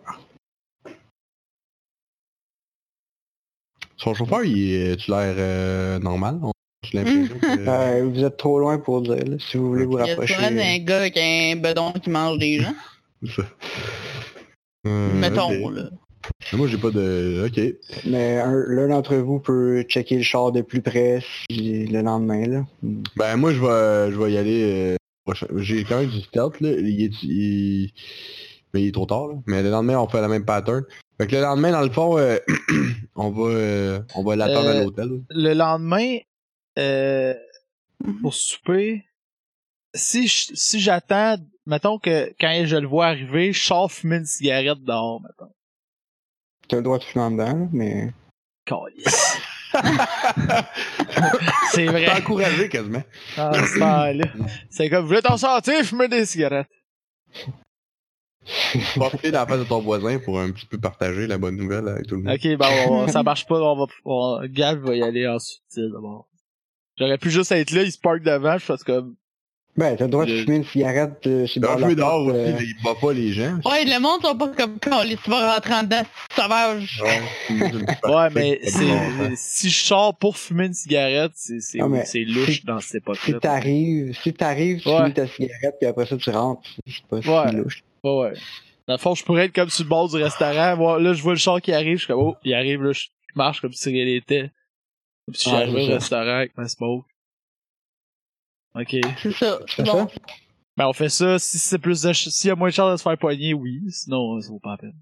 Speaker 2: Son chauffeur, il est-tu l'air euh, normal? On
Speaker 3: Hmm.
Speaker 2: a-tu l'impression que...
Speaker 4: Euh, vous êtes trop loin pour dire, là, si vous voulez vous
Speaker 3: Il y a
Speaker 4: rapprocher.
Speaker 3: sûrement un gars avec un bedon qui mange des gens.
Speaker 2: Ça. Euh,
Speaker 3: mettons,
Speaker 2: ok.
Speaker 3: là.
Speaker 2: Moi, j'ai pas de... Ok.
Speaker 4: Mais un- l'un d'entre vous peut checker le char de plus près si- le lendemain. Là.
Speaker 2: Ben, moi, je vais, je vais y aller... euh, prochain- J'ai quand même du stealth, là. Il est... il- Mais il est trop tard, là. Mais le lendemain, on fait la même pattern. Fait que le lendemain, dans le fond, euh, on va, euh, on va l'attendre
Speaker 1: Euh,
Speaker 2: à l'hôtel.
Speaker 1: Le lendemain, euh, pour souper, si je- si j'attends, mettons que quand je le vois arriver, je sors fumer une cigarette dehors, mettons.
Speaker 4: Tu as le droit de fumer en dedans, là, mais...
Speaker 1: Calisse. C'est
Speaker 2: T'es
Speaker 1: vrai.
Speaker 2: encouragé, quasiment.
Speaker 1: Ah, c'est pas là. C'est comme, voulez t'en sortir, fumer des cigarettes.
Speaker 2: Profiter de la face de ton voisin pour un petit peu partager la bonne nouvelle avec tout le monde.
Speaker 1: Ok, ben, on va- ça marche pas, on va, on, Gab va y aller en subtil d'abord. J'aurais pu juste être là, il se parque devant, je fasse comme,
Speaker 4: Ben, t'as le droit de
Speaker 1: Le-
Speaker 4: fumer une cigarette euh, sur
Speaker 2: Ben,
Speaker 4: le bord de
Speaker 2: je
Speaker 4: la
Speaker 2: vais dehors
Speaker 4: porte,
Speaker 2: aussi,
Speaker 4: euh,
Speaker 2: mais il bat pas les gens.
Speaker 3: Ouais, le monde sont pas comme quand tu vas rentrer en dedans, c'est sauvage.
Speaker 1: ouais, mais
Speaker 2: Bon,
Speaker 1: c'est, si je sors pour fumer une cigarette, c'est, c'est,
Speaker 4: Ah, mais
Speaker 1: c'est louche
Speaker 4: si-
Speaker 1: dans cette
Speaker 4: Si
Speaker 1: époque-là.
Speaker 4: t'arrives, si t'arrives, tu
Speaker 1: Ouais.
Speaker 4: fumes ta cigarette, puis après ça, tu rentres. Je sais pas si
Speaker 1: Ouais.
Speaker 4: c'est louche.
Speaker 1: Ouais, ouais. Dans le fond, je pourrais être comme sur le bord du restaurant. Moi, là, je vois le char qui arrive. Je suis comme, oh, il arrive, là, je marche comme si rien n'était. Comme si
Speaker 4: Ah,
Speaker 1: j'arrivais
Speaker 4: c'est
Speaker 1: au
Speaker 4: ça.
Speaker 1: restaurant avec ma smoke. Ok.
Speaker 3: C'est ça.
Speaker 4: C'est
Speaker 3: Bon.
Speaker 4: ça?
Speaker 1: Ben, on fait ça. Si c'est plus de, ch- s'il y a moins de chances de se faire poigner, oui. Sinon, euh, ça vaut pas la peine.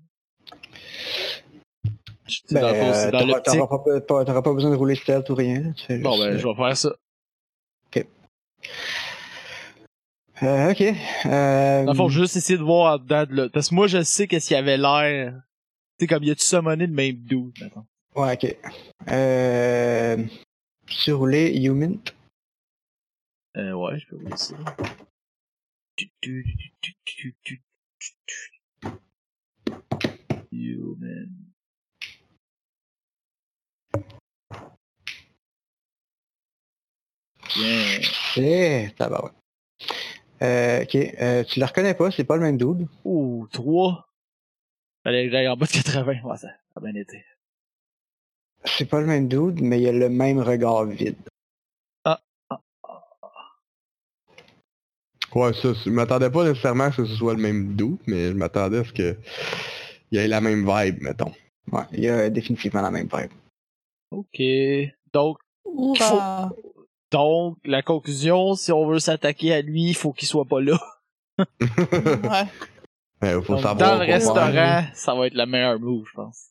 Speaker 1: Je- tu sais,
Speaker 4: Ben,
Speaker 1: dans le fond, c'est
Speaker 4: euh,
Speaker 1: dans
Speaker 4: t'auras-
Speaker 1: l'optique.
Speaker 4: t'auras pas, t'auras- t'auras pas besoin de rouler stealth ou rien. là, tu fais
Speaker 1: Bon,
Speaker 4: juste,
Speaker 1: ben, je vais faire ça.
Speaker 4: Euh, ok. Euh,
Speaker 1: Dans le fond, j'ai juste essayer de voir en dedans de là. Parce que moi, je sais qu'est-ce qu'il y avait l'air. Tu sais, comme, y a-tu summoné le même dude, mettons?
Speaker 4: Ouais, ok. Euh, tu roulais Yumin?
Speaker 1: Euh, ouais, je peux voir ça. Human. Yeah.
Speaker 4: C'est tabarouette. Euh, ok. Euh, tu le reconnais pas, c'est pas le même double.
Speaker 1: Ouh, 3. Fallait que j'aille en bas de 80. Ouais, ça a bien été.
Speaker 4: C'est pas le même double, mais il a le même regard vide.
Speaker 2: Ouais, ça, c'est- je m'attendais pas nécessairement à ce que ce soit le même doute, mais je m'attendais à ce que il y ait la même vibe, mettons.
Speaker 4: Ouais, il a définitivement la même vibe.
Speaker 1: Ok. Donc,
Speaker 3: Hourra.
Speaker 1: donc, la conclusion, si on veut s'attaquer à lui, il faut qu'il soit pas là.
Speaker 3: Ouais.
Speaker 2: Ouais, Euh, faut
Speaker 1: Donc,
Speaker 2: savoir
Speaker 1: dans le
Speaker 2: pour voir.
Speaker 1: restaurant, ça va être le meilleur move, je pense.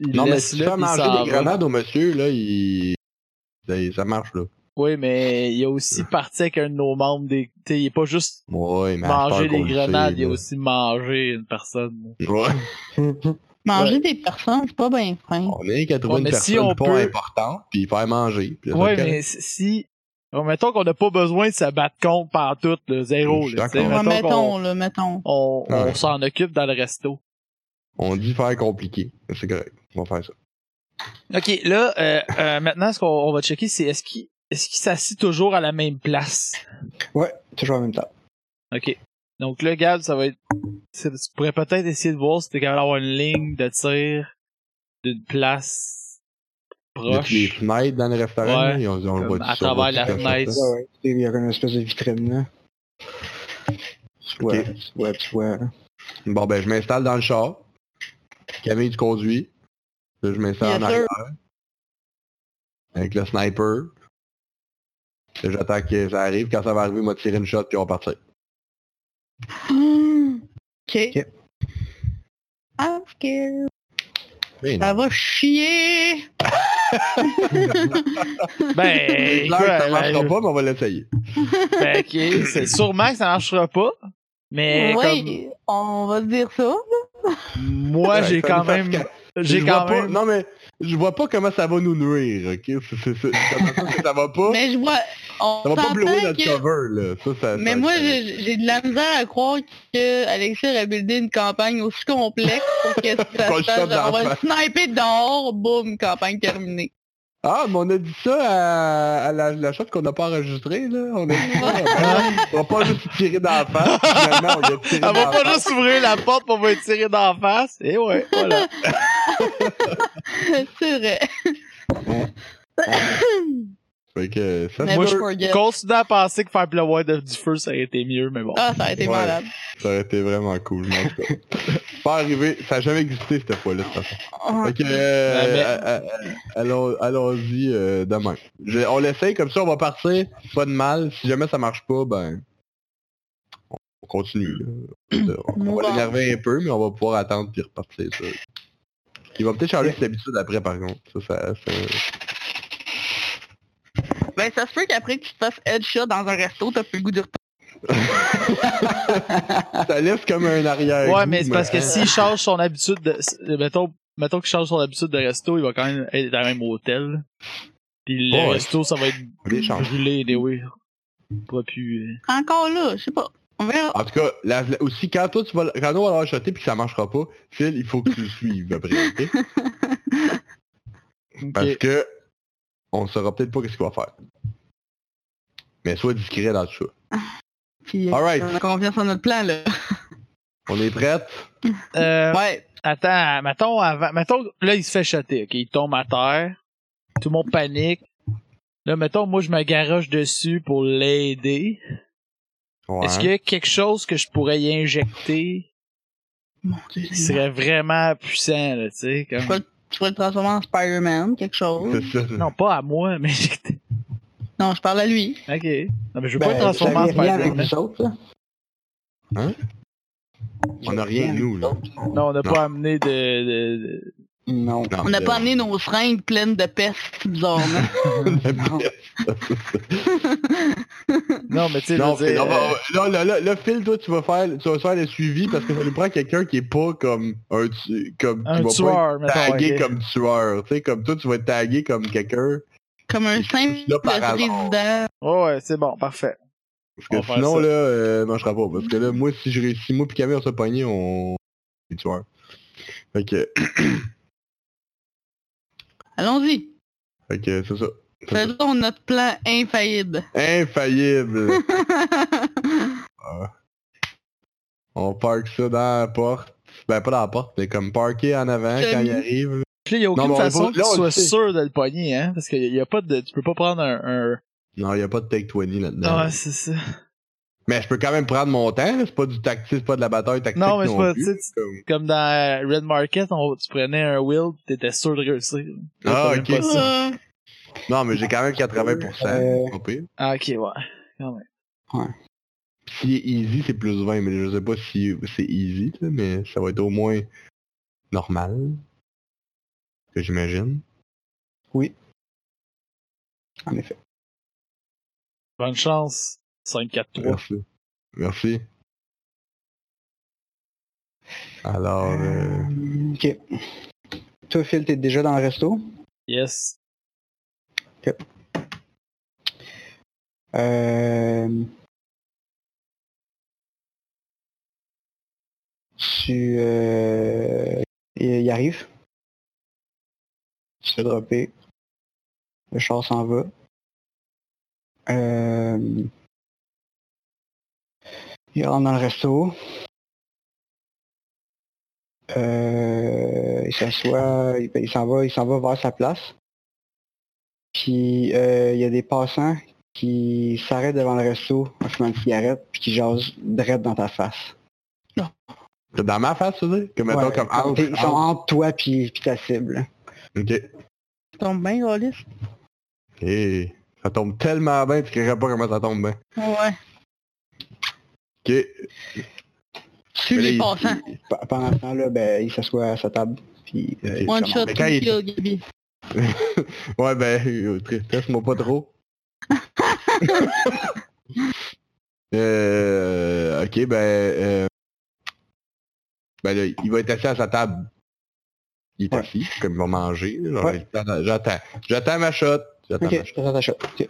Speaker 1: Il
Speaker 2: Non, mais
Speaker 1: laisse
Speaker 2: si tu
Speaker 1: là,
Speaker 2: fais
Speaker 1: puis
Speaker 2: manger
Speaker 1: s'en
Speaker 2: des
Speaker 1: va.
Speaker 2: grenades au monsieur, là, il... ben, ça- Ça marche, là.
Speaker 1: Oui, mais il a aussi parti avec un de nos membres des. T'sais, il a pas juste
Speaker 2: Ouais, Euh. mais à cette
Speaker 1: mangé
Speaker 2: heure
Speaker 1: des
Speaker 2: qu'on le
Speaker 1: grenades,
Speaker 2: sait,
Speaker 1: il a
Speaker 2: là.
Speaker 1: aussi mangé une personne.
Speaker 2: Ouais.
Speaker 3: Manger des personnes, c'est pas bien fin.
Speaker 2: On est qu'à trouver
Speaker 1: Ouais,
Speaker 2: une
Speaker 1: mais si
Speaker 2: personne
Speaker 1: on
Speaker 2: pas
Speaker 1: peut-
Speaker 2: importante, puis faire manger. Puis
Speaker 1: Ouais,
Speaker 2: ça,
Speaker 1: mais si- si. Bon, mettons qu'on n'a pas besoin de se battre contre par tout, le zéro,
Speaker 2: Je suis
Speaker 1: là. tu sais,
Speaker 2: d'accord.
Speaker 3: Ouais,
Speaker 1: mettons
Speaker 3: mettons,
Speaker 1: qu'on-
Speaker 3: là, mettons.
Speaker 1: on on
Speaker 2: Ouais.
Speaker 1: s'en occupe dans le resto.
Speaker 2: On dit faire compliqué. Mais C'est correct. On va faire ça.
Speaker 1: OK, là, euh, euh, maintenant, ce qu'on on va checker, c'est est-ce qu'il est-ce qu'il s'assit toujours à la même place?
Speaker 4: Ouais, toujours en même temps.
Speaker 1: OK. Donc là, Gab, ça va être... c'est- Tu pourrais peut-être essayer de voir si t'es capable d'avoir une ligne de tir d'une place
Speaker 2: Il y a les
Speaker 1: proche.
Speaker 2: fenêtres dans le restaurant.
Speaker 1: Ouais.
Speaker 2: là, on, on le
Speaker 1: Comme
Speaker 2: voit
Speaker 1: à travers la fenêtre.
Speaker 4: Ouais, ouais. Tu sais, Il y a comme une espèce de vitrine, là. Tu vois,
Speaker 2: Ok.
Speaker 4: tu vois, tu vois. là.
Speaker 2: Bon, ben, je m'installe dans le char. Camille, tu conduis. Là, je m'installe
Speaker 3: Yes,
Speaker 2: en arrière. Avec le sniper. Là, j'attends que ça arrive. Quand ça va arriver, il m'a tiré une shot, puis on va partir.
Speaker 3: Hum.
Speaker 4: Ok.
Speaker 3: Ok. Ah, ok.
Speaker 2: Mais
Speaker 3: Ça va chier!
Speaker 1: Ben,
Speaker 2: C'est clair que ça
Speaker 1: écoute,
Speaker 2: marchera
Speaker 1: ben,
Speaker 2: pas, mais on va l'essayer.
Speaker 1: ben, OK, c'est sûrement que ça marchera pas. Mais Eh, comme
Speaker 3: oui, on va se dire ça.
Speaker 1: moi, j'ai
Speaker 2: Ouais,
Speaker 1: quand
Speaker 2: parce
Speaker 1: même...
Speaker 2: que
Speaker 1: J'ai
Speaker 2: je
Speaker 1: quand
Speaker 2: vois pas-
Speaker 1: même...
Speaker 2: Non, mais je vois pas comment ça va nous nuire, ok? C'est- c'est- c'est- c'est comme ça que ça va pas...
Speaker 3: Mais je vois. On
Speaker 2: Ça va pas
Speaker 3: s'entend
Speaker 2: blower notre
Speaker 3: que-
Speaker 2: cover, là. Ça, ça, euh,
Speaker 3: Mais
Speaker 2: ça-
Speaker 3: moi, j'ai j'ai de la misère à croire que Alexis aurait buildé une campagne aussi complexe pour que
Speaker 2: Qu'on
Speaker 3: ça
Speaker 2: le
Speaker 3: se
Speaker 2: chope
Speaker 3: fasse.
Speaker 2: dans
Speaker 3: genre, On va
Speaker 2: la
Speaker 3: le sniper dehors, boum, campagne terminée.
Speaker 2: Ah, mais on a dit ça à, à la, la shot qu'on n'a pas enregistrée, là. On a dit ça. on va pas juste tirer dans la face. Finalement, on a tiré
Speaker 1: Elle
Speaker 2: dans
Speaker 1: va
Speaker 2: la
Speaker 1: pas
Speaker 2: face.
Speaker 1: juste ouvrir la porte pour me tirer dans la face. Et ouais, voilà.
Speaker 3: C'est vrai.
Speaker 2: Fait que ça,
Speaker 3: Mais
Speaker 1: Moi,
Speaker 2: moi,
Speaker 3: Never
Speaker 1: je
Speaker 3: forget.
Speaker 1: continue à penser que faire pleuvoir de- du feu, ça aurait été mieux, mais bon.
Speaker 3: Ah, ça a été
Speaker 2: Ouais.
Speaker 3: malade.
Speaker 2: ça aurait été vraiment cool, mais en tout cas. Pas arrivé, ça a jamais existé cette fois-là, de toute façon. Fait que, euh,
Speaker 1: Ouais, mais-
Speaker 2: euh, euh, allons- allons-y euh, demain. Je- on l'essaye, comme ça on va partir, pas de mal. Si jamais ça marche pas, ben, on continue. là. On
Speaker 3: Move
Speaker 2: va
Speaker 3: on.
Speaker 2: l'énerver un peu, mais on va pouvoir attendre puis repartir. Ça. Il va peut-être changer ses habitudes après, par contre. Ça, ça, ça-
Speaker 3: Ben, ça se peut qu'après que tu te fasses headshot dans un resto, t'as plus le goût de retourner.
Speaker 2: ça laisse comme un hein. arrière
Speaker 1: Ouais, mais c'est parce que
Speaker 2: euh,
Speaker 1: s'il change son habitude de. s- euh, Mettons, mettons qu'il change son habitude de resto, il va quand même être dans le même hôtel. Puis le
Speaker 2: Ouais.
Speaker 1: resto, ça va être
Speaker 2: Des chances.
Speaker 1: brûlé, des oui. Pas pu.
Speaker 3: Encore là, je sais pas. On verra.
Speaker 2: En tout cas, la- la- aussi, quand toi, tu vas, quand on va l'avoir shoté puis que ça marchera pas, Phil, il faut que tu le suives après, ok?
Speaker 1: euh,
Speaker 2: Parce
Speaker 1: ok.
Speaker 2: que on saura peut-être pas qu'est-ce qu'il va faire. Mais sois discret dans tout ça.
Speaker 3: Puis, euh,
Speaker 2: All right.
Speaker 3: on a confiance en notre plan, là.
Speaker 2: On est prête?
Speaker 1: Euh,
Speaker 2: Ah.
Speaker 3: Ouais.
Speaker 1: Attends, mettons, avant, mettons, là, il se fait shotter, ok? Il tombe à terre. Tout le monde panique. Là, mettons, moi, je me garoche dessus pour l'aider.
Speaker 2: Ouais.
Speaker 1: Est-ce qu'il y a quelque chose que je pourrais y injecter
Speaker 3: Mon Dieu,
Speaker 1: qui serait vraiment puissant, là, tu sais? Comme...
Speaker 3: Tu vas le transformer en Spider-Man, quelque chose.
Speaker 2: C'est ça.
Speaker 1: Non, pas à moi, mais injecter.
Speaker 3: Non, je parle à lui.
Speaker 1: Ok. Non, mais je veux pas
Speaker 4: Ben,
Speaker 1: être transformé
Speaker 4: vous
Speaker 1: en
Speaker 4: avez rien
Speaker 1: Spider-Man.
Speaker 4: avec vous autres, là?
Speaker 2: Hein? On n'a rien, nous, là.
Speaker 1: Non, on n'a
Speaker 2: Non.
Speaker 1: pas amené de. de-
Speaker 4: Non.
Speaker 2: Non,
Speaker 3: On n'a
Speaker 2: mais-
Speaker 3: pas amené nos seringues pleines de peste, bizarrement.
Speaker 1: de- Non, mais tu sais, je
Speaker 2: Non,
Speaker 1: veux
Speaker 2: Phil,
Speaker 1: dire,
Speaker 2: on va-
Speaker 1: euh,
Speaker 2: là, là, là, là, Phil, toi, tu vas faire, tu vas faire le suivi parce que ça nous prend quelqu'un qui est pas comme un, tu- comme, qui
Speaker 1: un
Speaker 2: va
Speaker 1: tueur,
Speaker 2: pas être
Speaker 1: mettons.
Speaker 2: tagué
Speaker 1: ok.
Speaker 2: comme tueur. Tu sais, comme toi, tu vas être tagué comme quelqu'un.
Speaker 3: Comme un
Speaker 2: Je suis là
Speaker 3: simple
Speaker 2: par hasard.
Speaker 3: président.
Speaker 1: Ouais, ouais, c'est bon, parfait.
Speaker 2: Parce
Speaker 1: On
Speaker 2: que
Speaker 1: va faire
Speaker 2: sinon,
Speaker 1: ça.
Speaker 2: là, euh, ne marchera pas. Parce que là, moi, si je réussis, moi puis Camille, on se pogné, on est tueur. Fait que,
Speaker 3: Allons-y.
Speaker 2: fait que c'est ça. C'est ça.
Speaker 3: Faisons notre plan infaillible.
Speaker 2: Infaillible. On parque ça dans la porte. Ben, pas dans la porte, mais comme parqué en avant
Speaker 3: Semi.
Speaker 2: quand il arrive.
Speaker 1: Puis là, il n'y a aucune
Speaker 2: Non, mais on
Speaker 1: façon
Speaker 2: va-
Speaker 1: que
Speaker 2: là,
Speaker 1: tu
Speaker 2: on le
Speaker 1: sois
Speaker 2: sait.
Speaker 1: sûr de le pogner, hein? Parce que y a pas de. Tu peux pas prendre un. un...
Speaker 2: Non, il n'y a pas de take 20 là-dedans.
Speaker 1: Ah, c'est ça.
Speaker 2: Mais je peux quand même prendre mon temps. là. C'est pas du tactique, c'est pas de la bataille tactique.
Speaker 1: Non, mais c'est pas-
Speaker 2: plus.
Speaker 1: tu sais, tu-
Speaker 2: Comme-
Speaker 1: Comme dans euh, Red Market, on- tu prenais un wheel, t'étais sûr de réussir. Là,
Speaker 2: Ah,
Speaker 1: t'as même
Speaker 2: ok.
Speaker 1: pas ça.
Speaker 3: Euh,
Speaker 2: Non, mais j'ai quand même 80%.
Speaker 4: Euh.
Speaker 2: c'est pas pire.
Speaker 1: Ah, ok, ouais.
Speaker 2: Puis Si il est easy, c'est plus 20, mais je sais pas si c'est easy, là, mais ça va être au moins normal. Que j'imagine.
Speaker 4: En effet.
Speaker 1: Bonne chance. 5-4-3.
Speaker 2: Merci. Merci. Alors, euh,
Speaker 4: Euh, Ok. Toi, Phil, t'es déjà dans le resto.
Speaker 1: Yes.
Speaker 4: Euh, Tu euh, y y arrives. Tu te fais dropper. Le char s'en va. Euh... Il rentre dans le resto. Euh, Il s'assoit, il, il s'en va, il s'en va vers sa place. Puis euh, il y a des passants qui s'arrête devant le resto en fumant une cigarette puis qui jase direct dans ta face.
Speaker 2: t'es dans ma face, tu veux dire? Que mettons
Speaker 4: Ouais,
Speaker 2: comme
Speaker 4: comme
Speaker 2: out,
Speaker 4: t'es- Ils sont
Speaker 2: out.
Speaker 4: entre toi puis, puis ta cible.
Speaker 2: Ok.
Speaker 3: Tu tombes bien, Rollis.
Speaker 2: Hey, ça tombe tellement bien, tu ne pas comment ça tombe bien.
Speaker 3: Ouais.
Speaker 2: Ok.
Speaker 3: Tu
Speaker 2: Mais là,
Speaker 3: les
Speaker 2: il-
Speaker 3: passants.
Speaker 4: P- Pendant ce temps-là, ben, il s'assoit à sa table. Puis, euh,
Speaker 2: Ok.
Speaker 4: il
Speaker 3: One
Speaker 4: commence.
Speaker 3: shot,
Speaker 2: Mais
Speaker 3: two
Speaker 2: quand il-
Speaker 3: kill, Gabi.
Speaker 2: Ouais, ben, euh, tristesse-moi pas trop. euh, ok, ben, euh, ben là, il va être assis à sa table. Il est
Speaker 4: Ouais.
Speaker 2: assis, comme il va manger. là, genre,
Speaker 4: Ouais.
Speaker 2: j'ai le temps de- J'attends, j'attends ma shot. J'attends
Speaker 4: Ok,
Speaker 2: ma shot.
Speaker 4: je t'attends ta shot. Ok.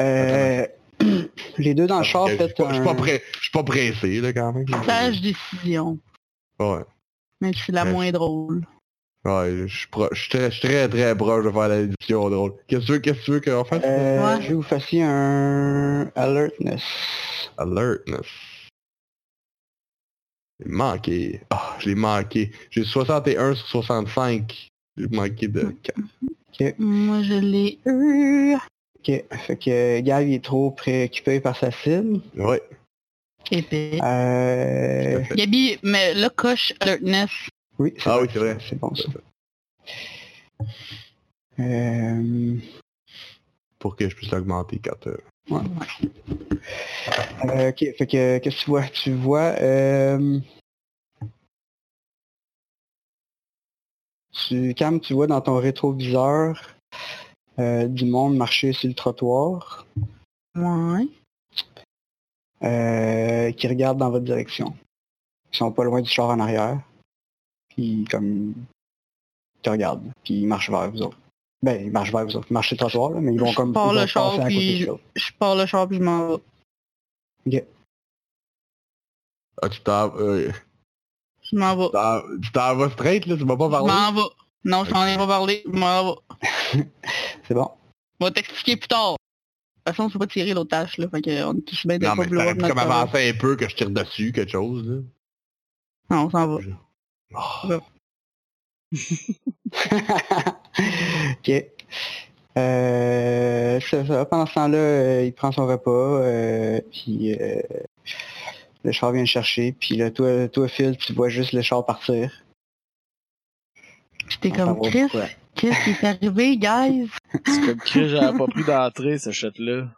Speaker 4: Euh, les deux dans le char,
Speaker 2: Ah, Je suis
Speaker 4: faites
Speaker 2: pas, je suis pas
Speaker 4: Ah, un- Ben,
Speaker 2: prêt- je suis pas pressé, là, quand même.
Speaker 3: Sage décision.
Speaker 2: Ouais,
Speaker 3: Même si c'est la
Speaker 2: Ouais.
Speaker 3: moins drôle.
Speaker 2: ouais, je suis pro- je suis très, je suis très, très proche de faire la discussion drôle. Qu'est-ce que tu veux, qu'est-ce que tu veux qu'on fasse?
Speaker 4: Euh,
Speaker 3: Ouais.
Speaker 4: Je vais vous fassiez un alertness.
Speaker 2: Alertness. J'ai manqué. Ah, je l'ai manqué. J'ai 61 sur 65. J'ai manqué de... quatre.
Speaker 3: Moi, je l'ai eu.
Speaker 4: Ok, fait que Gav il est trop préoccupé par sa cible.
Speaker 2: Ouais.
Speaker 3: Épais.
Speaker 4: Euh,
Speaker 2: tout à fait.
Speaker 3: Gabi, mais là, coche alertness.
Speaker 4: Oui, c'est
Speaker 2: Ah
Speaker 4: bon,
Speaker 2: oui, c'est vrai.
Speaker 4: C'est bon ça. Euh,
Speaker 2: Pour que je puisse l'augmenter quand... euh,
Speaker 4: euh, ok, fait que qu'est-ce que tu vois? Tu vois euh, tu, Cam, tu vois dans ton rétroviseur euh, du monde marcher sur le trottoir
Speaker 3: Ouais.
Speaker 4: euh, qui regarde dans votre direction. Ils sont pas loin du char en arrière. Puis comme ils te regardent. Puis ils marchent vers vous autres. Ben, ils marchent vers vous autres. Ils marchent sur le trottoir, là, mais ils vont
Speaker 3: Je
Speaker 4: comme
Speaker 3: pars
Speaker 4: ils
Speaker 3: le
Speaker 4: vont
Speaker 3: char,
Speaker 4: passer à côté
Speaker 3: puis
Speaker 4: de l'autre.
Speaker 3: Je pars le char puis je m'en vais.
Speaker 2: Ah, tu t'en... euh,
Speaker 3: Je m'en vais.
Speaker 2: tu t'en- tu t'en vas straight, là? Tu m'as pas
Speaker 3: Je
Speaker 2: parlé?
Speaker 3: m'en vais. Non, je t'en ai pas parlé. Je m'en vais.
Speaker 4: C'est bon.
Speaker 3: On va t'expliquer plus tard. De toute façon, on peut pas tirer l'autre tâche, là. Fait qu'on est tous bien de
Speaker 2: Non,
Speaker 3: pas
Speaker 2: mais
Speaker 3: vouloir
Speaker 2: t'aurais pu
Speaker 3: notre
Speaker 2: comme
Speaker 3: travail.
Speaker 2: avancer un peu, que je tire dessus, quelque chose, là.
Speaker 3: Non, on s'en va.
Speaker 2: Ah,
Speaker 4: ok. Euh, ça- ça, pendant ce temps-là, euh, il prend son repas, euh, puis euh, le char vient le chercher, puis là, toi, toi, Phil, tu vois juste le char partir.
Speaker 3: J'étais
Speaker 4: Sans
Speaker 3: comme
Speaker 4: savoir
Speaker 3: Chris.
Speaker 4: pourquoi.
Speaker 3: Qu'est-ce qui est arrivé, guys?
Speaker 1: C'est comme que j'avais pas pris d'entrée, ce shot-là.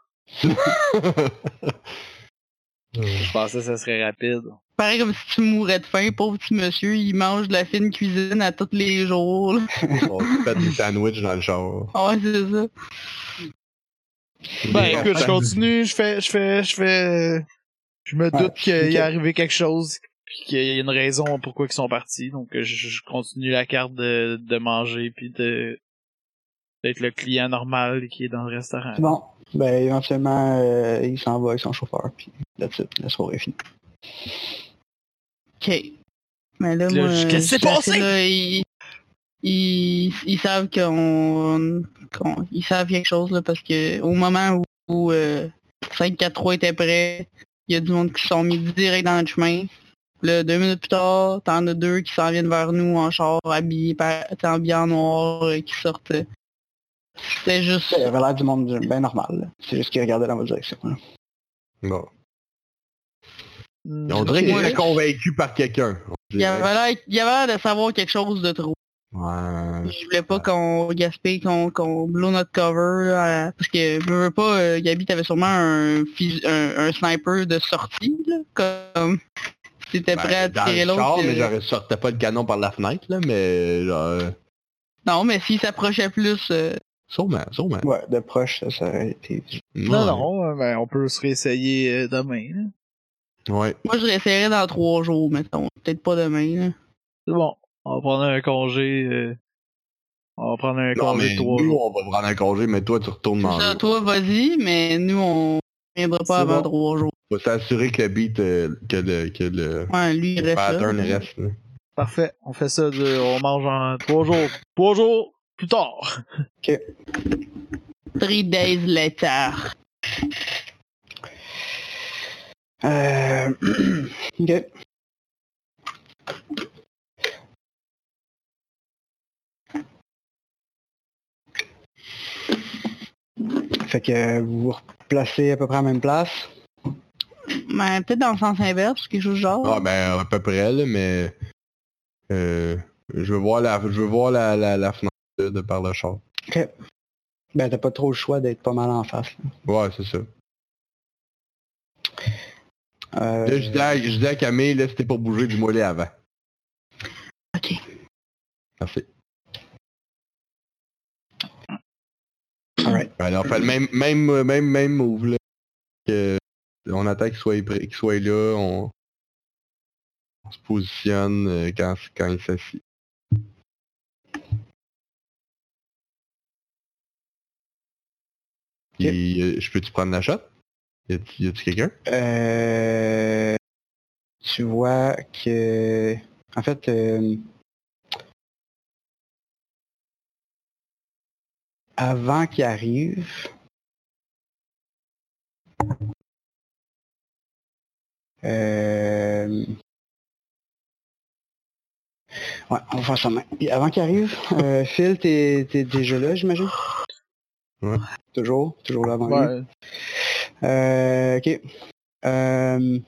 Speaker 1: Je pensais que ça serait rapide.
Speaker 3: Pareil comme si tu mourais de faim, pauvre petit monsieur, il mange de la fine cuisine à tous les jours. là.
Speaker 2: On se fait du sandwich dans le char.
Speaker 3: Ouais, c'est ça.
Speaker 1: Ben écoute, je continue, je fais, je fais, je fais. Je me doute qu'il
Speaker 4: ok.
Speaker 1: est arrivé quelque chose, puis qu'il y a une raison pourquoi ils sont partis. Donc je, je continue la carte de, de manger, puis de d'être le client normal qui est dans le restaurant.
Speaker 4: C'est bon. Ben, éventuellement, euh, il s'en va avec son chauffeur, puis that's it, la soirée est finie.
Speaker 3: Ok. Mais là,
Speaker 1: Là,
Speaker 3: moi,
Speaker 1: je- qu'est-ce qui s'est
Speaker 3: je suis
Speaker 1: passé?
Speaker 3: assis là, ils, ils, ils savent qu'on, qu'on- Ils savent quelque chose, là, parce que au moment où, où, euh, 5-4-3 était prêt, il y a du monde qui se sont mis direct dans le chemin. Là, deux minutes plus tard, t'en as deux qui s'en viennent vers nous en char, habillés, par, t'sais, habillés en noir, euh, qui sortent. euh. C'était juste...
Speaker 4: Ben, Il avait l'air du monde du- ben normal. là. C'est juste qu'il regardait dans votre direction. là.
Speaker 2: Bon.
Speaker 1: Hmm,
Speaker 2: On dirait qu'il
Speaker 1: ok.
Speaker 2: était convaincu par quelqu'un. on
Speaker 3: Il
Speaker 2: dirait.
Speaker 3: avait l'air il avait l'air de savoir quelque chose de trop.
Speaker 2: Ouais.
Speaker 3: Je voulais pas qu'on gaspille, qu'on qu'on blow notre cover. là, à- parce que je veux pas, euh, Gabi, t'avais sûrement un, fus- un, un sniper de sortie, là, comme si t'étais
Speaker 2: Ben,
Speaker 3: prêt à
Speaker 2: dans
Speaker 3: tirer
Speaker 2: le char,
Speaker 3: l'autre.
Speaker 2: mais
Speaker 3: euh,
Speaker 2: j'aurais sortais pas le canon par la fenêtre, là, mais genre, euh,
Speaker 3: non, mais s'il s'approchait plus, euh,
Speaker 2: sûrement, sûrement.
Speaker 4: Ouais, de proche, ça, ça aurait été...
Speaker 1: Non, non, euh, ben, on peut se réessayer euh, demain. là.
Speaker 2: Ouais.
Speaker 3: Moi, je réessayerais dans trois jours, mettons. Peut-être pas demain, là.
Speaker 1: C'est bon. On va prendre un congé. euh, on va prendre un
Speaker 2: Non,
Speaker 1: congé
Speaker 2: mais
Speaker 1: de trois
Speaker 2: nous,
Speaker 1: jours.
Speaker 2: on va prendre un congé, mais toi, tu retournes dans
Speaker 3: Ça,
Speaker 2: le...
Speaker 3: toi, vas-y, mais nous, on viendra pas
Speaker 1: C'est
Speaker 3: avant
Speaker 1: bon.
Speaker 3: trois jours.
Speaker 2: On va s'assurer que le beat, euh, que le, que le
Speaker 3: Ouais, lui, il reste là.
Speaker 2: pattern reste. là.
Speaker 1: Parfait. On fait ça de, on mange en trois jours. Trois jours plus tard.
Speaker 3: Three days later.
Speaker 4: Euh... ok. Fait que vous vous replacez à peu près à la même place.
Speaker 3: Mais Ben, peut-être dans le sens inverse, quelque chose du genre.
Speaker 2: Ah, ben, à peu près, là, mais... euh, je veux voir la, je veux voir la, la, la fenêtre là, de par le char.
Speaker 4: Ben, t'as pas trop le choix d'être pas mal en face. là.
Speaker 2: Ouais, c'est ça.
Speaker 4: Euh,
Speaker 2: Là, je dis à, je dis à Camille, là, c'était pour bouger du mollet avant. Ah.
Speaker 3: Ok.
Speaker 2: Merci.
Speaker 4: Alright.
Speaker 2: Alors, on Ben fait le même, même, euh, même, même move, là. Que on attend qu'il soit, prêt- qu'il soit là, on, on se positionne euh, quand, quand il s'assit. Et, euh, je peux-tu prendre la shot? Y a-tu y a-tu quelqu'un?
Speaker 4: Euh, tu vois que... En fait, euh, avant qu'il arrive, euh, ouais, on va faire ça maintenant. Puis Avant qu'il arrive, euh, Phil, t'es t'es déjà là, j'imagine?
Speaker 2: Ouais.
Speaker 4: Toujours, toujours là avant lui.
Speaker 1: Ouais.
Speaker 4: Euh, ok. Euh,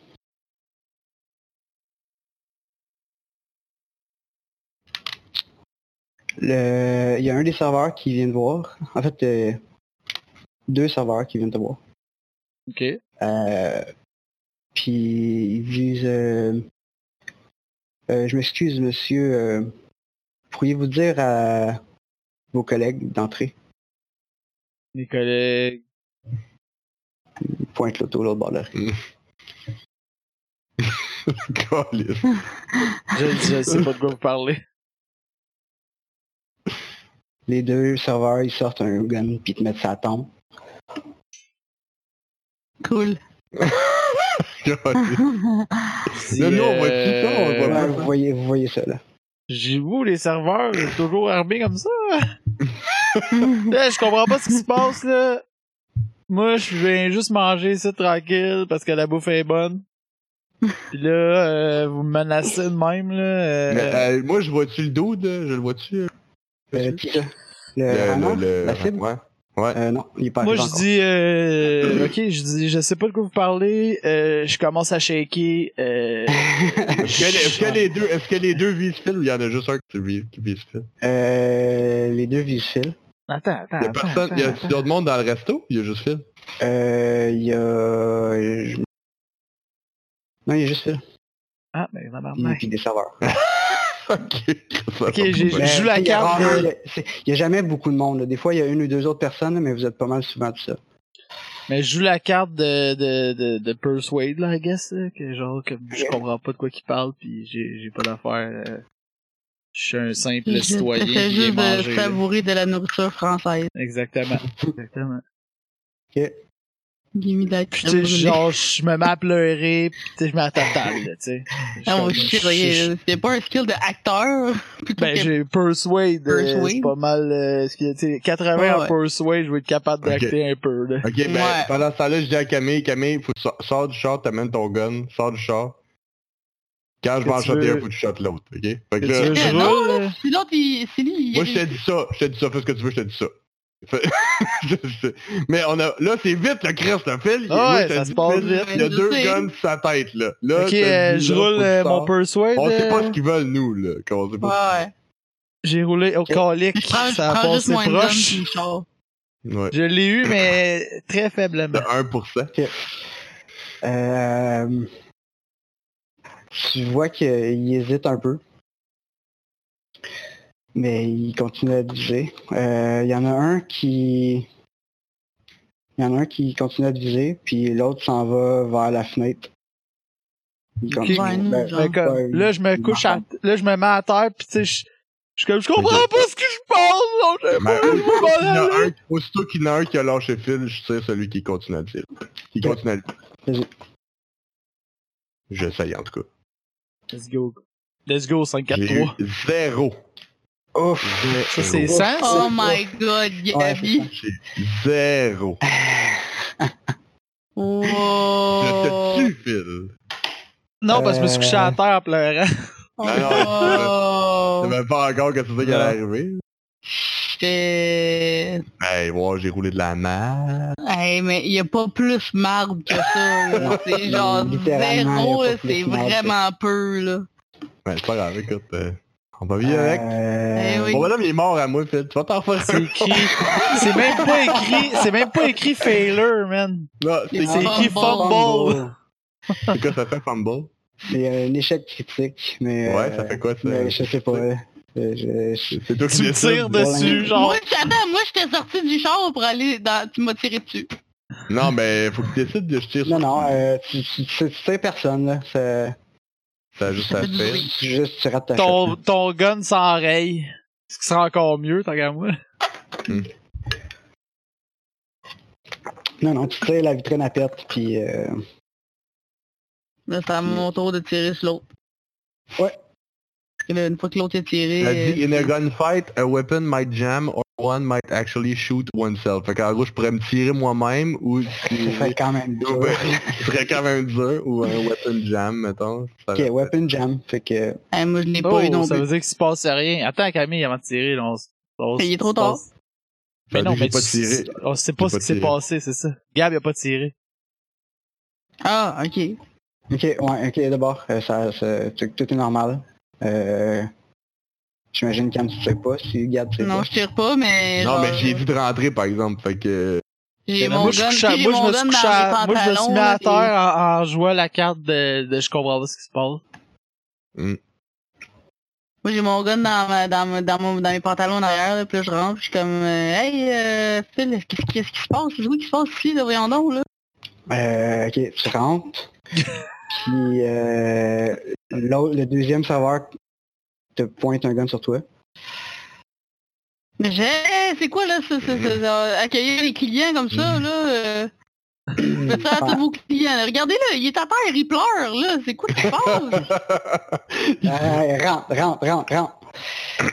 Speaker 4: Le... Il y a un des serveurs qui vient te voir. En fait, euh, deux serveurs qui viennent te voir.
Speaker 1: Ok.
Speaker 4: Euh, Puis ils disent euh, Euh, Je m'excuse, monsieur. euh, Pourriez-vous dire à vos collègues d'entrer
Speaker 1: Mes collègues.
Speaker 4: Pointe l'auto l'autre bord de la rue.
Speaker 2: Câlisse.
Speaker 1: Je, je sais pas de quoi vous parlez.
Speaker 4: Les deux serveurs, ils sortent un gun puis ils te mettent sa tombe.
Speaker 3: Cool.
Speaker 2: Câlisse.
Speaker 1: Si,
Speaker 2: Non, non, on va
Speaker 1: euh,
Speaker 2: tout le temps, on va
Speaker 4: Ouais, vous, voyez, vous voyez ça là.
Speaker 1: J'ai vous, les serveurs, toujours armés comme ça. Là, je comprends pas ce qui se passe, là. Moi, je viens juste manger ici tranquille parce que la bouffe est bonne. Puis là, euh, vous me menacez de même, là. euh,
Speaker 2: Mais, euh, moi, je vois-tu le dos, je le vois-tu? euh, monsieur?
Speaker 4: Euh, qui ça? Le, Rana? la cible?
Speaker 2: ouais.
Speaker 4: Euh, non, il est pas
Speaker 1: Moi,
Speaker 4: arrivé
Speaker 1: je
Speaker 4: encore.
Speaker 1: dis, euh, ok, je dis, je sais pas de quoi vous parlez, euh, je commence à shaker, euh,
Speaker 2: Est-ce que, les- est-ce que les deux, est-ce que les deux visent Phil ou il y en a juste un qui vise, qui vise Phil?
Speaker 4: Euh, les deux visent Phil.
Speaker 1: attends, attends,
Speaker 2: Il y a
Speaker 1: Ah, attends,
Speaker 2: personne, il y a
Speaker 1: attends.
Speaker 2: d'autres monde dans le resto? Il y a juste Phil?
Speaker 4: Euh, il y a... je- Non, il y a juste Phil.
Speaker 1: Ah, ben, non,
Speaker 4: Et
Speaker 2: Mm.
Speaker 4: puis des serveurs.
Speaker 2: ok.
Speaker 1: Ok, j'ai- Je joue la
Speaker 4: il y a
Speaker 1: carte,
Speaker 4: rarement-
Speaker 1: euh,
Speaker 4: il y a- c'est- Il y a jamais beaucoup de monde. là. Des fois, il y a une ou deux autres personnes, mais vous êtes pas mal souvent tout ça.
Speaker 1: Mais je joue la carte de, de, de, de Persuade, là, I guess, là, que genre, que je comprends pas de quoi qu'il parle, puis j'ai, j'ai pas d'affaire, euh, je suis un simple
Speaker 3: Je
Speaker 1: citoyen qui
Speaker 3: j'essaie
Speaker 1: vient
Speaker 3: juste
Speaker 1: manger.
Speaker 3: de
Speaker 1: là.
Speaker 3: savourer de la nourriture française.
Speaker 1: Exactement, exactement.
Speaker 3: Give me that
Speaker 1: Puis,
Speaker 3: crème
Speaker 1: tu sais,
Speaker 3: brûlée.
Speaker 1: genre, je me mets à pleurer, pis tu sais, je mets à totale, là, tu sais. Je suis
Speaker 3: Ah, oh,
Speaker 1: comme-
Speaker 3: shit,
Speaker 1: je- je-
Speaker 3: voyez, c'est pas un skill de acteur. Plutôt
Speaker 1: Ben,
Speaker 3: que-
Speaker 1: j'ai persuade, euh,
Speaker 3: Persuade.
Speaker 1: c'est pas mal, euh, ce qu'il y a, tu sais, 80
Speaker 3: Ouais,
Speaker 1: en
Speaker 3: ouais.
Speaker 1: persuade, je vais être capable
Speaker 2: Ok.
Speaker 1: d'acter un peu, là.
Speaker 2: Ok, ben,
Speaker 3: Ouais.
Speaker 2: pendant ce temps-là, je dis à Camille, Camille, faut, sors, sors du char, t'amènes ton gun, sors du char. Quand je
Speaker 1: Que
Speaker 2: vais en
Speaker 1: tu
Speaker 2: shotter
Speaker 1: veux-
Speaker 2: un, faut que tu shottes l'autre, ok? Fait que
Speaker 1: Tu
Speaker 2: là,
Speaker 1: veux, que je
Speaker 3: Eh, non,
Speaker 1: roule, là?
Speaker 3: Si l'autre, il... Si lui, il...
Speaker 2: moi, je t'ai dit ça, je t'ai dit ça, fais ce que tu veux, je t'ai dit ça. Fait- je sais. Mais on a, là, c'est vite, le Chris, le Phil.
Speaker 1: Ah
Speaker 2: Moi,
Speaker 1: ouais,
Speaker 2: je t'ai
Speaker 1: ça
Speaker 2: dit,
Speaker 1: se passe
Speaker 2: Phil,
Speaker 1: vite.
Speaker 2: Il y a
Speaker 3: Je
Speaker 2: deux
Speaker 3: sais.
Speaker 2: guns sur sa tête, là. là
Speaker 1: ok,
Speaker 2: je te
Speaker 1: euh,
Speaker 2: dis,
Speaker 1: je
Speaker 2: là,
Speaker 1: roule
Speaker 2: faut que
Speaker 1: euh,
Speaker 2: tu
Speaker 1: mon
Speaker 2: sors.
Speaker 1: persuade.
Speaker 2: On sait pas
Speaker 1: euh,
Speaker 2: ce qu'ils veulent, nous, là. qu'on sait pas
Speaker 3: Ouais.
Speaker 1: J'ai roulé au calique,
Speaker 3: Je prends, je
Speaker 1: ça a
Speaker 3: prends juste
Speaker 1: passé
Speaker 3: moins de
Speaker 1: proche.
Speaker 3: guns, puis je sors.
Speaker 2: ce qu'ils- Ouais.
Speaker 1: Je l'ai eu, mais très faiblement.
Speaker 2: De 1%.
Speaker 4: Euh, tu vois qu'il hésite un peu. Mais il continue à viser. Euh, Il y en a un qui... Il y en a un qui continue à viser, puis l'autre s'en va vers la fenêtre. Il est comme-
Speaker 1: Ok.
Speaker 3: Ouais, non,
Speaker 4: ben,
Speaker 3: genre.
Speaker 1: Mais comme,
Speaker 4: ouais,
Speaker 1: là, je me
Speaker 4: il
Speaker 1: couche à, là, je me mets à terre pis tu sais, je, je suis comme, je comprends pas ce que je pense, là, je sais
Speaker 2: Mais
Speaker 1: pas où je
Speaker 2: aussitôt qu'il y en
Speaker 1: m'en
Speaker 2: a
Speaker 1: aller.
Speaker 2: un- Aussitôt qu'il y en a un qui a lâché fil, je tire celui qui continue à le tirer. Qui
Speaker 4: Ok.
Speaker 2: continue à le
Speaker 4: Vas-y.
Speaker 2: J'essaye en tout cas.
Speaker 1: Let's go. Let's go, 5, 4,
Speaker 2: J'ai eu
Speaker 1: 3.
Speaker 2: zéro.
Speaker 4: Ouf.
Speaker 1: Ça, c'est
Speaker 2: Zéro.
Speaker 1: 100, ça?
Speaker 3: Oh my god, Gabi.
Speaker 4: Ouais,
Speaker 2: Zéro.
Speaker 3: wow. Oh.
Speaker 2: Je te tue, Phil.
Speaker 1: Non, parce que je me suis couché à
Speaker 4: Euh.
Speaker 1: terre en pleurant.
Speaker 2: Ah non, Ah, Je
Speaker 3: Oh,
Speaker 2: savais pas encore que c'était qui
Speaker 4: Ah.
Speaker 2: allait arriver.
Speaker 3: shit.
Speaker 2: Hey, wow, j'ai roulé de la merde.
Speaker 3: Hey, mais il n'y a pas plus marde que ça. là. C'est genre zéro,
Speaker 4: Littéralement, y a
Speaker 3: là,
Speaker 4: pas plus
Speaker 3: c'est
Speaker 4: marde que-
Speaker 3: vraiment peu, là.
Speaker 2: Ouais, c'est pas grave, écoute. euh, on va vivre avec.
Speaker 4: Euh,
Speaker 3: Eh oui.
Speaker 2: Bon, madame, il est mort à moi, Phil. Tu vas t'en refaire
Speaker 1: C'est
Speaker 2: un.
Speaker 1: écrit, c'est même pas écrit, c'est même pas écrit failure, man.
Speaker 2: Là,
Speaker 1: C'est
Speaker 2: c'est
Speaker 3: Ah.
Speaker 1: écrit
Speaker 3: Fumble.
Speaker 1: fumble.
Speaker 2: c'est quoi, ça fait fumble?
Speaker 4: C'est un échec critique, mais.
Speaker 2: Ouais,
Speaker 4: euh,
Speaker 2: ça fait quoi, ça?
Speaker 4: mais je sais pas. euh, je- je-
Speaker 2: C'est toi qui
Speaker 1: Tu me
Speaker 2: décides.
Speaker 1: tires dessus, genre.
Speaker 3: Moi, j'attends, moi, j'étais sorti du char pour aller dans... Tu m'as tiré dessus.
Speaker 2: Non, mais faut que tu décides de je tire
Speaker 4: Non,
Speaker 2: sur
Speaker 4: non, euh, tu, tu, tu- tu sais personne, là. ça-
Speaker 2: Ça a juste à faire.
Speaker 4: tu- Juste, tu rates ta shot.
Speaker 1: Ton, ton gun sans oreille. Ce qui sera encore mieux, tant qu'à moi.
Speaker 4: Non, non, tu sais la vitrine à perte, puis... euh,
Speaker 3: Là, c'est à mon tour de tirer sur l'autre.
Speaker 4: Ouais.
Speaker 3: Et là, une fois que l'autre est
Speaker 2: Il a dit,
Speaker 3: tiré...
Speaker 2: in a gunfight, a weapon might jam or one might actually shoot oneself. Fait qu'en gros, je pourrais me tirer moi-même ou
Speaker 4: ça fait
Speaker 2: tirer-
Speaker 4: quand même dur.
Speaker 2: ou ben, ce serait quand même dur ou un weapon jam, mettons. Ça-
Speaker 4: Ok, weapon jam, fait que...
Speaker 3: euh, hey, moi, je l'ai
Speaker 1: Oh,
Speaker 3: pas eu non
Speaker 1: ça
Speaker 3: plus.
Speaker 1: veut dire qu'il se passe rien. Attends, Camille, avant de tirer, là, on s- on s-
Speaker 3: Il est trop
Speaker 1: on
Speaker 3: tard.
Speaker 1: s- Mais
Speaker 2: Ça
Speaker 1: non,
Speaker 2: dit que
Speaker 1: mais
Speaker 2: j'ai pas
Speaker 1: tu-
Speaker 2: tiré.
Speaker 1: on sait pas
Speaker 2: J'ai
Speaker 1: ce
Speaker 2: pas
Speaker 1: qui s'est
Speaker 2: tiré.
Speaker 1: passé, c'est ça. Gab, il a pas tiré.
Speaker 3: Ah, ok.
Speaker 4: Ok, ouais, ok, d'abord, euh, ça, ça- tout, tout est normal. Euh, J'imagine quand tu sais pas, si Gab tu sais
Speaker 3: Non,
Speaker 4: pas.
Speaker 3: je tire pas, mais...
Speaker 2: Non,
Speaker 3: genre,
Speaker 2: mais j'ai dit de rentrer, par exemple. Fait que...
Speaker 3: J'ai
Speaker 1: Mais
Speaker 3: mon
Speaker 1: moi, je
Speaker 3: gun,
Speaker 1: couchais-
Speaker 3: puis j'ai
Speaker 1: moi, je
Speaker 3: mon
Speaker 1: me suis
Speaker 3: gun dans
Speaker 1: couché
Speaker 3: les
Speaker 1: à- moi, je me suis
Speaker 3: pantalons,
Speaker 1: mis
Speaker 3: là,
Speaker 1: à
Speaker 3: puis-
Speaker 1: terre en, en jouant la carte de, de je comprends pas ce qui se passe.
Speaker 3: Moi j'ai mon gun dans, ma, dans, ma- dans, mon, dans mes pantalons derrière, là, puis là je rentre, puis je suis comme euh, Hey euh, Phil, qu'est-ce qui- qu'est-ce qui se passe? C'est quoi qui se passe ici, là, voyons donc là?
Speaker 4: Euh, ok, tu rentres. puis euh, l'autre- le deuxième serveur te pointe un gun sur toi.
Speaker 3: Mais j'ai hey, c'est quoi là ça, ça, ça, ça, accueillir les clients comme
Speaker 2: Mm.
Speaker 3: ça, là? Euh, faites ça à tous vos clients. là. Regardez là, il est à terre, il pleure, là, c'est quoi qui se passe?
Speaker 4: Euh, rentre, rentre, rentre, rentre.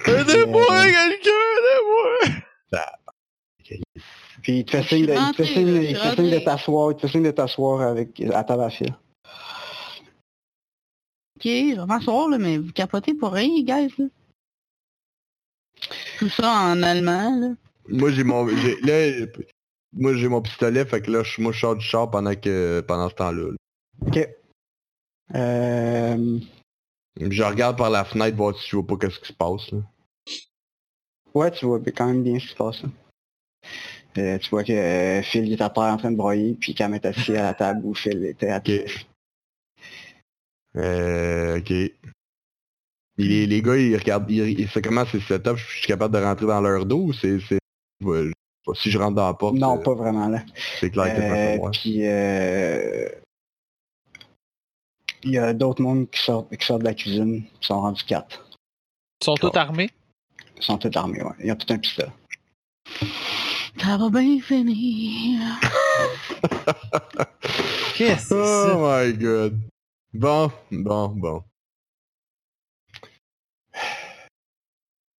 Speaker 1: Aidez-moi, quelqu'un, aidez-moi!
Speaker 4: Puis il te fait signe de, il te fait signe- il te fait signe de t'asseoir, il te fait signe de t'asseoir avec à table à fil.
Speaker 3: ok, je vais m'asseoir là, mais vous capotez pour rien, guys, là. Tout ça en allemand, là.
Speaker 2: Moi, j'ai mon... j'ai- Là, moi, j'ai mon pistolet. Fait que là, je- moi, je sors du char pendant, que... pendant ce temps-là.
Speaker 4: Ok. Euh,
Speaker 2: Je regarde par la fenêtre voir si je vois pas qu'est-ce qui se passe. Là.
Speaker 4: ouais, tu vois ben, quand même bien ce qui se passe. là. Euh, tu vois que euh, Phil il est à terre en train de broyer, puis Cam est assis à la table où Phil était à
Speaker 2: Ok. Euh, ok. Il est- les gars, ils regardent, ils, ils- c'est comment c'est setup, je suis capable de rentrer dans leur dos ou c'est, c'est- ouais, je sais pas, si je rentre dans la porte,
Speaker 4: Non,
Speaker 2: euh,
Speaker 4: pas vraiment là.
Speaker 2: c'est clair que c'est pas
Speaker 4: Euh,
Speaker 2: pour moi.
Speaker 4: Puis euh, il y a d'autres mondes qui sortent, qui sortent de la cuisine, qui sont rendus quatre.
Speaker 1: Ils sont tous armés.
Speaker 4: Ils sont tous armés, ouais. Ils ont tout un pistolet.
Speaker 3: Ça va bien finir.
Speaker 1: Qu'est-ce que c'est ça?
Speaker 2: Oh my god. Bon, bon, bon.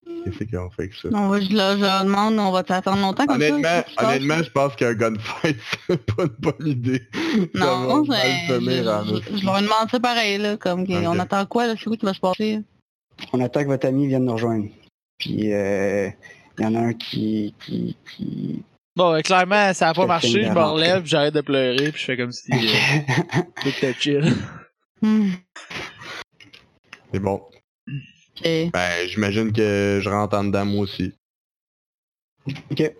Speaker 2: Qu'est-ce qu'on fait avec ça?
Speaker 3: On va, je, là, je leur demande, on va t'attendre longtemps comme
Speaker 2: Honnêtement,
Speaker 3: ça. qu'est-ce qui se passe?
Speaker 2: honnêtement, je pense qu'un gunfight, c'est pas une bonne idée.
Speaker 3: non,
Speaker 2: ça va mal
Speaker 3: c'est-
Speaker 2: finir en
Speaker 3: je, je, je leur demande ça pareil, là, comme que-
Speaker 2: Ok.
Speaker 3: on attend quoi, là, c'est quoi qui va se passer?
Speaker 4: On attend que votre ami vienne nous rejoindre. Puis euh, il y en a un qui, qui, qui-
Speaker 1: Bon, ben, clairement, ça a pas
Speaker 4: C'est
Speaker 1: marché, je me
Speaker 4: énervant.
Speaker 1: relève, puis j'arrête de pleurer, puis je fais comme si euh, tout était chill.
Speaker 3: Hmm,
Speaker 2: C'est bon.
Speaker 3: ok.
Speaker 2: Ben, j'imagine que je rentre en dedans moi aussi.
Speaker 4: Ok. Ouais,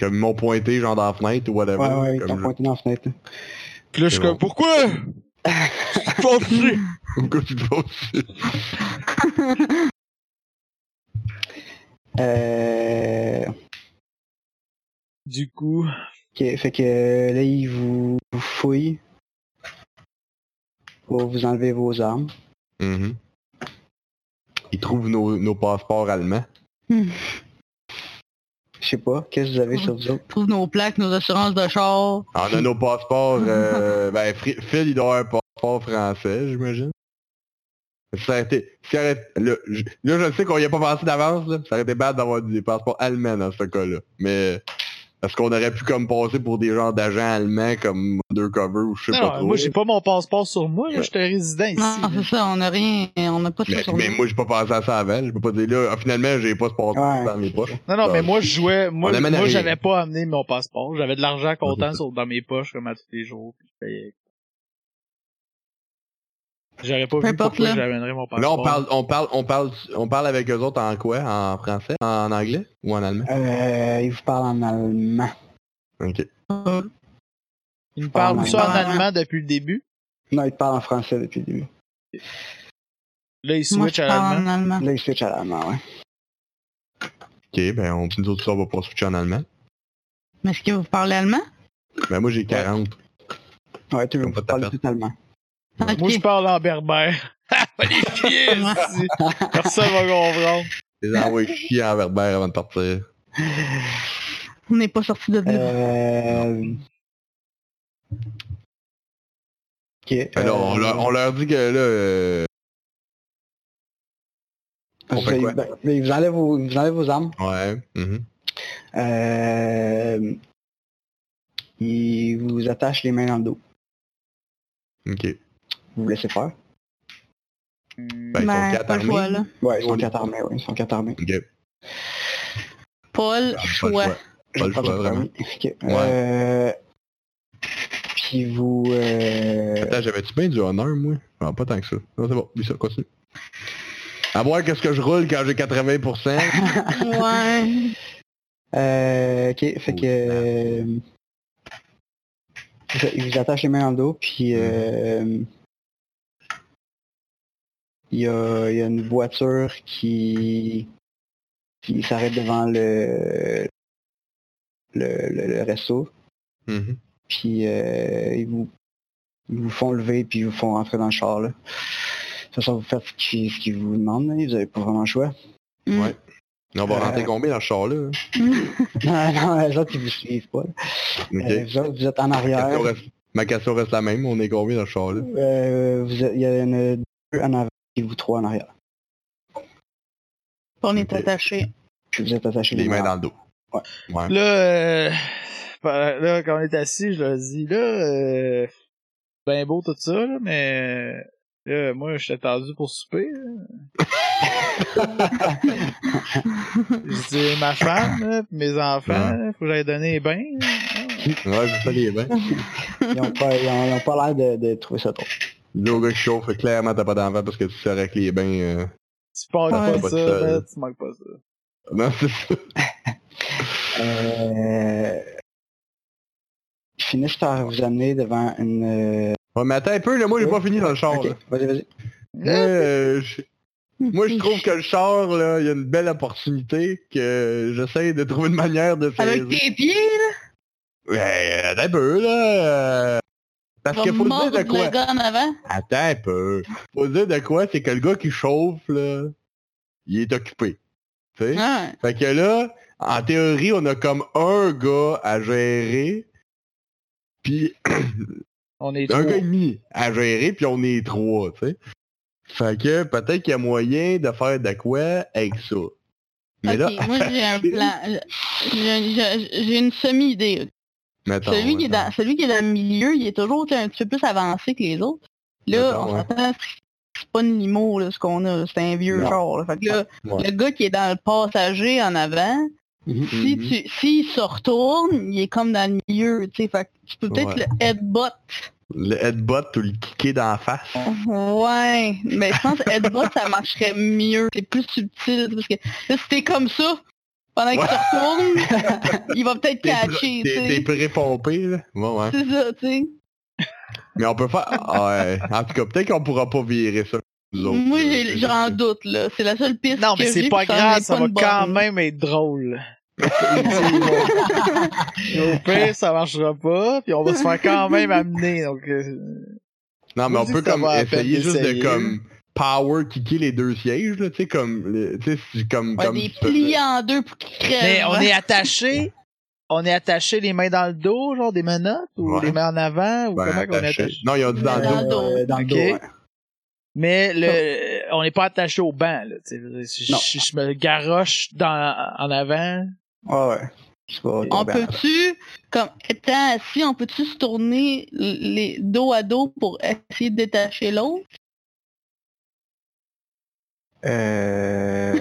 Speaker 2: Comme ils m'ont pointé genre dans la fenêtre ou whatever.
Speaker 4: ouais, ils
Speaker 2: Ah comme
Speaker 4: t'ont
Speaker 2: je-
Speaker 4: pointé dans la fenêtre. là.
Speaker 1: Puis là, je suis
Speaker 2: C'est
Speaker 1: comme,
Speaker 2: bon.
Speaker 1: pourquoi? Je
Speaker 2: Pourquoi tu te poses-
Speaker 4: Euh,
Speaker 1: Du coup,
Speaker 4: euh, ok, fait que là, ils vous, vous fouillent. pour vous enlever vos armes.
Speaker 2: Mhm. Ils trouvent nos, nos passeports allemands.
Speaker 4: Je sais pas, qu'est-ce que vous avez sur vous autres?
Speaker 3: trouve nos plaques, nos assurances de char.
Speaker 2: Ah, on a nos passeports. euh, ben, Fri- Phil, il doit avoir un passeport français, j'imagine. Ça aurait été... si elle aurait- Là, je, là, je sais qu'on y a pas pensé d'avance. là. Ça aurait été bad d'avoir des passeports allemands dans ce cas-là. Mais est-ce qu'on aurait pu comme passer pour des genres d'agents allemands comme undercover ou je sais
Speaker 1: Non,
Speaker 2: pas
Speaker 1: non,
Speaker 2: trop.
Speaker 1: moi, j'ai pas mon passeport sur moi. Moi,
Speaker 2: Ouais.
Speaker 1: j'étais résident ici.
Speaker 3: Non, c'est ça, on n'a rien, on n'a pas de ça
Speaker 2: mais,
Speaker 3: sur
Speaker 2: mais
Speaker 3: nous.
Speaker 2: moi, j'ai pas pensé à ça avant. Je peux pas dire là, ah, finalement, j'ai pas ce passeport
Speaker 4: Ouais.
Speaker 2: dans mes poches.
Speaker 1: Non, non,
Speaker 2: Non.
Speaker 1: mais moi, je jouais, moi,
Speaker 2: On amène à
Speaker 1: moi,
Speaker 2: rien.
Speaker 1: j'avais pas amené mon passeport. J'avais de l'argent
Speaker 2: Ah,
Speaker 1: comptant
Speaker 2: c'est
Speaker 1: sur, dans mes poches, comme à tous les jours, puis je payais. J'aurais pas
Speaker 3: Peu
Speaker 1: vu
Speaker 3: importe,
Speaker 1: pourquoi
Speaker 3: là.
Speaker 1: j'amènerais mon
Speaker 2: Là,
Speaker 1: passeport.
Speaker 2: on parle, on parle, on parle, on parle avec eux autres en quoi? En français? En anglais? Ou en allemand?
Speaker 4: Euh, il vous parle en allemand.
Speaker 2: Ok.
Speaker 3: Euh,
Speaker 1: Ils me parlent
Speaker 4: parle-
Speaker 1: ça en
Speaker 3: parle-
Speaker 1: allemand depuis le début.
Speaker 4: Non, il te parle en français depuis le début.
Speaker 1: Là, ils
Speaker 3: Moi,
Speaker 1: switchent
Speaker 3: je
Speaker 1: à
Speaker 3: parle
Speaker 1: l'allemand.
Speaker 3: en allemand.
Speaker 4: Là, il switch à l'allemand, ouais.
Speaker 2: Ok, ben on, nous autres, ça, on va pas switcher en allemand.
Speaker 3: Mais est-ce que vous parlez allemand?
Speaker 2: Ben moi, j'ai 40.
Speaker 4: Ouais, tu veux
Speaker 2: Comme pas de
Speaker 4: parler
Speaker 2: tapette.
Speaker 4: tout allemand.
Speaker 3: Ok.
Speaker 1: Moi, je parle en berbère. Les pieds, si. Personne va comprendre.
Speaker 2: Les envoyés chier en verbère avant de partir.
Speaker 3: On n'est pas sorti de là.
Speaker 2: ben,
Speaker 4: Euh... Ok.
Speaker 2: Fait Ben là, on,
Speaker 4: euh,
Speaker 2: leur, on leur dit que là, euh, on fait
Speaker 4: ça,
Speaker 2: quoi?
Speaker 4: il- ben, il vous enlève vos, il vous enlève vos armes.
Speaker 2: ouais, mhm.
Speaker 4: Euh... Il vous attache les mains dans le dos.
Speaker 2: ok.
Speaker 4: Vous vous laissez faire.
Speaker 2: Ben, ils sont
Speaker 3: Ben,
Speaker 2: quatre
Speaker 3: pas le choix,
Speaker 2: armés.
Speaker 3: là.
Speaker 4: Ouais, ils sont
Speaker 2: On est-
Speaker 4: quatre armés, ouais, ils sont quatre armés.
Speaker 2: Ok, Ah,
Speaker 3: Pas
Speaker 2: Ben, pas
Speaker 3: le
Speaker 2: le
Speaker 3: choix.
Speaker 2: choix. Pas le choix,
Speaker 4: prends ton
Speaker 2: vraiment.
Speaker 4: premier. Ok, euh, Puis vous... Euh...
Speaker 2: Attends, j'avais-tu bien du honneur, moi? Ah, pas tant que ça. Non, c'est bon, oublie ça, continue. À voir qu'est-ce que je roule quand j'ai 80%.
Speaker 3: Ouais.
Speaker 4: euh, ok, fait
Speaker 2: Oh,
Speaker 4: que... euh, vous- Ils vous attachent les mains dans le dos, puis... euh, Il y, a, il y a une voiture qui, qui s'arrête devant le, le, le, le resto.
Speaker 2: Mhm.
Speaker 4: puis euh, ils, vous, ils vous font lever puis ils vous font rentrer dans le char. Là. Ça, ça vous faites ce qu'ils ce qu'ils vous demandent, là. vous avez pas vraiment le choix.
Speaker 3: Mm,
Speaker 2: Ouais. On va
Speaker 4: Euh.
Speaker 2: rentrer combien dans ce char-là? hein?
Speaker 4: non, non, les autres, ils vous suivent pas. là.
Speaker 2: Ok.
Speaker 4: Euh, vous autres, vous êtes en
Speaker 2: Ma
Speaker 4: arrière.
Speaker 2: question reste- Ma question reste la même, on est combien dans ce char-là?
Speaker 4: Euh, vous êtes- il y en a deux en avant et vous trois en arrière.
Speaker 3: On est
Speaker 2: Ok.
Speaker 3: attaché.
Speaker 4: Puis vous êtes attachés
Speaker 2: Les mains dans le dos.
Speaker 4: Ouais.
Speaker 2: Ouais.
Speaker 1: Là, euh, par- là, quand on est assis, je leur dis, là, euh, ben beau tout ça, là, mais euh, là, moi, je suis attendu pour souper. là. je dis, ma femme, là, pis mes enfants, là, faut que j'aille donner les bains. là.
Speaker 2: Ouais, j'ai fait les mains.
Speaker 4: Ils n'ont pas, ils ont- ils ont pas l'air de, de trouver ça trop.
Speaker 2: Le gars qui chauffe, clairement, t'as pas d'enfant parce que tu saurais que les bains... euh,
Speaker 1: Tu pars
Speaker 3: Ouais.
Speaker 1: pas
Speaker 2: Pas de
Speaker 1: ça, là,
Speaker 2: ça, là.
Speaker 1: tu manques pas ça.
Speaker 2: Non, c'est ça.
Speaker 4: Euh, ils finissent par vous amener devant une... euh,
Speaker 2: Ouais, mais attends un peu, là, moi, j'ai
Speaker 3: Oh.
Speaker 2: pas fini dans le char,
Speaker 4: ok,
Speaker 2: là.
Speaker 4: vas-y, vas-y.
Speaker 2: Moi, euh, je- moi, je
Speaker 3: Mhm.
Speaker 2: trouve que le char, là, il y a une belle opportunité que j'essaie de trouver une manière de
Speaker 3: Avec
Speaker 2: saisir.
Speaker 3: tes pieds, là.
Speaker 2: Ouais, attends un peu, là. euh, Parce
Speaker 3: Tu
Speaker 2: que
Speaker 3: vas
Speaker 2: faut dire
Speaker 3: mordre
Speaker 2: de quoi.
Speaker 3: le gars en avant.
Speaker 2: Attends un peu. Faut dire de quoi, c'est que le gars qui chauffe, là, il est occupé. Tu sais?
Speaker 3: Ouais.
Speaker 2: Fait que là, en théorie, on a comme un gars à gérer, puis
Speaker 1: On est
Speaker 2: un
Speaker 1: trois.
Speaker 2: gars et demi à gérer, puis on est trois, tu sais. Fait que peut-être qu'il y a moyen de faire de quoi avec ça. Mais
Speaker 3: Ok,
Speaker 2: là,
Speaker 3: moi j'ai un plan. J'ai j'ai- j'ai une semi-idée.
Speaker 2: mettons,
Speaker 3: Celui, qui est
Speaker 2: mettons.
Speaker 3: dans- celui qui est dans le milieu, il est toujours tu sais, un petit peu plus avancé que les autres. Là,
Speaker 2: D'accord,
Speaker 3: on
Speaker 2: ouais.
Speaker 3: s'entend, c'est pas une limo là, ce qu'on a, c'est un vieux
Speaker 4: Non.
Speaker 3: char. là. Fait que là,
Speaker 2: Ouais.
Speaker 3: le gars qui est dans le passager en avant, si
Speaker 2: Mhm.
Speaker 3: tu s'il se retourne, il est comme dans le milieu, tu sais, fait que tu peux peut-être
Speaker 2: Ouais.
Speaker 3: le headbutt.
Speaker 2: Le headbutt ou le kicker dans la face.
Speaker 3: Ouais, mais je pense que headbutt ça marcherait mieux, c'est plus subtil parce que là, si t'es comme ça pendant qu'il
Speaker 2: Ouais.
Speaker 3: se retourne, il va peut-être
Speaker 2: T'es
Speaker 3: catcher,
Speaker 2: pr-
Speaker 3: tu
Speaker 2: T'es t'es
Speaker 3: sais.
Speaker 2: pré-pompé, là. Ouais, ouais.
Speaker 3: C'est ça, tu sais.
Speaker 2: Mais on peut faire... ah, Ouais. En tout cas, peut-être qu'on pourra pas virer ça. nous autres, Euh,
Speaker 3: Moi,
Speaker 2: là.
Speaker 3: j'ai- j'en doute, là. C'est la seule piste
Speaker 1: Non,
Speaker 3: que
Speaker 1: mais
Speaker 3: j'ai,
Speaker 1: c'est pas
Speaker 3: puis en
Speaker 1: grave,
Speaker 3: est
Speaker 1: ça
Speaker 3: pas
Speaker 1: va
Speaker 3: une
Speaker 1: quand
Speaker 3: bonne.
Speaker 1: même être drôle. Au pire, ça marchera pas, puis on va se faire quand même amener, donc... euh,
Speaker 2: Non, mais
Speaker 1: Vous
Speaker 2: on
Speaker 1: dites
Speaker 2: peut
Speaker 1: que ça
Speaker 2: comme
Speaker 1: va à peine
Speaker 2: essayer juste
Speaker 1: d'essayer.
Speaker 2: de comme power kicker les deux sièges, là, tu sais, comme, le- tu sais, c'est comme,
Speaker 3: Ouais,
Speaker 2: comme
Speaker 3: des
Speaker 2: tu faisais.
Speaker 3: pliés en deux pour qu'ils crèvent.
Speaker 1: Mais on
Speaker 3: hein.
Speaker 1: est attaché. On est attaché les mains dans le dos, genre des menottes, ou
Speaker 2: Ouais.
Speaker 1: les mains en avant, ou
Speaker 2: Ben,
Speaker 1: comment qu'on est
Speaker 2: attaché.
Speaker 1: attaché.
Speaker 2: Non, ils ont dit dans le
Speaker 3: Dans
Speaker 2: dos.
Speaker 3: le dos.
Speaker 4: Euh, dans le
Speaker 1: Ok.
Speaker 4: dos, ouais.
Speaker 1: Mais le, on n'est pas attaché au banc, là. tu sais. Si
Speaker 4: Non.
Speaker 1: je, je me garoche dans, en avant.
Speaker 4: Ouais, ouais. Je sais pas,
Speaker 3: On
Speaker 4: ben,
Speaker 3: peut-tu, comme étant assis, on peut-tu se tourner les dos à dos pour essayer de détacher l'autre?
Speaker 4: Euh,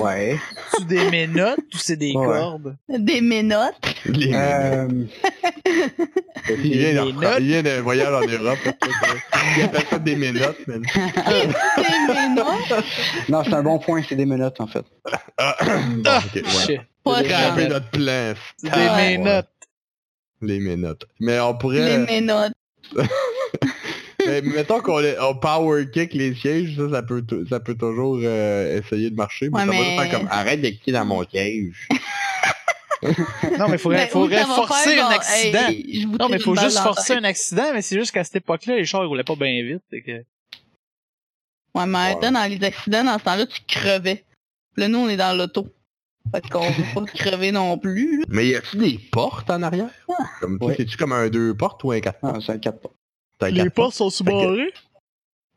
Speaker 4: ouais.
Speaker 1: Tu des menottes ou c'est des
Speaker 4: Ouais.
Speaker 1: cordes?
Speaker 3: Des ménottes?
Speaker 2: Les-
Speaker 4: Euh,
Speaker 2: il vient
Speaker 1: les
Speaker 2: de
Speaker 1: notes.
Speaker 2: reprendre- il vient d'un voyage en Europe. là, tu sais. Il appelle ça des ménottes, man.
Speaker 3: Des ménottes?
Speaker 4: non, c'est un bon point, c'est des menottes en fait.
Speaker 2: Ah, bon, ok, voilà.
Speaker 1: Shit.
Speaker 3: Pas
Speaker 1: Des
Speaker 3: grave.
Speaker 2: Scraper
Speaker 1: ménottes.
Speaker 2: notre plan. f-
Speaker 1: C'est
Speaker 3: Ah,
Speaker 1: des menottes.
Speaker 2: Les ménottes. Mais on
Speaker 3: Les
Speaker 2: pourrait...
Speaker 3: ménottes.
Speaker 2: Mais mettons qu'on les- on power kick les sièges, ça, ça peut, tou- ça peut toujours euh, essayer de marcher,
Speaker 3: Ouais,
Speaker 2: mais ça va
Speaker 3: mais-
Speaker 2: juste faire comme arrête de kicker dans mon siège.
Speaker 1: Non, mais faudrait,
Speaker 3: Ben,
Speaker 1: faudrait
Speaker 3: oui, ça va
Speaker 1: forcer
Speaker 3: faire,
Speaker 1: un
Speaker 3: bon,
Speaker 1: accident.
Speaker 3: hey, je vous
Speaker 1: non, mais
Speaker 3: tire
Speaker 1: faut
Speaker 3: une balle
Speaker 1: juste
Speaker 3: dans la
Speaker 1: forcer
Speaker 3: tête.
Speaker 1: un accident, mais c'est juste qu'à cette époque-là, les chars ils roulaient pas bien vite. fait que-
Speaker 3: Ouais, mais attends, dans les accidents, dans ce temps-là, tu crevais. Là, nous, on est dans l'auto. Fait qu'on veut pas crever non plus, là.
Speaker 2: Mais y a-tu des portes en arrière?
Speaker 3: Ah.
Speaker 2: Comme tu
Speaker 4: Ouais.
Speaker 2: C'est-tu comme un deux portes ou un quatre
Speaker 4: Non, c'est un 4 pas.
Speaker 2: t'as
Speaker 1: Les
Speaker 2: quatre
Speaker 1: portes sont sous-barrées?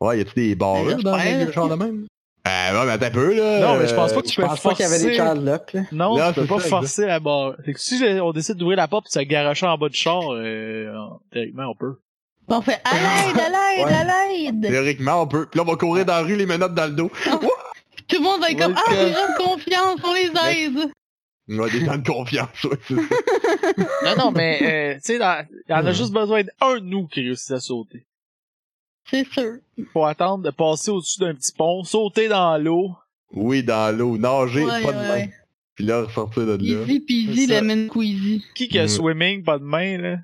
Speaker 2: Ouais, y a-tu des barres
Speaker 3: Ben,
Speaker 2: dans
Speaker 3: j'espère.
Speaker 2: les genre de même? Euh, ouais, mais attends un peu, là.
Speaker 1: Non, mais je pense
Speaker 2: euh,
Speaker 1: pas que tu
Speaker 4: Je
Speaker 1: peux
Speaker 4: pense pas qu'il y avait des
Speaker 1: forcer.
Speaker 4: child lock, là.
Speaker 1: Non,
Speaker 2: Là,
Speaker 1: tu peux
Speaker 2: c'est
Speaker 1: pas
Speaker 2: ça,
Speaker 1: forcer la barre. Fait que si euh, on décide d'ouvrir la porte et se garocher en bas du char, euh, en- théoriquement, on peut.
Speaker 3: Puis on fait à l'aide, à l'aide,
Speaker 4: Ouais.
Speaker 3: à l'aide.
Speaker 2: Théoriquement, on peut. Puis là, on va courir dans la rue, les menottes dans le dos.
Speaker 3: Ah. Tout le monde va être comme
Speaker 1: Ouais,
Speaker 3: Ah,
Speaker 1: que-
Speaker 3: les gens de confiance, on les aide.
Speaker 2: On a des gens de confiance, ouais, c'est ça.
Speaker 1: Non, non, mais, euh, tu sais, dans- il y en a
Speaker 2: Hmm.
Speaker 1: juste besoin d'un de nous qui réussit à sauter.
Speaker 3: C'est sûr.
Speaker 1: Faut attendre de passer au-dessus d'un petit pont, sauter dans l'eau.
Speaker 2: Oui, dans l'eau, nager,
Speaker 3: Ouais,
Speaker 2: pas de
Speaker 3: ouais,
Speaker 2: main.
Speaker 3: ouais.
Speaker 2: Puis là, ressortir de là.
Speaker 3: Easy peasy,
Speaker 1: C'est ça.
Speaker 3: lemon queasy.
Speaker 1: Qui qui a
Speaker 2: Hmm.
Speaker 1: swimming, pas de main, là?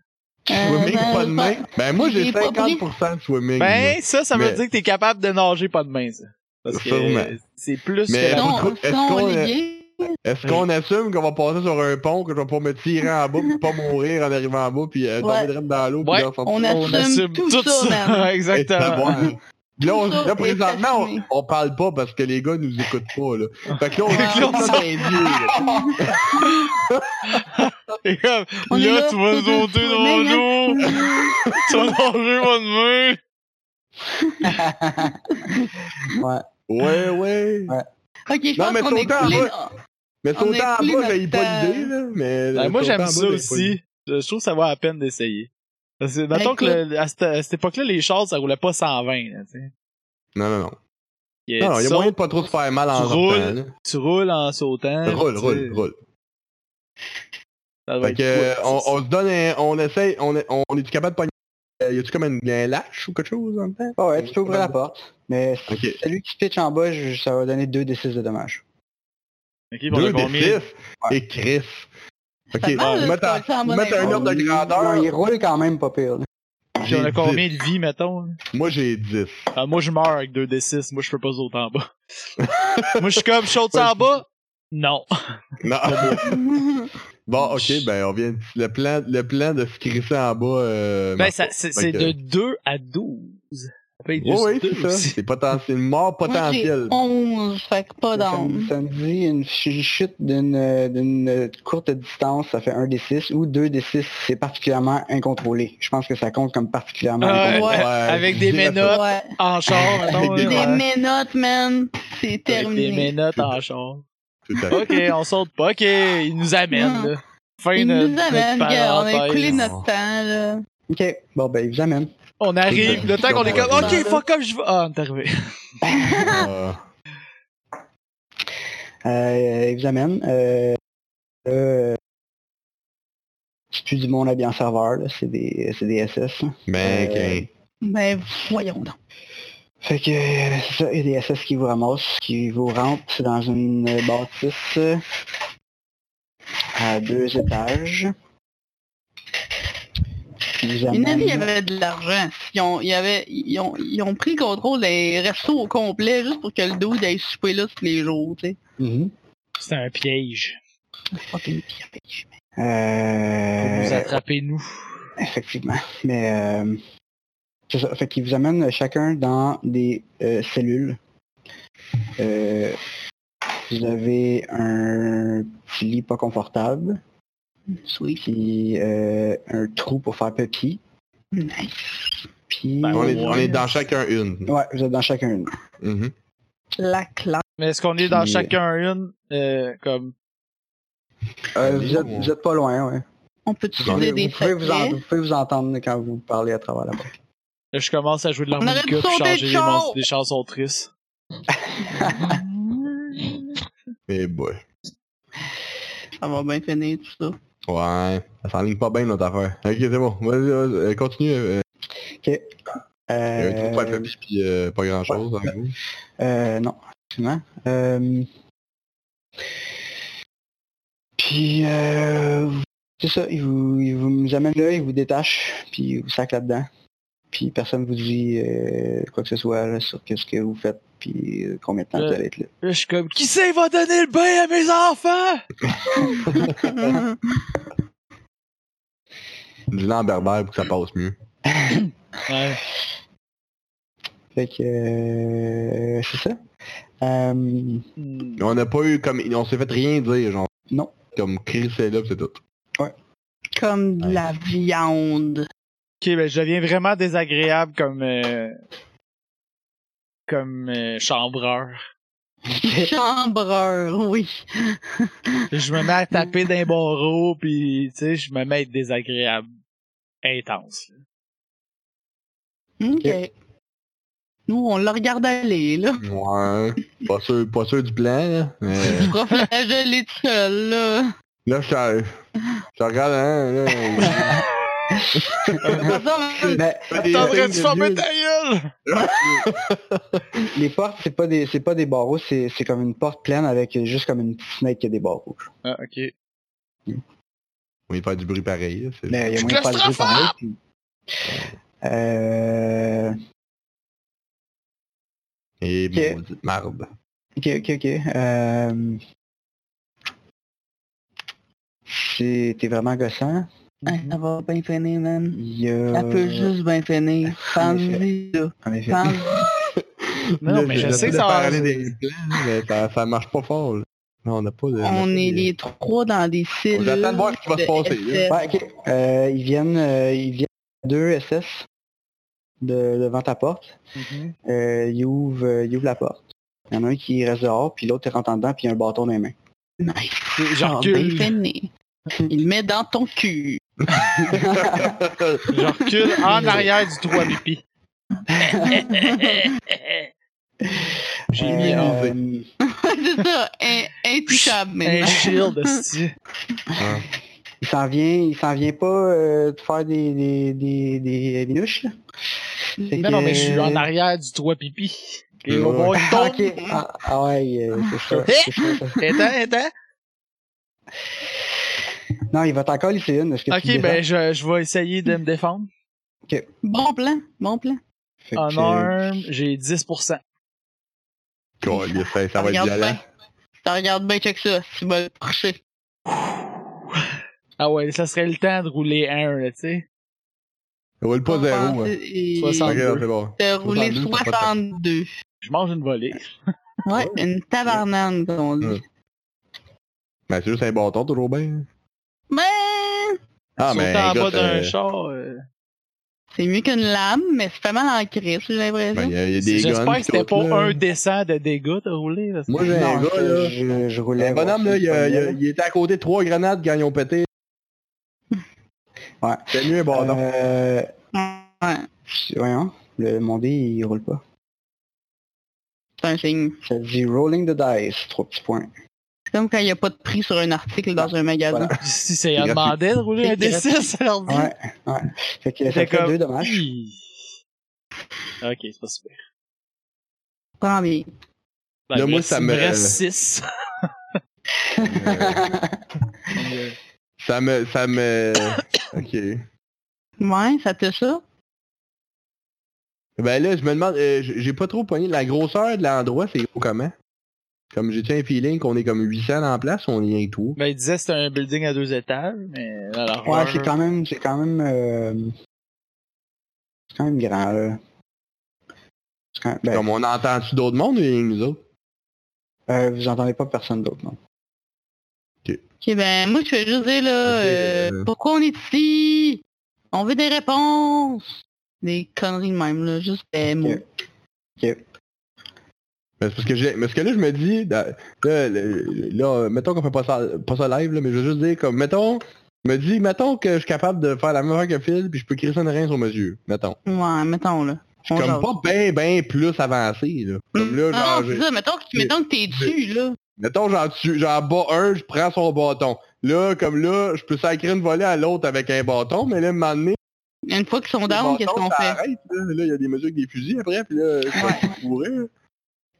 Speaker 2: Swimming,
Speaker 3: Euh,
Speaker 2: pas de main. Ben moi, j'ai
Speaker 3: J'ai pas
Speaker 2: 50% de swimming.
Speaker 1: Ben, ça, ça veut
Speaker 2: Mais-
Speaker 1: dire que t'es capable de nager pas de main, ça. Parce que
Speaker 2: Sûrement.
Speaker 1: euh, c'est plus
Speaker 2: Mais-
Speaker 1: que la-
Speaker 2: Non,
Speaker 3: Non,
Speaker 2: est-ce
Speaker 3: non,
Speaker 2: qu'on,
Speaker 3: Olivier.
Speaker 2: Est-ce qu'on assume qu'on va passer sur un pont, que je vais pas me tirer en bas, puis pas mourir en arrivant en bas, puis euh,
Speaker 3: Ouais.
Speaker 2: tomber direct dans l'eau, puis
Speaker 1: Ouais.
Speaker 2: là, ressortir?
Speaker 3: On assume, tout, ça, man.
Speaker 2: Et ça
Speaker 1: Exactement.
Speaker 2: va. Là, on-
Speaker 3: Tout ça
Speaker 2: là,
Speaker 3: est
Speaker 2: présentement,
Speaker 3: assumé.
Speaker 2: on, on parle pas parce que les gars nous écoutent pas, là. Fait que là, on
Speaker 3: Ouais.
Speaker 2: est
Speaker 1: Là, on
Speaker 2: dans les yeux, là.
Speaker 1: Et comme,
Speaker 3: On hein. est
Speaker 1: là,
Speaker 3: là,
Speaker 1: tu vas
Speaker 3: tous deux
Speaker 1: sauter dans
Speaker 3: swimming,
Speaker 1: l'eau, tu vas nager pas de
Speaker 2: Euh,
Speaker 1: main.
Speaker 4: Ah, ouais.
Speaker 2: Ouais, ouais.
Speaker 3: ok, je
Speaker 2: Non,
Speaker 3: pense
Speaker 2: mais
Speaker 3: qu'on est
Speaker 2: sauter en
Speaker 3: coulé dans-
Speaker 2: bas. Mais
Speaker 3: On
Speaker 2: sauter
Speaker 3: est
Speaker 2: en
Speaker 3: plus
Speaker 2: bas, j'ai pas
Speaker 3: notre-
Speaker 2: l'idée, là. Mais,
Speaker 1: Ben, moi,
Speaker 2: sauter en
Speaker 1: j'aime
Speaker 2: bas,
Speaker 1: ça
Speaker 2: j'avais pas l'idée.
Speaker 1: aussi. Je je trouve que ça vaut la peine d'essayer. Parce que, mettons que
Speaker 3: Ben, écoute.
Speaker 1: le- à cette, à cette époque-là, les chars, ça roulait pas 120, là, tu sais.
Speaker 2: Non, non, non.
Speaker 1: Il y a-
Speaker 2: Non, non,
Speaker 1: tu,
Speaker 2: y a
Speaker 1: sautes,
Speaker 2: moyen de pas trop se faire mal en
Speaker 1: tu roules.
Speaker 2: sortant, là.
Speaker 1: tu roules en sautant.
Speaker 2: Roule,
Speaker 1: tu sais,
Speaker 2: roule, roule.
Speaker 1: ça doit
Speaker 2: Fait
Speaker 1: être
Speaker 2: que, euh,
Speaker 1: cool,
Speaker 2: on,
Speaker 1: ça.
Speaker 2: on se donne un, on essaye, on, est- on, on est-tu capable de pogner, euh, y a-tu comme une, un lâche ou quelque chose en dedans?
Speaker 4: Ouais, tu peux ouvrir la porte. Mais
Speaker 2: Ok.
Speaker 4: celui qui se pitch en bas, je- ça va donner 2 des 6 de dommages.
Speaker 1: Ok, puis on a
Speaker 2: Deux
Speaker 1: combien?
Speaker 2: des six. Et Chris. Ok,
Speaker 3: Ça parle,
Speaker 2: ils mettent
Speaker 3: ça,
Speaker 2: à-
Speaker 3: ça en
Speaker 2: ils
Speaker 3: bon
Speaker 2: mettent un
Speaker 3: ordre.
Speaker 2: ordre de
Speaker 4: Non, il
Speaker 2: grandeur.
Speaker 4: roule quand même pas pire. là.
Speaker 1: Puis
Speaker 2: J'ai
Speaker 1: on a
Speaker 2: dix.
Speaker 1: combien de vies, mettons?
Speaker 2: Moi, j'ai 10.
Speaker 1: Ah, moi, je meurs avec 2d6. Moi, je peux pas sauter en bas. moi, je suis comme, je saute en bas? Non.
Speaker 2: Non.
Speaker 3: Mhm.
Speaker 2: bon, ok, ben, on vient, le plan, le plan de se crisser en bas, euh,
Speaker 1: Ben,
Speaker 2: marche
Speaker 1: ça,
Speaker 2: pas.
Speaker 1: c'est
Speaker 2: Fait
Speaker 1: c'est
Speaker 2: que-
Speaker 1: de 2 à 12. Ça peut être
Speaker 2: Ouais,
Speaker 1: juste
Speaker 2: ouais,
Speaker 1: deux
Speaker 2: c'est ça.
Speaker 1: aussi.
Speaker 2: C'est poten- c'est une mort
Speaker 3: Moi, j'ai
Speaker 2: potentielle.
Speaker 3: 11, fait que pas
Speaker 4: Ça
Speaker 3: d'âme.
Speaker 4: me- Ça me dit une ch- chute d'une euh, d'une, euh, courte distance, ça fait 1 des 6 ou 2 des 6, c'est particulièrement incontrôlé. Je pense que ça compte comme particulièrement
Speaker 1: Ah
Speaker 4: incontrôlé.
Speaker 1: ouais. Avec des
Speaker 2: je dirais ça.
Speaker 1: ménottes.
Speaker 3: Ouais.
Speaker 1: En char, mettons.
Speaker 2: Avec
Speaker 1: là.
Speaker 3: Des
Speaker 2: Ouais.
Speaker 3: ménottes, man. C'est
Speaker 1: Avec des
Speaker 3: terminé.
Speaker 1: menottes en char.
Speaker 2: Tout à fait.
Speaker 1: Ok, on saute pas. Ok, il nous amène, là. Fin
Speaker 3: Ils
Speaker 1: de
Speaker 3: nous
Speaker 1: notre
Speaker 3: amènent, gars, on a
Speaker 1: parenthèse.
Speaker 3: écoulé notre temps, là.
Speaker 4: Ok, bon ben il vous amène.
Speaker 1: On arrive, le temps qu'on est comme,
Speaker 2: Dans
Speaker 1: ok,
Speaker 3: le-
Speaker 1: fuck up, je vais. Ah, on est arrivé.
Speaker 2: Ah.
Speaker 4: Euh, il vous amène. Euh, là, euh, c'est plus du monde habillé en serveur, là, c'est des, c'est des hein. SS. là.
Speaker 1: Euh,
Speaker 2: ben, ok.
Speaker 3: Ben, voyons donc.
Speaker 4: Fait que euh, c'est ça, il y a des SS qui vous ramassent, qui vous rentrent dans une euh, bâtisse euh, à deux étages. Ils
Speaker 3: Une
Speaker 4: vous amènent-
Speaker 3: avis, il y avait de l'argent. Ils ont, ils, avaient, ils, ont, ils ont pris le contrôle des restos au complet juste pour que le dude aille souper là tous les jours, tu sais.
Speaker 4: Mhm.
Speaker 1: C'est un piège.
Speaker 3: Fucking pire.
Speaker 1: Faut
Speaker 4: Euh,
Speaker 1: nous attraper, nous.
Speaker 4: Effectivement. Mais euh, C'est ça. Fait qu'ils vous amènent chacun dans des euh, cellules. Euh, vous avez un petit lit pas confortable,
Speaker 3: Sweet.
Speaker 4: puis euh, un trou pour faire pipi.
Speaker 3: Nice.
Speaker 4: Puis
Speaker 1: Ben,
Speaker 2: On est,
Speaker 1: Ouais.
Speaker 2: on est dans chacun une.
Speaker 4: ouais, vous êtes dans chacun une.
Speaker 2: Mhm.
Speaker 3: La classe.
Speaker 1: Mais est-ce qu'on est dans
Speaker 4: Puis-
Speaker 1: chacun une, euh, comme...
Speaker 2: Allez,
Speaker 4: Euh, vous, êtes,
Speaker 2: on-
Speaker 4: vous êtes pas loin, ouais.
Speaker 3: On peut te
Speaker 2: Vous en-
Speaker 4: Vous,
Speaker 3: donner des
Speaker 4: vous pouvez vous, en-
Speaker 3: secrets?
Speaker 4: vous pouvez vous entendre quand vous parlez à travers la porte.
Speaker 1: Là, je commence à jouer de
Speaker 3: aurait dû
Speaker 1: l'harmonica puis
Speaker 3: sauter de
Speaker 1: changer les,
Speaker 3: char!
Speaker 1: mens- des chansons tristes.
Speaker 2: Eh boy.
Speaker 3: Ça va bien finir tout ça.
Speaker 2: Ouais. Ça s'enligne pas bien notre affaire. Ok, c'est bon. Vas-y, vas-y, euh, continue. euh,
Speaker 4: Ok.
Speaker 2: Il y a un trou pour la
Speaker 4: Euh,
Speaker 2: famille puis euh, pas hein. grand chose en gros.
Speaker 4: Euh, non, effectivement. Euh, Puis, euh, c'est ça, ils vous, ils vous amènent là, ils vous détachent, puis ils vous sacent là-dedans. Puis personne vous dit euh, quoi que ce soit là, sur qu'est-ce que vous faites, puis euh, combien de temps
Speaker 1: Euh.
Speaker 4: vous allez être là.
Speaker 1: Là, je suis comme, qui c'est va donner le bain à mes enfants?
Speaker 2: Dis-le en berbère pour que ça passe mieux.
Speaker 1: Ouais.
Speaker 4: Fait que, euh, c'est ça. Euh,
Speaker 1: Hmm.
Speaker 2: On n'a pas eu comme... On s'est fait rien dire, genre.
Speaker 4: Non.
Speaker 2: Comme crisser là pis c'est tout.
Speaker 3: Comme de la viande.
Speaker 1: Ok, ben je deviens vraiment désagréable comme... euh, comme euh, chambreur.
Speaker 3: Chambreur, oui.
Speaker 1: Je me mets à taper d'un barreau, puis tu sais, je me mets à être désagréable. Intense.
Speaker 3: OK. Nous, on le regarde aller, là.
Speaker 2: Ouais. Pas sûr, pas sûr du plan, là. Mais...
Speaker 3: Je vais flageller tout seul, là.
Speaker 2: Là, je t'arrive. Je te regarde, hein, là.
Speaker 3: hein?
Speaker 4: mais
Speaker 1: T'aurais dû
Speaker 4: les-
Speaker 1: fermer ta gueule!
Speaker 4: les portes, c'est pas des, c'est pas des barreaux, c'est c'est comme une porte pleine avec juste comme une petite fenêtre qui a des barreaux.
Speaker 1: Ah, ok.
Speaker 2: On va faire du bruit pareil, là. c'est-
Speaker 4: Mais il y a moyen de faire des trucs pareils, puis- Euh...
Speaker 2: Et
Speaker 4: Ok.
Speaker 2: maudite marde.
Speaker 4: Ok, ok, ok. Euh... c'est- T'es vraiment gossant.
Speaker 3: Ça va bien finir, man.
Speaker 4: Il y a...
Speaker 3: Ça
Speaker 2: Euh,
Speaker 3: peut juste bien finir. Pense-y, là.
Speaker 4: En effet.
Speaker 3: Pense-
Speaker 1: Non,
Speaker 2: Là,
Speaker 1: mais je
Speaker 2: j'essaie
Speaker 1: sais que
Speaker 2: de
Speaker 1: ça va-
Speaker 2: parler des plans, mais ça, ça marche pas fort, là. Non, on n'a pas de...
Speaker 3: On est les trois dans des cellules.
Speaker 2: J'attends de voir ce qui va se passer, là.
Speaker 3: SS.
Speaker 4: Ouais, ok. Euh, ils viennent, euh, ils viennent deux SS de, devant ta porte. Euh, ils, ouvrent, euh, ils ouvrent la porte. Il y en a un qui reste dehors, puis l'autre est rentre dedans, puis il a un bâton dans les mains.
Speaker 3: Nice.
Speaker 1: Je
Speaker 3: Ça va bien
Speaker 1: recule,
Speaker 3: finir. Il le met dans ton cul.
Speaker 1: je recule en arrière du trou à pipi. J'ai mis un,
Speaker 4: Euh,
Speaker 3: C'est ça. in- Intouchable,
Speaker 1: un
Speaker 3: maintenant.
Speaker 1: shield aussi.
Speaker 4: Il s'en vient, il s'en vient pas euh, te faire des, des, des, des minouches, là. Fait
Speaker 1: Non, non, mais je suis
Speaker 4: que-
Speaker 1: en arrière du trou à pipi. Et
Speaker 2: Ouais.
Speaker 1: au moment où il
Speaker 4: Ah,
Speaker 1: tombe,
Speaker 4: ok. Ah, ah ouais, euh, c'est ça. c'est ça.
Speaker 1: attends, attends.
Speaker 4: Non, il va t'encore lycée une. Est-ce que tu
Speaker 1: Ok, ben je, je vais essayer de me défendre.
Speaker 3: Bon plan. Bon plan.
Speaker 1: En
Speaker 4: euh,
Speaker 2: euh,
Speaker 1: arme, j'ai 10%.
Speaker 2: Calisse, ça, ça va être
Speaker 3: Regarde
Speaker 2: violent.
Speaker 3: bien. Ça regarde bien, check ça. Tu vas le toucher.
Speaker 1: Ah ouais, ça serait le temps de rouler un, là, tu sais.
Speaker 2: Roule pas zéro, hein.
Speaker 3: Et...
Speaker 1: 60.
Speaker 2: Ok, c'est bon.
Speaker 3: T'as roulé
Speaker 2: 62, t'as pas
Speaker 3: 62.
Speaker 2: de-
Speaker 1: Je mange une volée.
Speaker 3: Ouais, une tavernane, comme on
Speaker 2: Ouais.
Speaker 3: dit.
Speaker 2: Mais Ben, c'est juste un bâton, toujours bien. hein.
Speaker 3: Mais
Speaker 2: Ah,
Speaker 1: Sauter
Speaker 2: mais
Speaker 1: en bas
Speaker 2: écoute,
Speaker 1: d'un
Speaker 2: euh,
Speaker 1: char. euh,
Speaker 3: c'est mieux qu'une lame, mais c'est pas mal en crise, j'ai l'impression.
Speaker 2: ben, il y a, il y a des guns.
Speaker 1: J'espère que
Speaker 2: pis
Speaker 1: c'était
Speaker 2: tout,
Speaker 1: pas
Speaker 2: là.
Speaker 1: un dessin de dégâts de rouler. parce que-
Speaker 2: Moi, j'ai un
Speaker 4: non,
Speaker 2: gars,
Speaker 4: je,
Speaker 2: là.
Speaker 4: je, je roulais.
Speaker 2: Le bonhomme,
Speaker 4: voir
Speaker 2: là,
Speaker 4: si
Speaker 2: il, a-
Speaker 4: je
Speaker 2: il a-
Speaker 4: prenais.
Speaker 2: il était à côté de trois grenades quand ils ont pété.
Speaker 4: Ouais.
Speaker 2: C'était mieux un bâton.
Speaker 4: Euh,
Speaker 3: Ouais,
Speaker 4: voyons, le, mon dé, il roule pas.
Speaker 3: c'est un signe.
Speaker 4: Ça dit rolling the dice, trois petits points.
Speaker 3: C'est comme quand il n'y a pas de prix sur un article dans un magasin.
Speaker 1: Si c'est à demander de rouler un D6, ça leur dit.
Speaker 4: Ouais, ouais. Fait que ça
Speaker 1: Fait
Speaker 4: fait
Speaker 1: comme-
Speaker 4: deux dommages.
Speaker 1: Hi. Ok, c'est pas super.
Speaker 3: Prends bien.
Speaker 1: Ben,
Speaker 2: Là, moi,
Speaker 1: reste-
Speaker 2: ça me-
Speaker 1: reste 6.
Speaker 2: Euh, ça me... Ça me... ok.
Speaker 3: Ouais, ça te ça?
Speaker 2: Ben là, je me demande... euh, j- j'ai pas trop pogné. La grosseur de l'endroit, c'est gros comment? Comme j'ai un feeling qu'on est comme 800 en place, on est rien que tout.
Speaker 1: Ben, il disait que c'était un building à deux étages, mais alors.
Speaker 4: Ouais, c'est quand même, c'est quand même, euh, C'est quand même grand, là. C'est quand- ben,
Speaker 2: Comme on entend-tu d'autres mondes ou rien que nous autres?
Speaker 4: euh, vous entendez pas personne d'autre, non?
Speaker 3: Ok, ben moi je vais juste dire là,
Speaker 2: Ok,
Speaker 3: euh,
Speaker 2: euh,
Speaker 3: pourquoi on est ici? On veut des réponses! Des conneries de même, là, juste des mots.
Speaker 4: Ok.
Speaker 2: Mais Ben, c'est parce que j'ai. Mais ce que là je me dis, da- là, le- là, mettons qu'on fait pas ça, pas ça live, là, mais je veux juste dire comme mettons. Je me dis, mettons que je suis capable de faire la même affaire que Phil, puis je peux créer ça de rien sur mesure, mettons.
Speaker 3: Ouais, mettons là.
Speaker 2: Je suis
Speaker 3: On
Speaker 2: comme
Speaker 3: jase.
Speaker 2: pas ben ben plus avancé, là. Comme là,
Speaker 3: non,
Speaker 2: genre,
Speaker 3: non,
Speaker 2: j'ai-
Speaker 3: Ah, c'est ça, mettons que,
Speaker 2: j'ai-
Speaker 3: mettons que t'es dessus, là.
Speaker 2: Mettons, j'en tue, j'en bats un, je prends son bâton. Là, comme là, je peux sacrer une volée à l'autre avec un bâton, mais là, un moment donné,
Speaker 3: Une fois qu'ils sont
Speaker 2: le
Speaker 3: down,
Speaker 2: bâton,
Speaker 3: qu'est-ce qu'on
Speaker 2: ça
Speaker 3: fait?
Speaker 2: arrête, là. Là, il y a des mesures avec des fusils après, puis là, je
Speaker 3: Ouais.
Speaker 2: suis bourré, là.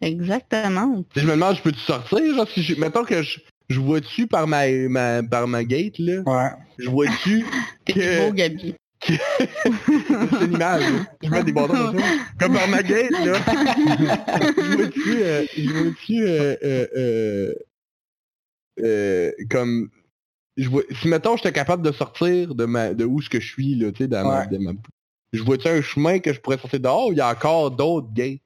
Speaker 3: Exactement.
Speaker 2: Tu sais, je me demande, je peux-tu sortir, genre, si je... Mettons que je, je vois dessus par ma, ma- par ma gate, là.
Speaker 4: Ouais.
Speaker 2: Je vois dessus,
Speaker 3: T'es
Speaker 2: Que-
Speaker 3: beau, Gabi.
Speaker 2: c'est l'image, là. Je mets des bâtons comme ça. Comme par ma gate, là. je vois dessus, euh, je vois dessus, euh, euh, euh, euh, comme... Je vois, si, mettons, j'étais capable de sortir de ma de où ce que je suis, là, tu sais, dans ma-
Speaker 4: Ouais.
Speaker 2: de ma... Je vois-tu un chemin que je pourrais sortir dehors ou il y a encore d'autres gates?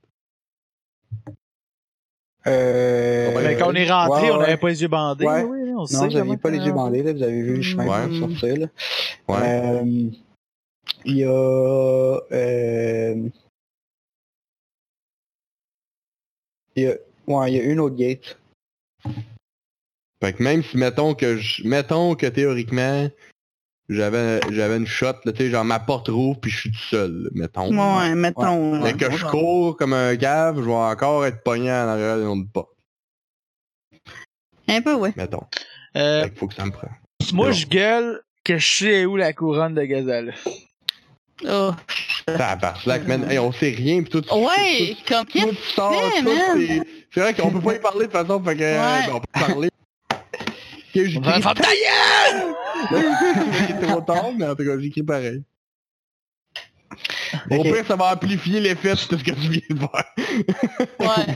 Speaker 4: Euh...
Speaker 2: Ouais,
Speaker 5: Fait
Speaker 1: Ben,
Speaker 5: qu'on est rentré,
Speaker 4: ouais,
Speaker 5: on n'avait
Speaker 4: ouais.
Speaker 5: pas les yeux bandés.
Speaker 4: Ouais.
Speaker 5: oui, on sait
Speaker 4: Non, vous
Speaker 5: comment
Speaker 4: n'aviez pas les
Speaker 5: ça-
Speaker 4: yeux bandés, là. Vous avez vu le
Speaker 3: Ouais.
Speaker 4: chemin pour sortir, là.
Speaker 2: Ouais.
Speaker 4: Euh, Il y a... euh, Il y a... Ouais, il y a une autre gate.
Speaker 2: Fait que même si mettons que je mettons que théoriquement j'avais j'avais une shot, là, tu sais, genre ma porte rouvre puis je suis tout seul, là, mettons.
Speaker 3: Ouais, mettons. euh,
Speaker 2: Mais
Speaker 3: là.
Speaker 2: que je cours comme un gave, je vais encore être pogné en arrière d'une porte,
Speaker 3: Un peu, ouais.
Speaker 2: mettons.
Speaker 5: Euh,
Speaker 2: Fait qu'il faut que ça me prenne.
Speaker 5: moi,
Speaker 2: bon.
Speaker 5: je gueule que je sais où la couronne de gazelle.
Speaker 3: Oh.
Speaker 2: Ça passe là, man. Hey, on sait rien pis tout.
Speaker 3: Ouais, comme
Speaker 2: tout,
Speaker 3: qu'est-ce
Speaker 2: tout,
Speaker 3: que
Speaker 2: sort,
Speaker 3: fais,
Speaker 2: tout,
Speaker 3: Oh, man?
Speaker 2: c'est- C'est vrai qu'on peut pas y parler de toute façon, fait que euh,
Speaker 3: Ouais.
Speaker 2: on peut parler. Que
Speaker 5: On va
Speaker 2: j'écris
Speaker 5: faire ta gueule!
Speaker 2: trop tard, mais en tout cas j'écris pareil. Au
Speaker 4: Ok.
Speaker 2: pire, ça va amplifier l'effet de ce que tu viens de faire.
Speaker 3: Ouais.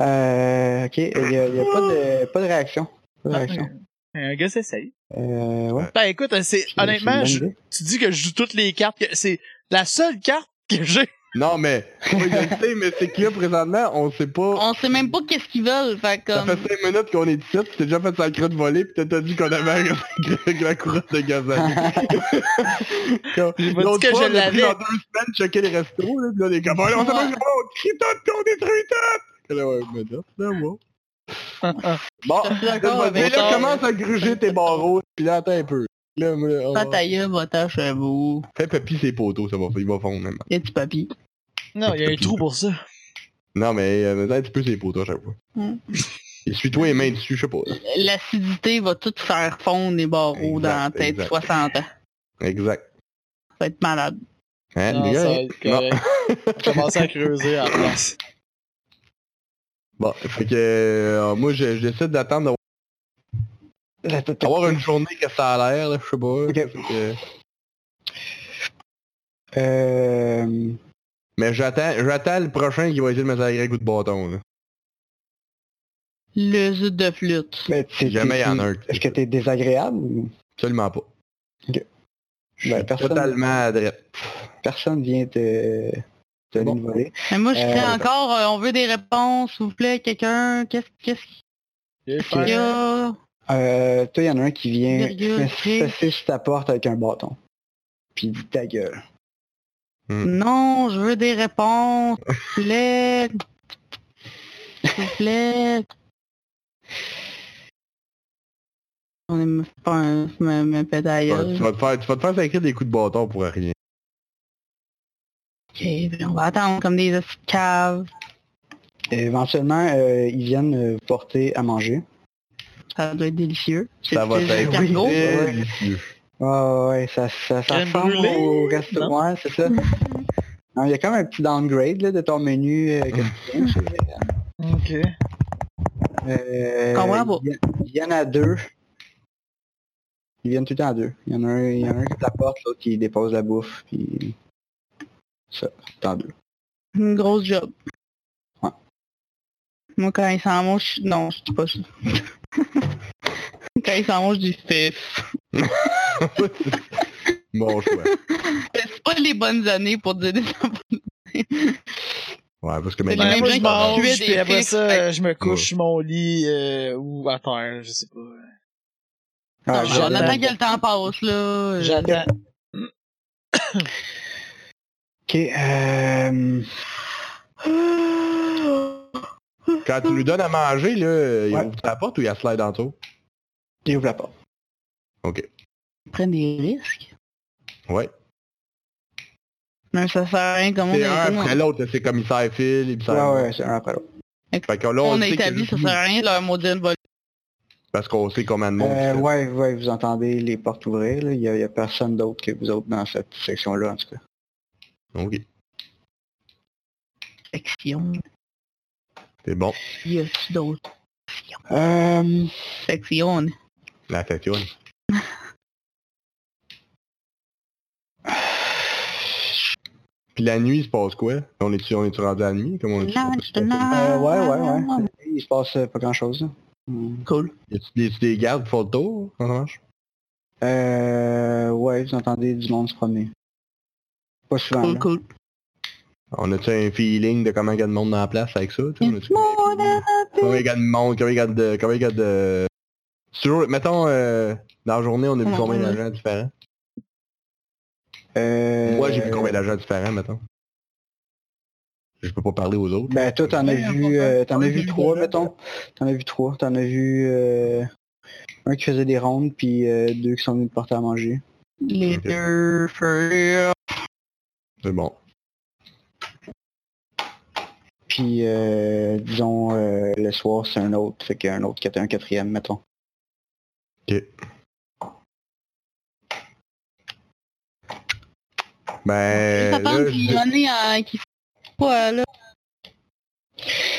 Speaker 4: Euh, ok, il n'y a, il y a pas, de, pas de réaction.
Speaker 1: Ah,
Speaker 4: Pas de réaction.
Speaker 5: Un gars s'essaye.
Speaker 4: Euh, ouais.
Speaker 5: Ben écoute, c'est
Speaker 4: c'est-
Speaker 5: honnêtement,
Speaker 4: c'est
Speaker 5: je-
Speaker 4: une bonne idée.
Speaker 5: tu dis que je joue toutes les cartes. que C'est la seule carte que j'ai.
Speaker 2: Non, mais, oui, je le sais, mais c'est que là, présentement, on sait pas.
Speaker 3: On sait même pas qu'est-ce qu'ils veulent, fait
Speaker 2: Ça
Speaker 3: comme.
Speaker 2: fait 5 minutes qu'on est ici, tu t'es déjà fait sacré de voler, pis t'as dit qu'on avait avec la couronne de gazelle. Comme-
Speaker 5: J'ai pas dit
Speaker 2: L'autre
Speaker 5: que je
Speaker 2: fois, on a pris
Speaker 5: l'avais.
Speaker 2: dans deux semaines, checker les restos, là, pis là, les gars, Bon, allez, on s'en va, on s'en va, on crie tout, pis on détruit tout! Là, ouais, mais là, là, ouais. Bon,
Speaker 3: Je suis
Speaker 2: là,
Speaker 3: d'accord
Speaker 2: je vais
Speaker 3: avec
Speaker 2: dire, là,
Speaker 3: toi.
Speaker 2: commence à gruger tes barreaux, pis là, attends un peu. Là, moi, on
Speaker 3: Ah,
Speaker 2: va-
Speaker 3: ta gueule, va-t'en, je suis beau.
Speaker 2: Fais papy ses poteaux, ça va, il va fondre, même.
Speaker 3: Et du papy.
Speaker 5: Non, il y a un trou pour ça.
Speaker 2: Non, mais euh, un petit peu ses poteaux à chaque fois.
Speaker 3: Mm.
Speaker 2: Et suis-toi les mains dessus, je sais pas. là.
Speaker 3: L'acidité va tout faire fondre les barreaux
Speaker 2: Exact,
Speaker 3: dans la tête
Speaker 2: exact.
Speaker 3: 60 ans.
Speaker 2: Exact.
Speaker 3: Ça va être malade.
Speaker 2: Hein,
Speaker 5: Non,
Speaker 2: les
Speaker 5: ça
Speaker 2: gars,
Speaker 5: va
Speaker 2: hein?
Speaker 5: être correct. On commence à creuser à la place.
Speaker 2: Bon, fait que euh, moi, je- je décide d'attendre d'avoir-
Speaker 4: La tête-
Speaker 2: d'avoir une journée que ça a l'air, là, je sais pas.
Speaker 4: Ok.
Speaker 2: Fait que-
Speaker 4: Euh,
Speaker 2: mais j'attends j'attends le prochain qui va essayer de me sacrer un coup de bâton. Là.
Speaker 3: Le zut de flûte.
Speaker 4: mais t'es-
Speaker 2: Si jamais il y en a un.
Speaker 4: Est-ce que t'es désagréable ou-
Speaker 2: Absolument pas. Je
Speaker 4: Ben,
Speaker 2: suis
Speaker 4: personne-
Speaker 2: totalement à droite.
Speaker 4: personne vient te, te
Speaker 2: Bon.
Speaker 4: nous voler?
Speaker 3: Mais moi, je
Speaker 4: Euh,
Speaker 3: crée encore, euh, on veut des réponses, s'il vous plaît, quelqu'un. Qu'est-ce qu'est-ce qu'il y a?
Speaker 4: Euh, toi, il y en a un qui vient
Speaker 3: Virgule,
Speaker 4: fesser sur ta porte avec un bâton. Puis il dit ta gueule.
Speaker 2: Hmm.
Speaker 3: Non, je veux des réponses, s'il vous plaît. S'il vous plaît. On est me faire un me, me
Speaker 2: Tu
Speaker 3: pédaille.
Speaker 2: vas, tu
Speaker 3: Ok,
Speaker 2: vas te faire, tu vas te faire sacrer des coups de bâton pour rien.
Speaker 3: ben on va attendre comme des escaves.
Speaker 4: éventuellement, euh, ils viennent euh, porter à manger.
Speaker 3: Ça doit être délicieux. C'est
Speaker 2: Ça va
Speaker 3: des
Speaker 2: être
Speaker 3: escargots.
Speaker 4: ouais.
Speaker 2: délicieux.
Speaker 4: Ah ouais, ça, ça, ça
Speaker 5: Crème
Speaker 4: ressemble
Speaker 5: brûlée,
Speaker 4: au restaurant, ouais, c'est ça. Non, il y a quand même un petit downgrade là, de ton menu euh, quotidien.
Speaker 5: Ok.
Speaker 4: Euh,
Speaker 3: Comment va?
Speaker 4: ils vi- Ils viennent à deux. Ils viennent tout le temps à deux. Il y en a un, il y en a un qui t'apporte, l'autre qui dépose la bouffe, puis ça, tout le temps deux.
Speaker 3: Une grosse job.
Speaker 4: Ouais.
Speaker 3: Moi, quand ils s'en vont, je... Non, je dis pas ça. quand ils s'en vont, je dis fif.
Speaker 2: Bon choix.
Speaker 3: C'est pas les bonnes années pour dire des
Speaker 2: Ouais, parce
Speaker 3: C'est
Speaker 2: que maintenant.
Speaker 5: Ben,
Speaker 3: les mêmes
Speaker 5: moi,
Speaker 3: gens
Speaker 5: je
Speaker 3: qui
Speaker 5: mange,
Speaker 3: tuaient
Speaker 5: puis
Speaker 3: des
Speaker 5: après
Speaker 3: fixes,
Speaker 5: ça,
Speaker 3: fait-
Speaker 5: je me couche sur mon lit euh, ou à terre, je sais pas.
Speaker 4: Ah,
Speaker 3: Non, mais On
Speaker 5: j'attends.
Speaker 3: attend que le temps passe, là. euh,
Speaker 5: J'attends.
Speaker 4: Ok, euh,
Speaker 2: Quand tu lui donnes à manger, là, il
Speaker 4: Ouais.
Speaker 2: ouvre ta porte ou il a slide en dessous?
Speaker 4: il ouvre la porte.
Speaker 3: Ils prennent des risques.
Speaker 2: Ouais.
Speaker 3: Mais ça sert à rien, comme on
Speaker 2: C'est un
Speaker 3: a dit.
Speaker 2: après
Speaker 3: on-
Speaker 2: l'autre, là, c'est comme il s'effile, il
Speaker 4: Ouais,
Speaker 2: s'en...
Speaker 4: ouais, c'est un après l'autre.
Speaker 2: Fait que là, on,
Speaker 3: On a
Speaker 2: sait qu'il
Speaker 3: établi,
Speaker 2: est
Speaker 3: ça
Speaker 2: venu,
Speaker 3: sert à rien de leur maudire une volée.
Speaker 2: Parce qu'on sait combien de monde.
Speaker 4: Euh,
Speaker 2: c'est.
Speaker 4: ouais, ouais, vous entendez les portes ouvrir. là. Il n'y a, il y a personne d'autre que vous autres dans cette section-là, en tout cas.
Speaker 2: Ok,
Speaker 3: Section.
Speaker 2: c'est bon.
Speaker 3: Y a-tu d'autres
Speaker 4: Euh,
Speaker 3: sections?
Speaker 2: La section. Puis la nuit, il se passe quoi? On est-tu on est rendu à la nuit? Comme on est
Speaker 4: euh, ouais, ouais, ouais. Il se passe euh, pas grand-chose. là. Hmm.
Speaker 3: Cool.
Speaker 2: Y a-tu des, des gardes qui font le tour en marche?
Speaker 4: Euh, ouais, vous entendez du monde se promener. Pas souvent.
Speaker 3: Cool,
Speaker 4: là.
Speaker 3: cool.
Speaker 2: On a-tu un feeling de combien il y a de monde dans la place avec ça? tu sais? On a-tu
Speaker 3: Mon
Speaker 2: combien- Combien il y a de monde? Combien il y a de... Combien il y a de... C'est Toujours, mettons, euh, dans la journée, on a vu
Speaker 3: Ouais,
Speaker 2: combien
Speaker 3: ouais.
Speaker 2: d'agents différents?
Speaker 4: Euh,
Speaker 2: Moi, j'ai vu combien d'agents différents, mettons? Je peux pas parler aux autres.
Speaker 4: Ben toi, t'en as
Speaker 3: Ouais,
Speaker 4: vu, euh, t'en as
Speaker 3: on a
Speaker 4: vu
Speaker 3: vu
Speaker 4: trois,
Speaker 3: déjà.
Speaker 4: mettons. T'en as vu trois. T'en as vu euh, un qui faisait des rondes, puis euh, deux qui sont venus te porter à manger.
Speaker 3: Les
Speaker 2: Ok.
Speaker 3: deux frères.
Speaker 2: C'est bon.
Speaker 4: Puis, euh, disons, euh, le soir, c'est un autre. Fait qu'il y a un autre qui était un quatrième, mettons.
Speaker 2: Ben,
Speaker 3: Ça
Speaker 2: là,
Speaker 3: parle
Speaker 2: je-
Speaker 3: qu'il y en a euh, qui font quoi, là?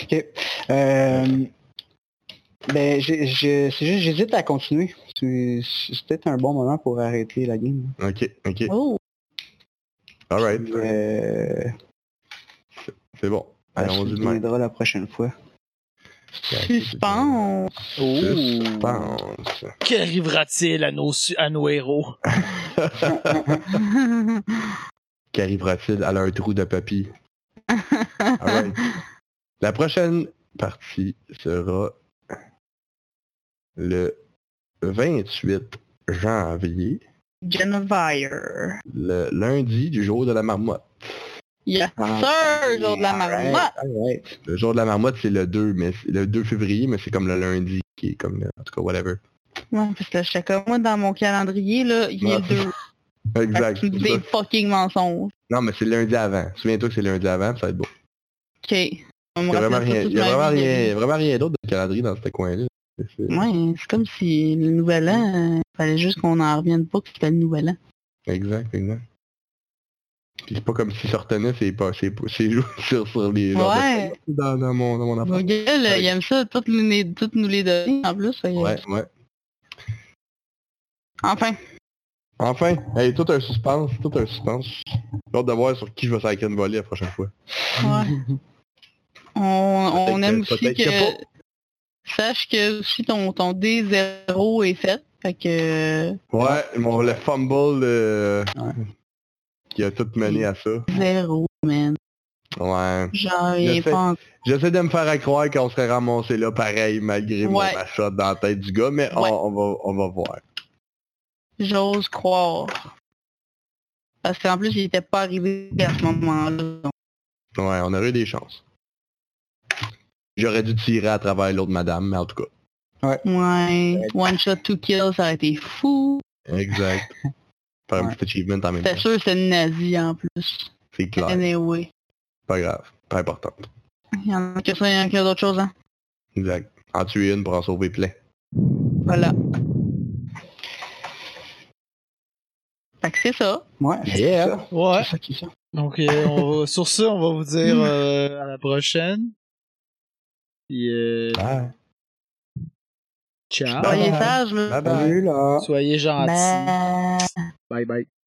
Speaker 4: Ok. Euh, ben, j'ai- j'ai- c'est juste, j'hésite à continuer. C'est c'est peut-être un bon moment pour arrêter la game.
Speaker 2: Ok, ok.
Speaker 3: Oh!
Speaker 2: Alright.
Speaker 4: Euh,
Speaker 2: C'est bon.
Speaker 4: on
Speaker 2: Allons-y
Speaker 4: se
Speaker 2: de même.
Speaker 4: reviendra la prochaine fois.
Speaker 3: Suspense!
Speaker 4: Oh.
Speaker 2: Suspense.
Speaker 5: Qu'arrivera-t-il à nos, su- à nos héros?
Speaker 2: Qu'arrivera-t-il à leur trou de papy? Alright. La prochaine partie sera le 28 janvier,
Speaker 3: Genevieve.
Speaker 2: le lundi du jour de la marmotte.
Speaker 3: Yes,
Speaker 2: Ah,
Speaker 3: sir, jour de la marmotte.
Speaker 4: Alright.
Speaker 2: Le jour de la marmotte, c'est le 2, mais c'est- le 2 février, mais c'est comme le lundi qui est comme, le- en tout cas, whatever.
Speaker 3: Ouais, parce que j'étais comme moi dans mon calendrier, là, il y a
Speaker 2: Ouais,
Speaker 3: le deux. Fait que
Speaker 2: Ah, Exact.
Speaker 3: tu me dis des fucking mensonges.
Speaker 2: Non, mais c'est lundi avant. Souviens-toi que c'est lundi avant, ça va être beau.
Speaker 3: Ok. On me
Speaker 2: Il
Speaker 3: rappelle
Speaker 2: n'y a vraiment
Speaker 3: ça
Speaker 2: rien,
Speaker 3: toute
Speaker 2: y a
Speaker 3: ma
Speaker 2: vraiment
Speaker 3: vie.
Speaker 2: rien, y a vraiment rien d'autre de calendrier dans ce coin-là. C'est- c'est-
Speaker 3: Ouais, c'est comme si le nouvel an, euh, fallait juste qu'on en revienne pas que c'était le nouvel an.
Speaker 2: Exact, exact. Puis c'est pas comme si ça retenait, c'est pas, c'est, pas- c'est joué sur, sur les genres de-
Speaker 3: Ouais.
Speaker 2: dans, dans mon, dans mon
Speaker 3: Mon
Speaker 2: appart.
Speaker 3: gars, là,
Speaker 2: Ouais.
Speaker 3: il aime ça, toutes, nous les- toutes nous les donner en plus. fait que-
Speaker 2: Ouais, ouais.
Speaker 3: Enfin,
Speaker 2: Enfin, hey, tout un suspense, tout un suspense. J'ai hâte de voir sur qui je vais sacrer une volée la prochaine fois.
Speaker 3: ouais. on, on
Speaker 2: Peut-être
Speaker 3: aime
Speaker 2: que-
Speaker 3: aussi
Speaker 2: peut-être que
Speaker 3: que... Sache que si ton, ton D0 est fait, fait que...
Speaker 2: Ouais, mon, le fumble euh,
Speaker 4: Ouais.
Speaker 2: qui a tout mené à ça.
Speaker 3: Zéro, man.
Speaker 2: Ouais.
Speaker 3: J'en
Speaker 2: Je
Speaker 3: ai
Speaker 2: sais.
Speaker 3: pas encore.
Speaker 2: J'essaie de me faire à croire qu'on serait ramassé là pareil malgré mon
Speaker 3: Ouais.
Speaker 2: machin dans la tête du gars, mais on,
Speaker 3: Ouais.
Speaker 2: on va, on va voir.
Speaker 3: J'ose croire. Parce qu'en plus, il était pas arrivé à ce moment-là. donc.
Speaker 2: Ouais, on aurait eu des chances. J'aurais dû tirer à travers l'autre madame, mais en tout cas.
Speaker 3: Ouais.
Speaker 4: Ouais.
Speaker 3: One shot, two kills, ça aurait été fou.
Speaker 2: Exact. Faire un
Speaker 4: Ouais.
Speaker 2: petit achievement en même
Speaker 3: C'était
Speaker 2: temps.
Speaker 3: sûr que c'était une nazie en plus.
Speaker 2: C'est clair.
Speaker 3: Anyway.
Speaker 2: Pas grave. Pas important.
Speaker 3: Il y en a que ça, il y en a que d'autres choses, hein.
Speaker 2: Exact. En tuer une pour en sauver plein.
Speaker 3: Voilà. Fait que c'est ça.
Speaker 4: Ouais, c'est
Speaker 2: Yeah.
Speaker 4: ça.
Speaker 5: Ouais.
Speaker 4: C'est ça qui est ça.
Speaker 5: Donc, euh, on va, sur ça, on va vous dire euh, à la prochaine. Puis, euh,
Speaker 2: Ah.
Speaker 5: ciao.
Speaker 2: Bye.
Speaker 3: Soyez sages, là.
Speaker 2: Bye bye.
Speaker 4: Salut, là.
Speaker 5: Soyez gentils. Bye
Speaker 3: Bye.
Speaker 5: bye.